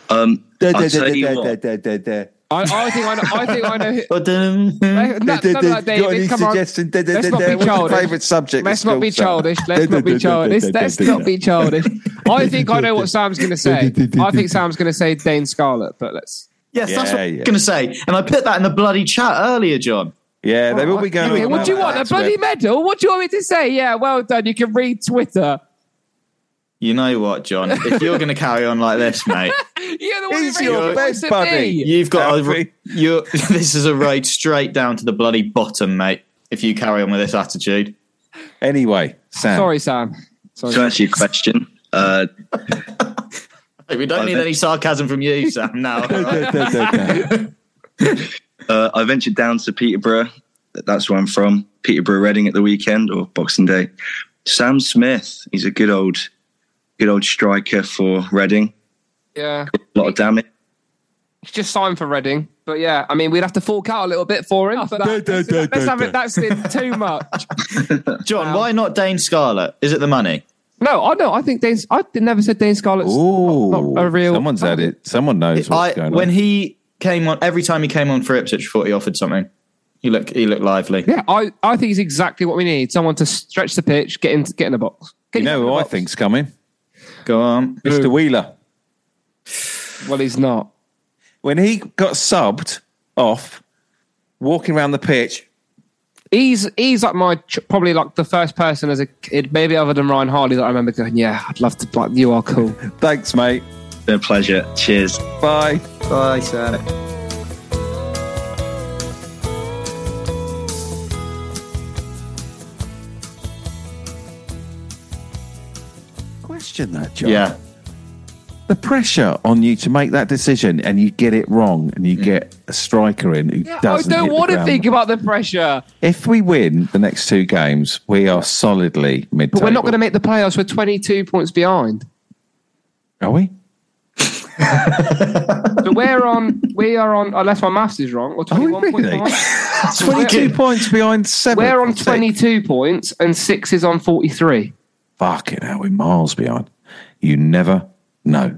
Speaker 9: Um,
Speaker 2: Da da
Speaker 9: I'll
Speaker 2: da
Speaker 9: tell you
Speaker 2: da
Speaker 9: what.
Speaker 2: da da da da.
Speaker 3: I, I think I know. I think I know. Who,
Speaker 4: But, um,
Speaker 3: no, no,
Speaker 2: Da, da,
Speaker 3: no,
Speaker 2: da.
Speaker 3: no,
Speaker 2: Got any
Speaker 3: David, come on.
Speaker 2: suggestions? Da, da,
Speaker 3: Let's
Speaker 2: da,
Speaker 3: not
Speaker 2: da.
Speaker 3: be
Speaker 2: What's your
Speaker 3: childish.
Speaker 2: favourite subject? at
Speaker 3: Let's not
Speaker 2: school,
Speaker 3: be
Speaker 2: Sam?
Speaker 3: childish.
Speaker 2: Da,
Speaker 3: Let's
Speaker 2: da,
Speaker 3: not be
Speaker 2: da, da, da,
Speaker 3: childish.
Speaker 2: da, da,
Speaker 3: Let's
Speaker 2: da,
Speaker 3: not
Speaker 2: da.
Speaker 3: be childish. I think I know what Sam's going to say. I think Sam's going to say Dane Scarlett, but let's.
Speaker 4: yes, that's what
Speaker 2: Yeah,
Speaker 4: I'm
Speaker 2: yeah.
Speaker 4: going to say. And I put that in the bloody chat earlier, John.
Speaker 2: Yeah, they will be going.
Speaker 3: Okay,
Speaker 2: on
Speaker 3: what do you want?
Speaker 2: about
Speaker 3: A
Speaker 2: that
Speaker 3: bloody
Speaker 2: elsewhere.
Speaker 3: medal? What do you want me to say? Yeah, well done. You can read Twitter.
Speaker 4: You know what, John? If you're going to carry on like this, mate,
Speaker 3: You're the one
Speaker 2: He's
Speaker 3: who
Speaker 2: your
Speaker 3: your
Speaker 2: best
Speaker 3: best
Speaker 2: buddy.
Speaker 3: buddy.
Speaker 4: you've got a,
Speaker 2: Happy.
Speaker 4: you're, this is a road straight down to the bloody bottom, mate. If you carry on with this attitude,
Speaker 2: Anyway, Sam.
Speaker 3: Sorry, Sam. Sorry.
Speaker 9: To answer your question, uh,
Speaker 4: Hey, we don't need any sarcasm from you, Sam. Now,
Speaker 2: Da, da, da, da.
Speaker 9: uh, I ventured down to Peterborough. That's where I'm from. Peterborough Reading at the weekend or Boxing Day. Sam Smith, he's a good old, good old striker for Reading.
Speaker 3: Yeah,
Speaker 9: A lot of damage.
Speaker 3: he's just signed for Reading, but yeah, I mean we'd have to fork out a little bit for him. But that,
Speaker 2: Duh, duh, duh,
Speaker 3: let's
Speaker 2: duh,
Speaker 3: have
Speaker 2: duh.
Speaker 3: it. That's been too much.
Speaker 4: John, why not Dane Scarlett? Is it the money?
Speaker 3: No, I know. I think Dane. I never said Dane Scarlett's not,
Speaker 2: Ooh,
Speaker 3: not a real.
Speaker 2: someone's at it. Someone knows what's
Speaker 4: I,
Speaker 2: going
Speaker 4: when
Speaker 2: on.
Speaker 4: he came on, every time he came on for Ipswich, I thought he offered something. He looked, he looked lively.
Speaker 3: Yeah, I, I think it's exactly what we need. Someone to stretch the pitch, get in, get in the box. Get
Speaker 2: You know
Speaker 3: in
Speaker 2: who
Speaker 3: the
Speaker 2: I
Speaker 3: box.
Speaker 2: think's coming?
Speaker 4: Go on.
Speaker 2: Mr. Wheeler.
Speaker 3: Well, he's not.
Speaker 2: When he got subbed off, walking around the pitch,
Speaker 3: He's he's like my ch- probably like the first person as a kid, maybe other than Ryan Harley that I remember going, yeah, I'd love to. Like, you are cool.
Speaker 2: thanks, mate.
Speaker 9: Been a pleasure. Cheers.
Speaker 2: Bye.
Speaker 4: Bye, Sam.
Speaker 2: Question that, John.
Speaker 4: Yeah.
Speaker 2: The pressure on you to make that decision and you get it wrong and
Speaker 9: Mm.
Speaker 2: you get a striker in who
Speaker 3: I
Speaker 2: doesn't. hit
Speaker 3: don't
Speaker 2: the
Speaker 3: want to
Speaker 2: ground.
Speaker 3: think about the pressure.
Speaker 2: If we win the next two games, we are solidly mid.
Speaker 3: But we're not going to make the playoffs. We're 22 points behind.
Speaker 2: Are we?
Speaker 3: But we're on. We are on. Unless my maths is wrong, or
Speaker 2: we
Speaker 3: 21 points
Speaker 2: Oh, really?
Speaker 3: behind. So we're-
Speaker 2: Twenty-two points behind seven.
Speaker 3: We're on 22 points, and six is on 43.
Speaker 2: Fuck it, now we're miles behind. You never know.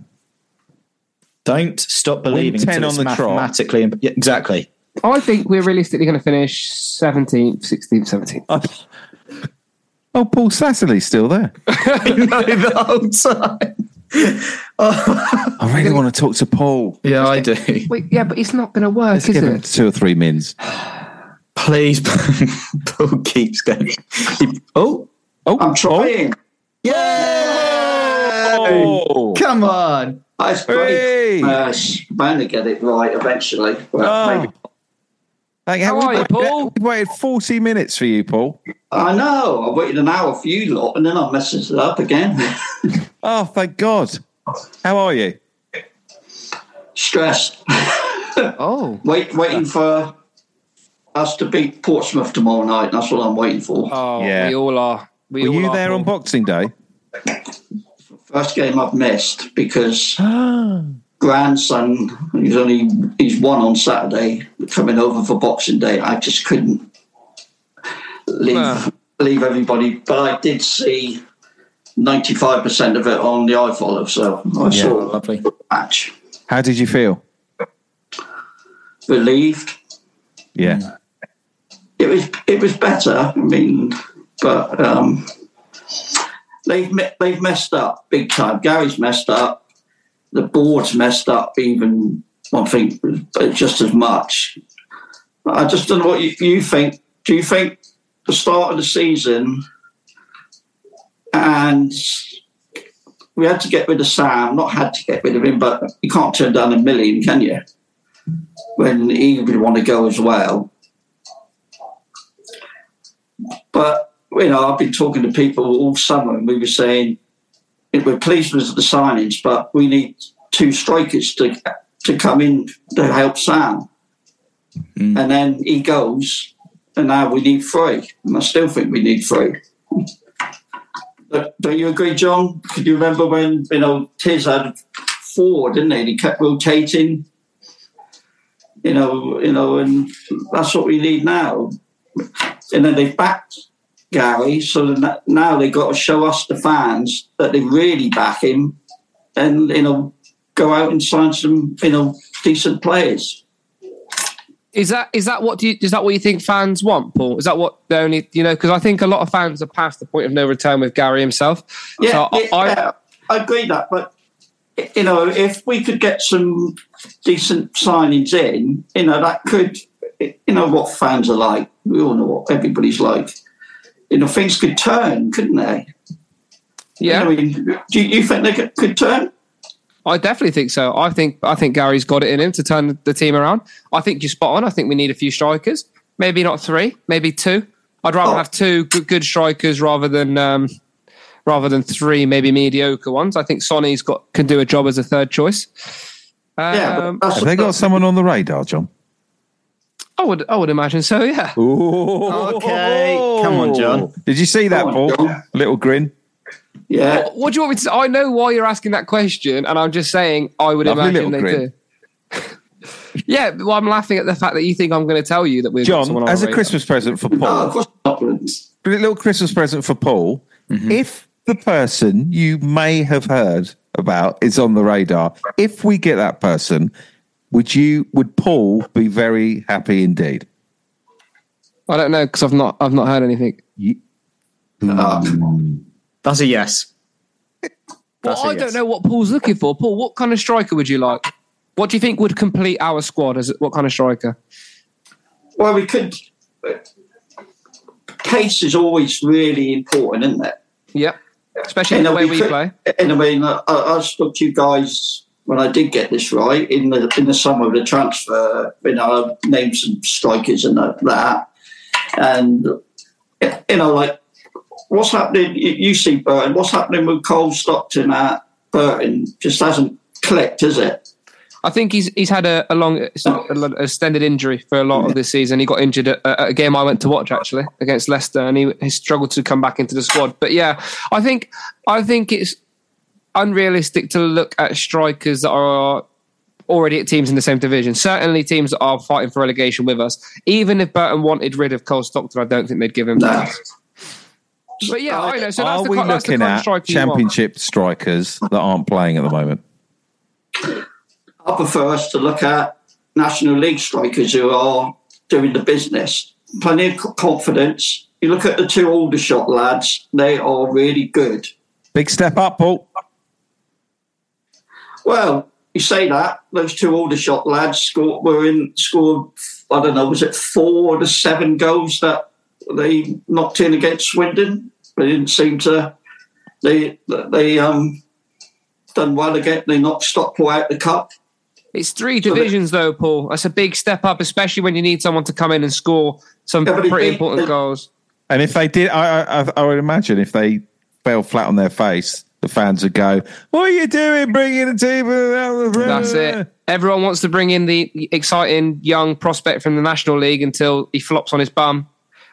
Speaker 4: Don't stop believing.
Speaker 2: 10
Speaker 4: until
Speaker 2: on
Speaker 4: it's
Speaker 2: the trot.
Speaker 4: mathematically. imp- yeah, exactly.
Speaker 3: I think we're realistically going to finish 17th, 16th, 17th.
Speaker 2: Oh, Paul Satterley's still there.
Speaker 4: no, the whole time.
Speaker 2: I really want to talk to Paul.
Speaker 4: Yeah, I do.
Speaker 3: Wait, yeah, but it's not going to work,
Speaker 2: Let's
Speaker 3: is
Speaker 2: give him
Speaker 3: it?
Speaker 2: two or three mins.
Speaker 4: Please, Paul keeps going. He- oh,
Speaker 2: Oh,
Speaker 5: I'm trying.
Speaker 2: Oh,
Speaker 4: come on!
Speaker 10: I
Speaker 2: Hey.
Speaker 10: hey. uh, sh- I'm going to get it right eventually. Well,
Speaker 2: Oh.
Speaker 10: maybe.
Speaker 2: Thank
Speaker 3: How
Speaker 2: we
Speaker 3: are you,
Speaker 2: waited-
Speaker 3: Paul?
Speaker 2: We waited 40 minutes for you, Paul.
Speaker 10: I know. I waited an hour for you lot, and then I messes it up again.
Speaker 2: Oh, thank God. How are you?
Speaker 10: Stress.
Speaker 3: Oh.
Speaker 10: Wait, waiting for us to beat Portsmouth tomorrow night. That's what I'm waiting for.
Speaker 3: Oh,
Speaker 2: Yeah.
Speaker 3: we all are. We
Speaker 2: Were
Speaker 3: all
Speaker 2: you
Speaker 3: are,
Speaker 2: there on
Speaker 3: Paul.
Speaker 2: Boxing Day?
Speaker 10: First game I've missed because grandson, he's only he's one on Saturday, coming over for Boxing Day. I just couldn't leave
Speaker 3: Wow.
Speaker 10: leave everybody, but I did see ninety five percent of it on the iFollow, so I saw the
Speaker 4: Lovely.
Speaker 10: match.
Speaker 2: How did you feel?
Speaker 10: Relieved.
Speaker 2: Yeah.
Speaker 3: Mm.
Speaker 10: it was it was better. I mean, but um, they've me- they've messed up big time. Gary's messed up. The board's messed up even. I think but just as much. I just don't know what you, you think. Do you think the start of the season and we had to get rid of Sam, not had to get rid of him, but you can't turn down a million, can you? When he would want to go as well. But you know, I've been talking to people all summer, and we were saying we're pleased with the signings, but we need two strikers to to come in to help Sam. And then he goes, and now we need three. And I still think we need three. But don't you agree, John? Could you remember when you know Tiz had four, didn't he? And he kept rotating. You know, you know, and that's what we need now and then they've backed Gary. So that now they've got to show us the fans that they really back him, and you know, go out and sign some you know decent players.
Speaker 3: Is that is that what do you, is that what you think fans want, Paul? Is that what the only you know? Because I think a lot of fans are past the point of no return with Gary himself.
Speaker 10: Yeah,
Speaker 3: so
Speaker 10: yeah,
Speaker 3: I,
Speaker 10: yeah, I agree that, but you know, if we could get some decent signings in, you know, that could, you know, what fans are like. We all know what everybody's like. You know, things could turn, couldn't they?
Speaker 3: yeah,
Speaker 10: I mean, do you think they could, could turn?
Speaker 3: I definitely think so. I think I think Gary's got it in him to turn the team around. I think you're spot on. I think we need a few strikers. Maybe not three, maybe two. I'd rather
Speaker 10: Oh.
Speaker 3: have two good, good strikers rather than um, rather than three maybe mediocre ones. I think Sonny's got can do a job as a third choice. Um,
Speaker 10: Yeah, but that's
Speaker 2: Have they got someone on the radar, John?
Speaker 3: I would I would imagine so. Yeah.
Speaker 4: Okay, come on, John.
Speaker 2: Did you see that,
Speaker 10: Come
Speaker 2: Paul?
Speaker 10: on, John.
Speaker 2: Little grin.
Speaker 10: yeah.
Speaker 3: What, what do you want me to? say? I know why you're asking that question, and I'm just saying I would
Speaker 2: Lovely
Speaker 3: imagine
Speaker 2: little
Speaker 3: they
Speaker 2: grin.
Speaker 3: do. yeah, well, I'm laughing at the fact that you think I'm going to tell you that we've got someone
Speaker 2: John,
Speaker 3: on
Speaker 2: as
Speaker 3: our
Speaker 2: a
Speaker 3: radar.
Speaker 2: Christmas present for
Speaker 10: No, Oh, of
Speaker 2: Paul,
Speaker 10: course not.
Speaker 2: a little Christmas present for Paul, if the person you may have heard about is on the radar, if we get that person, would you would Paul be very happy indeed?
Speaker 3: I don't know because I've not I've not heard anything.
Speaker 10: Hmm. Uh,
Speaker 4: That's a yes. That's
Speaker 3: Well,
Speaker 4: a
Speaker 3: I
Speaker 4: yes.
Speaker 3: don't know what Paul's looking for. Paul, what kind of striker would you like? What do you think would complete our squad? As what kind of striker?
Speaker 10: Well, we could. Pace is always really important, isn't it?
Speaker 3: Yeah, especially in the
Speaker 10: And
Speaker 3: way
Speaker 10: we
Speaker 3: we
Speaker 10: could-
Speaker 3: play.
Speaker 10: And I mean, I, I spoke to you guys when I did get this right in the in the summer of the transfer. You know, I named some strikers and that, that. and you know, like what's happening. You you see Burton. What's happening with Cole Stockton at Burton? Just hasn't clicked, has it?
Speaker 3: I think he's he's had a, a long a long extended injury for a lot of this season. He got injured at, at a game I went to watch actually against Leicester, and he, he struggled to come back into the squad. But yeah, I think I think it's unrealistic to look at strikers that are already at teams in the same division. Certainly teams that are fighting for relegation with us. Even if Burton wanted rid of Cole Stockton, I don't think they'd give him.
Speaker 10: No.
Speaker 3: But yeah, I know. So that's
Speaker 2: Are
Speaker 3: the,
Speaker 2: we
Speaker 3: ki- that's the
Speaker 2: looking
Speaker 3: kind of
Speaker 2: at
Speaker 3: striker you want.
Speaker 2: championship strikers that aren't playing at the moment?
Speaker 10: I prefer us to look at National League strikers who are doing the business. Plenty of c- confidence. You look at the two Aldershot lads, they are really good.
Speaker 2: Big step up, Paul.
Speaker 10: Well, you say that those two Aldershot lads scored were in scored. I don't know. Was it four of the seven goals that they knocked in against Swindon? They didn't seem to. They they um done well again. They knocked Stockport out the cup.
Speaker 3: It's three divisions, though, Paul. That's a big step up, especially when you need someone to come in and score some
Speaker 10: Yeah, but it
Speaker 3: pretty
Speaker 10: beat-
Speaker 3: important goals.
Speaker 2: And if they did, I, I, I- I would imagine if they fell flat on their face, the fans would go, "What are you doing, bringing the team?" out of the-
Speaker 3: That's it. Everyone wants to bring in the exciting young prospect from the National League until he flops on his bum.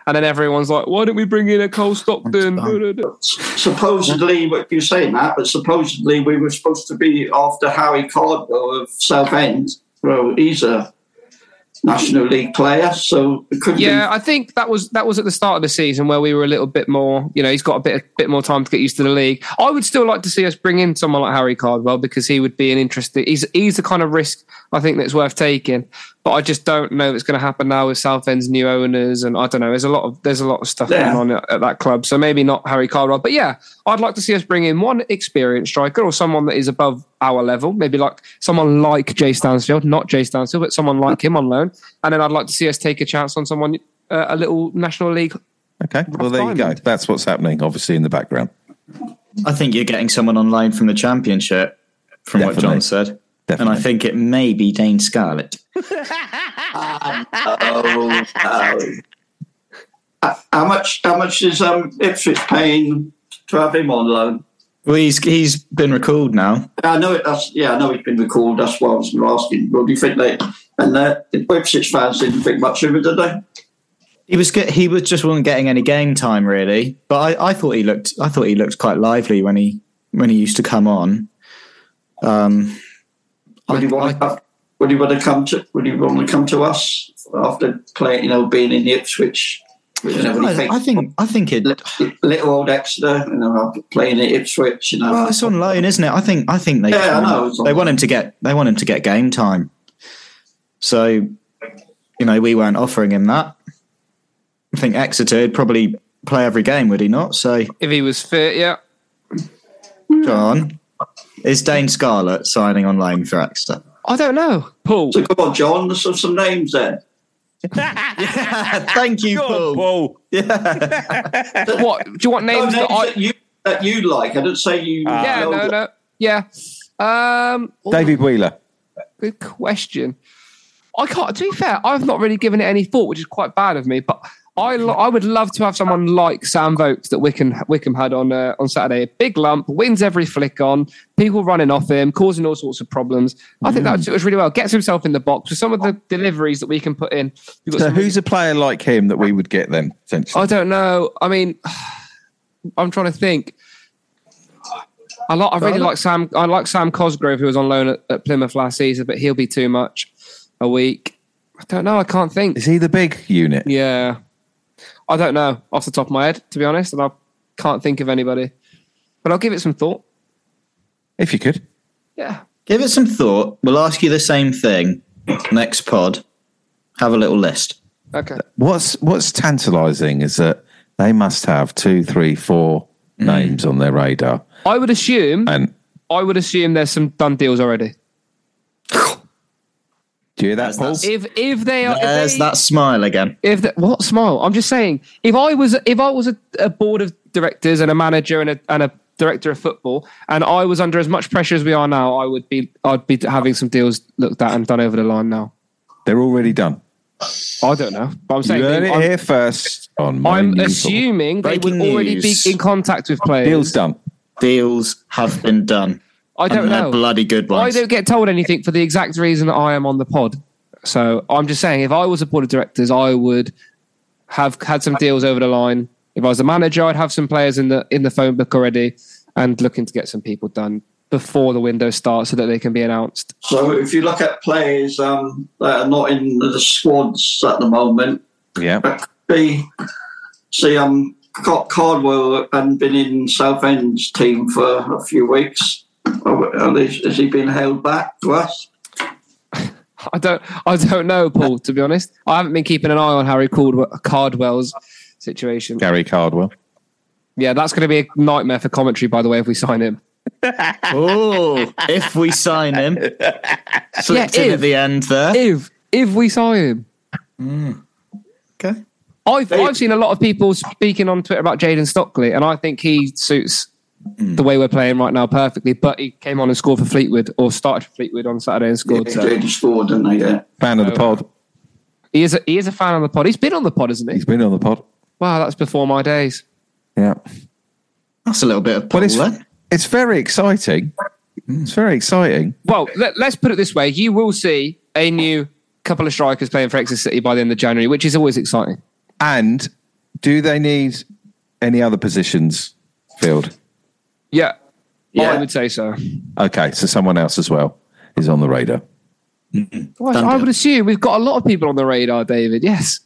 Speaker 3: And then everyone's like, why don't we bring in a Cole Stockton?
Speaker 10: supposedly, what you're saying that, but supposedly we were supposed to be after Harry Cardwell of Southend. Well, he's a National League player, so it could
Speaker 3: Yeah, I think that was that was at the start of the season where we were a little bit more. You know, he's got a bit bit more time to get used to the league. I would still like to see us bring in someone like Harry Cardwell because he would be an interesting. He's he's the kind of risk I think that's worth taking. But I just don't know if it's going to happen now with Southend's new owners, and I don't know. There's a lot of there's a lot of stuff
Speaker 10: Yeah.
Speaker 3: going on at, at that club, so maybe not Harry Cardwell. But yeah, I'd like to see us bring in one experienced striker or someone that is above our level, maybe like someone like Jay Stansfield, not Jay Stansfield, but someone like him on loan. And then I'd like to see us take a chance on someone uh, a little National League.
Speaker 2: Okay, well there you go. That's what's happening, obviously in the background.
Speaker 4: I think you're getting someone on loan from the championship, from what
Speaker 2: Definitely.
Speaker 4: John said. And I think it may be Dane Scarlett.
Speaker 10: Oh, no. Uh, how much? How much is um, Ipswich paying to have him on loan?
Speaker 4: Well, he's he's been recalled now.
Speaker 10: I know it. That's, yeah, I know he's been recalled. That's why I was asking. Well, do you think they and uh, the Ipswich fans didn't think much of it, did they?
Speaker 4: He was get, he was just wasn't getting any game time really. But I, I thought he looked I thought he looked quite lively when he when he used to come on. Um,
Speaker 10: Would he want to come? Would he want to come to? Would he want to come to us after playing? You know, being in the Ipswich. You know, when he
Speaker 4: I, I think I think it.
Speaker 10: played little old Exeter, you know, after playing at Ipswich. You know,
Speaker 4: Well, it's on loan, isn't it? I think I think they
Speaker 10: Yeah,
Speaker 4: just
Speaker 10: I
Speaker 4: want
Speaker 10: know,
Speaker 4: him-
Speaker 10: it's on
Speaker 4: they
Speaker 10: loan.
Speaker 4: want him to get they want him to get game time. So, you know, we weren't offering him that. I think Exeter would probably play every game, would he not? So,
Speaker 3: If he was fit, yeah.
Speaker 4: John, is Dane Scarlett signing on loan for Exeter?
Speaker 3: I don't know, Paul.
Speaker 10: So come on, John. There's some, some names there.
Speaker 4: Thank you, Paul.
Speaker 3: Oh. what do you want
Speaker 10: Oh, No, Ah,
Speaker 3: names
Speaker 10: names
Speaker 3: that I? Ah.
Speaker 10: that you that you like. I didn't say you.
Speaker 3: yeah, no, no, yeah. Um,
Speaker 2: David Wheeler.
Speaker 3: Good question. I can't. To be fair, I've not really given it any thought, which is quite bad of me. But I, lo- I would love to have someone like Sam Vokes that Wickham Wickham had on uh, on Saturday. A big lump, wins every flick on, people running off him, causing all sorts of problems. I think that suits us really well. Gets himself in the box with some of the deliveries that we can put in. We've got
Speaker 2: So
Speaker 3: some-
Speaker 2: who's a player like him that we would get then? Essentially,
Speaker 3: I don't know. I mean, I'm trying to think. I like. I really like Sam. I like Sam Cosgrove, who was on loan at, at Plymouth last season, but he'll be too much a week. I don't know. I can't think.
Speaker 2: is he the big unit?
Speaker 3: Yeah, I don't know off the top of my head, to be honest, and I can't think of anybody. But I'll give it some thought.
Speaker 2: If you could,
Speaker 3: Yeah.
Speaker 4: Give it some thought. We'll ask you the same thing next pod. Have a little list.
Speaker 3: Okay.
Speaker 2: what's what's tantalising is that they must have two, three, four
Speaker 3: Mm.
Speaker 2: names on their radar,
Speaker 3: I would assume.
Speaker 2: and
Speaker 3: I would assume there's some done deals already.
Speaker 2: do you hear that,
Speaker 4: That's-
Speaker 2: Paul?
Speaker 4: that's-
Speaker 3: If if they are, if
Speaker 4: There's
Speaker 3: they-
Speaker 4: that smile again.
Speaker 3: If the, what smile? I'm just saying. If I was, if I was a, a board of directors and a manager and a and a director of football, and I was under as much pressure as we are now, I would be, I'd be having some deals looked at and done over the line now.
Speaker 2: They're already done.
Speaker 3: I don't know, but I'm
Speaker 2: You
Speaker 3: saying
Speaker 2: heard it
Speaker 3: I'm,
Speaker 2: here first on my
Speaker 3: I'm
Speaker 2: news
Speaker 3: assuming they would
Speaker 4: Breaking
Speaker 3: already be
Speaker 4: news.
Speaker 3: in contact with
Speaker 2: hall.
Speaker 3: players.
Speaker 2: deals done.
Speaker 4: Deals have been done.
Speaker 3: I don't
Speaker 4: and they're
Speaker 3: know.
Speaker 4: bloody good
Speaker 3: I
Speaker 4: ones.
Speaker 3: don't get told anything for the exact reason that I am on the pod. So I'm just saying, if I was a board of directors, I would have had some deals over the line. If I was a manager, I'd have some players in the in the phone book already and looking to get some people done before the window starts so that they can be announced.
Speaker 10: So if you look at players um, that are not in the squads at the moment,
Speaker 2: Yeah,
Speaker 10: but be see um Car- Cardwell and been in Oh, Southend's team for a few weeks. Are we- are they- Has he been held back to us?
Speaker 3: I don't. I don't know, Paul. To be honest, I haven't been keeping an eye on Harry Caldwell, Cardwell's situation.
Speaker 2: Gary Cardwell.
Speaker 3: Yeah, that's going to be a nightmare for commentary. By the way, if we sign him.
Speaker 4: oh, if we sign him, slipped in
Speaker 3: if-
Speaker 4: at the end there.
Speaker 3: If if we sign him,
Speaker 4: okay.
Speaker 3: I've I've seen a lot of people speaking on Twitter about Jaden Stockley, and I think he suits the way we're playing right now perfectly. But he came on and scored for Fleetwood, or started for Fleetwood on Saturday and scored. so-
Speaker 10: Jaden scored, didn't they? Yeah.
Speaker 2: Fan
Speaker 3: Oh,
Speaker 2: of the pod.
Speaker 3: He is a, he is a fan of the pod. He's been on the pod, isn't he?
Speaker 2: He's been on the pod.
Speaker 3: Wow, that's before my days.
Speaker 2: Yeah.
Speaker 4: That's a little bit of
Speaker 2: Well, it's,
Speaker 4: pull there.
Speaker 2: it's very exciting.
Speaker 3: Hmm.
Speaker 2: It's very exciting.
Speaker 3: Well, let, us put it this way: you will see a new couple of strikers playing for Exeter City by the end of January, which is always exciting.
Speaker 2: And do they need any other positions filled?
Speaker 3: Yeah, I
Speaker 10: Yeah.
Speaker 3: would say so.
Speaker 2: Okay, so someone else as well is on the radar.
Speaker 3: Well, I would assume we've got a lot of people on the radar, David. Yes.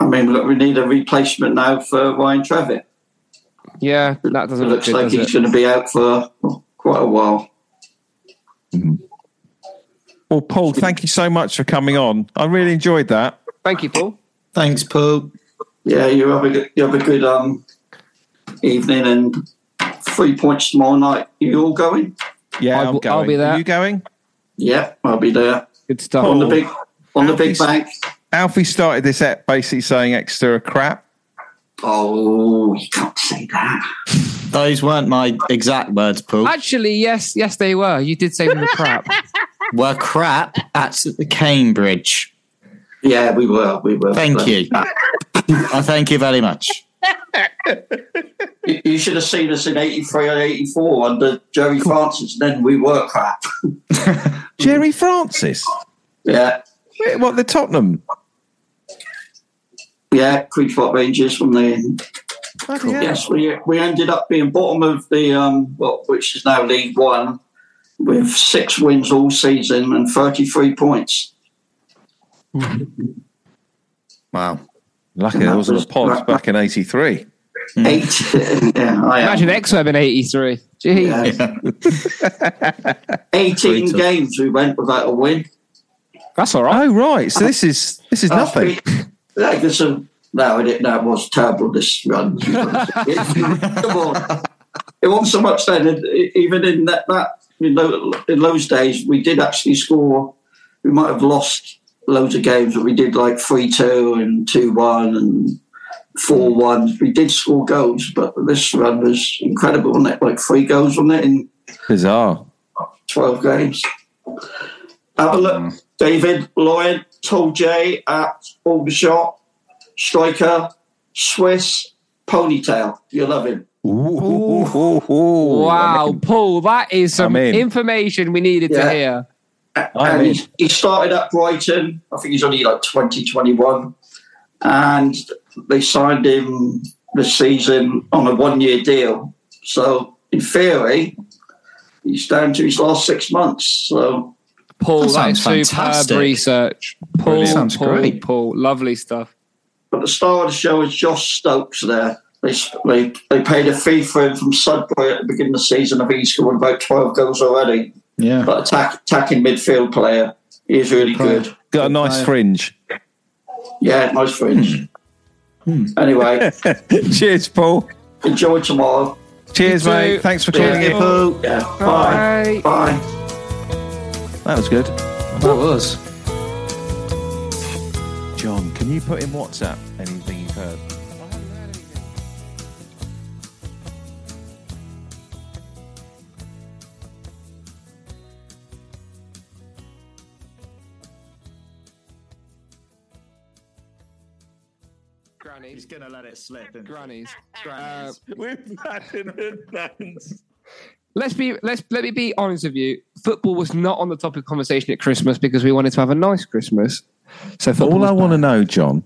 Speaker 10: I mean, look, we need a replacement now for Ryan Trevitt.
Speaker 3: Yeah, that
Speaker 10: It
Speaker 3: doesn't look
Speaker 10: looks
Speaker 3: good,
Speaker 10: like
Speaker 3: does
Speaker 10: he's
Speaker 3: it?
Speaker 10: going to be out for quite a while.
Speaker 2: Well, Paul, thank you so much for coming on. I really enjoyed that.
Speaker 3: Thank you, Paul.
Speaker 4: Thanks, Paul.
Speaker 10: Yeah, you have a good, you have a good um, evening and three points tomorrow night. You all going?
Speaker 2: Yeah,
Speaker 3: I'll-
Speaker 2: I'm going.
Speaker 3: I'll be there.
Speaker 2: Are you going?
Speaker 10: Yeah, I'll be there
Speaker 3: Good stuff.
Speaker 10: on the
Speaker 2: Oh.
Speaker 10: big on the big
Speaker 2: Alfie's-
Speaker 10: bank.
Speaker 2: Alfie started this at basically saying extra crap.
Speaker 3: Hmm.
Speaker 10: Oh, you can't say that.
Speaker 4: Those weren't my exact words, Paul.
Speaker 3: Oh. Actually, yes, yes, they were. You did say we were crap.
Speaker 4: Were crap at Cambridge.
Speaker 10: Yeah, we were, we were.
Speaker 4: Thank
Speaker 10: But-
Speaker 4: you. I thank you very much.
Speaker 10: you. You should have seen us in '83 and '84 under Jerry Francis. Then we were crap.
Speaker 2: Jerry Francis.
Speaker 10: Yeah,
Speaker 2: Wait, What, the Tottenham?
Speaker 10: yeah, Creepot Rangers from the Yes, we we ended up being bottom of the um, well, which is now League One, with six wins all season and thirty three points.
Speaker 4: Wow.
Speaker 2: Lucky there wasn't a pod back in 83.
Speaker 4: Hmm.
Speaker 10: Eight. yeah, I am.
Speaker 3: Imagine X-Web in '83. Gee,
Speaker 10: Yeah.
Speaker 4: Yeah.
Speaker 10: Eighteen
Speaker 4: Brutal.
Speaker 10: games we went without a win.
Speaker 3: that's all right. Uh-huh. Uh,
Speaker 2: Oh right, so this is this is nothing.
Speaker 10: That was a, no, it, that was terrible. This run. Come on. It wasn't so much then. it- it- even in that, that in, tho- in those days, we did actually score. We might have lost loads of games, but we did like three two and two one and four one. We did score goals, but this run was incredible, wasn't it? Like three goals, wasn't it? In
Speaker 2: Bizarre.
Speaker 10: 12 games. Have a look.
Speaker 2: Mm.
Speaker 10: David, Lloyd, Tall J at Aldershot, Striker, Swiss, Ponytail. You'll love him.
Speaker 2: Ooh, ooh, ooh, ooh.
Speaker 3: wow, Paul, that is some
Speaker 2: I'm in.
Speaker 3: information we needed
Speaker 10: Yeah.
Speaker 3: to hear.
Speaker 2: I
Speaker 10: and
Speaker 2: mean,
Speaker 10: he, he started at Brighton. I think he's only like 20, 21. And they signed him this season on a one year deal. So, in theory, he's down to his last six months. So,
Speaker 3: Paul,
Speaker 4: That
Speaker 3: that is
Speaker 4: sounds
Speaker 3: superb
Speaker 4: fantastic.
Speaker 3: research. Paul,
Speaker 4: Sounds
Speaker 3: Paul,
Speaker 4: great.
Speaker 3: Paul, lovely stuff.
Speaker 10: but the star of the show is Josh Stokes there. They, they, they paid a fee for him from Sudbury at the beginning of the season. I think he's scored about 12 goals already.
Speaker 4: Yeah.
Speaker 10: But attack, attacking midfield player. He is really good.
Speaker 2: got a nice fringe.
Speaker 10: Yeah, nice fringe. Anyway,
Speaker 2: Cheers, Paul.
Speaker 10: enjoy tomorrow.
Speaker 2: Cheers,
Speaker 3: You too.
Speaker 2: mate. Thanks for
Speaker 10: Cheers,
Speaker 2: calling in.
Speaker 4: Paul.
Speaker 10: Yeah. Bye.
Speaker 3: Bye.
Speaker 10: Bye.
Speaker 2: That was good.
Speaker 4: That was.
Speaker 2: John, can you put in WhatsApp anything you've heard?
Speaker 3: Grannies.
Speaker 4: going to let it slip.
Speaker 3: Grannies. Uh,
Speaker 4: Grannies.
Speaker 2: We've had an advance.
Speaker 3: let's be let's let me be honest with you. Football was not on the topic of conversation at Christmas because we wanted to have a nice Christmas. So football,
Speaker 2: All
Speaker 3: was
Speaker 2: I want to
Speaker 3: bad.
Speaker 2: know, John,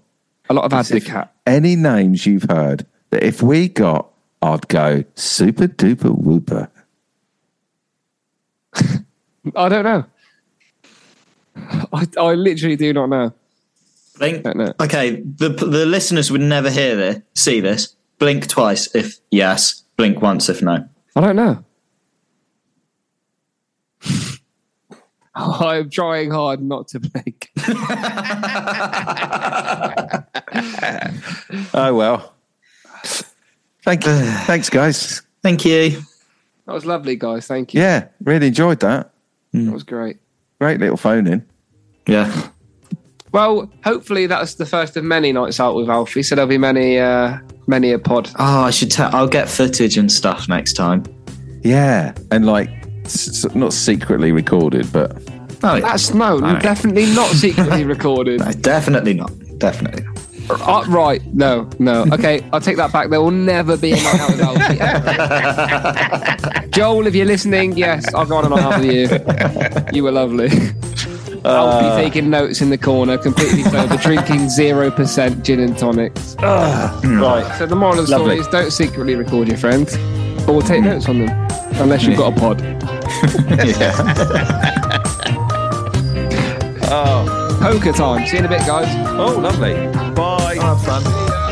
Speaker 3: a lot of ad cat.
Speaker 2: any names you've heard that if we got, I'd go super duper whooper.
Speaker 3: I don't know. I, I literally do not know.
Speaker 4: Blink.
Speaker 3: Don't know.
Speaker 4: Okay, the the listeners would never hear this, see this. Blink twice if yes, blink once if no.
Speaker 3: I don't know. I'm trying hard not to blink.
Speaker 2: Oh well. Thank you. Thanks, guys.
Speaker 4: Thank you.
Speaker 3: That was lovely, guys. Thank you.
Speaker 2: Yeah, really enjoyed that.
Speaker 3: That was great.
Speaker 2: Great little phone in.
Speaker 4: Yeah.
Speaker 3: Well, hopefully that's the first of many nights out with Alfie, so there'll be many, uh, many a pod.
Speaker 4: Oh, I should tell. I'll get footage and stuff next time.
Speaker 2: Yeah, and like s- s- not secretly recorded, but
Speaker 4: No,
Speaker 3: That's no,
Speaker 4: Alright.
Speaker 3: definitely not secretly recorded.
Speaker 4: definitely not. Definitely.
Speaker 3: Uh, right, no, no. Okay, I'll take that back. There will never be a night out with Alfie. ever. Joel, if you're listening, yes, I've gone on a night out with you. You were lovely. Alfie taking notes in the corner, completely sober, drinking zero percent gin and tonics.
Speaker 2: right.
Speaker 3: So the moral of the
Speaker 2: Lovely.
Speaker 3: story is don't secretly record your friends, or take notes on them, unless you've got a pod.
Speaker 2: Oh,
Speaker 3: Poker time. See you in a bit, guys.
Speaker 2: oh, lovely. Bye.
Speaker 4: Have fun.
Speaker 3: See ya.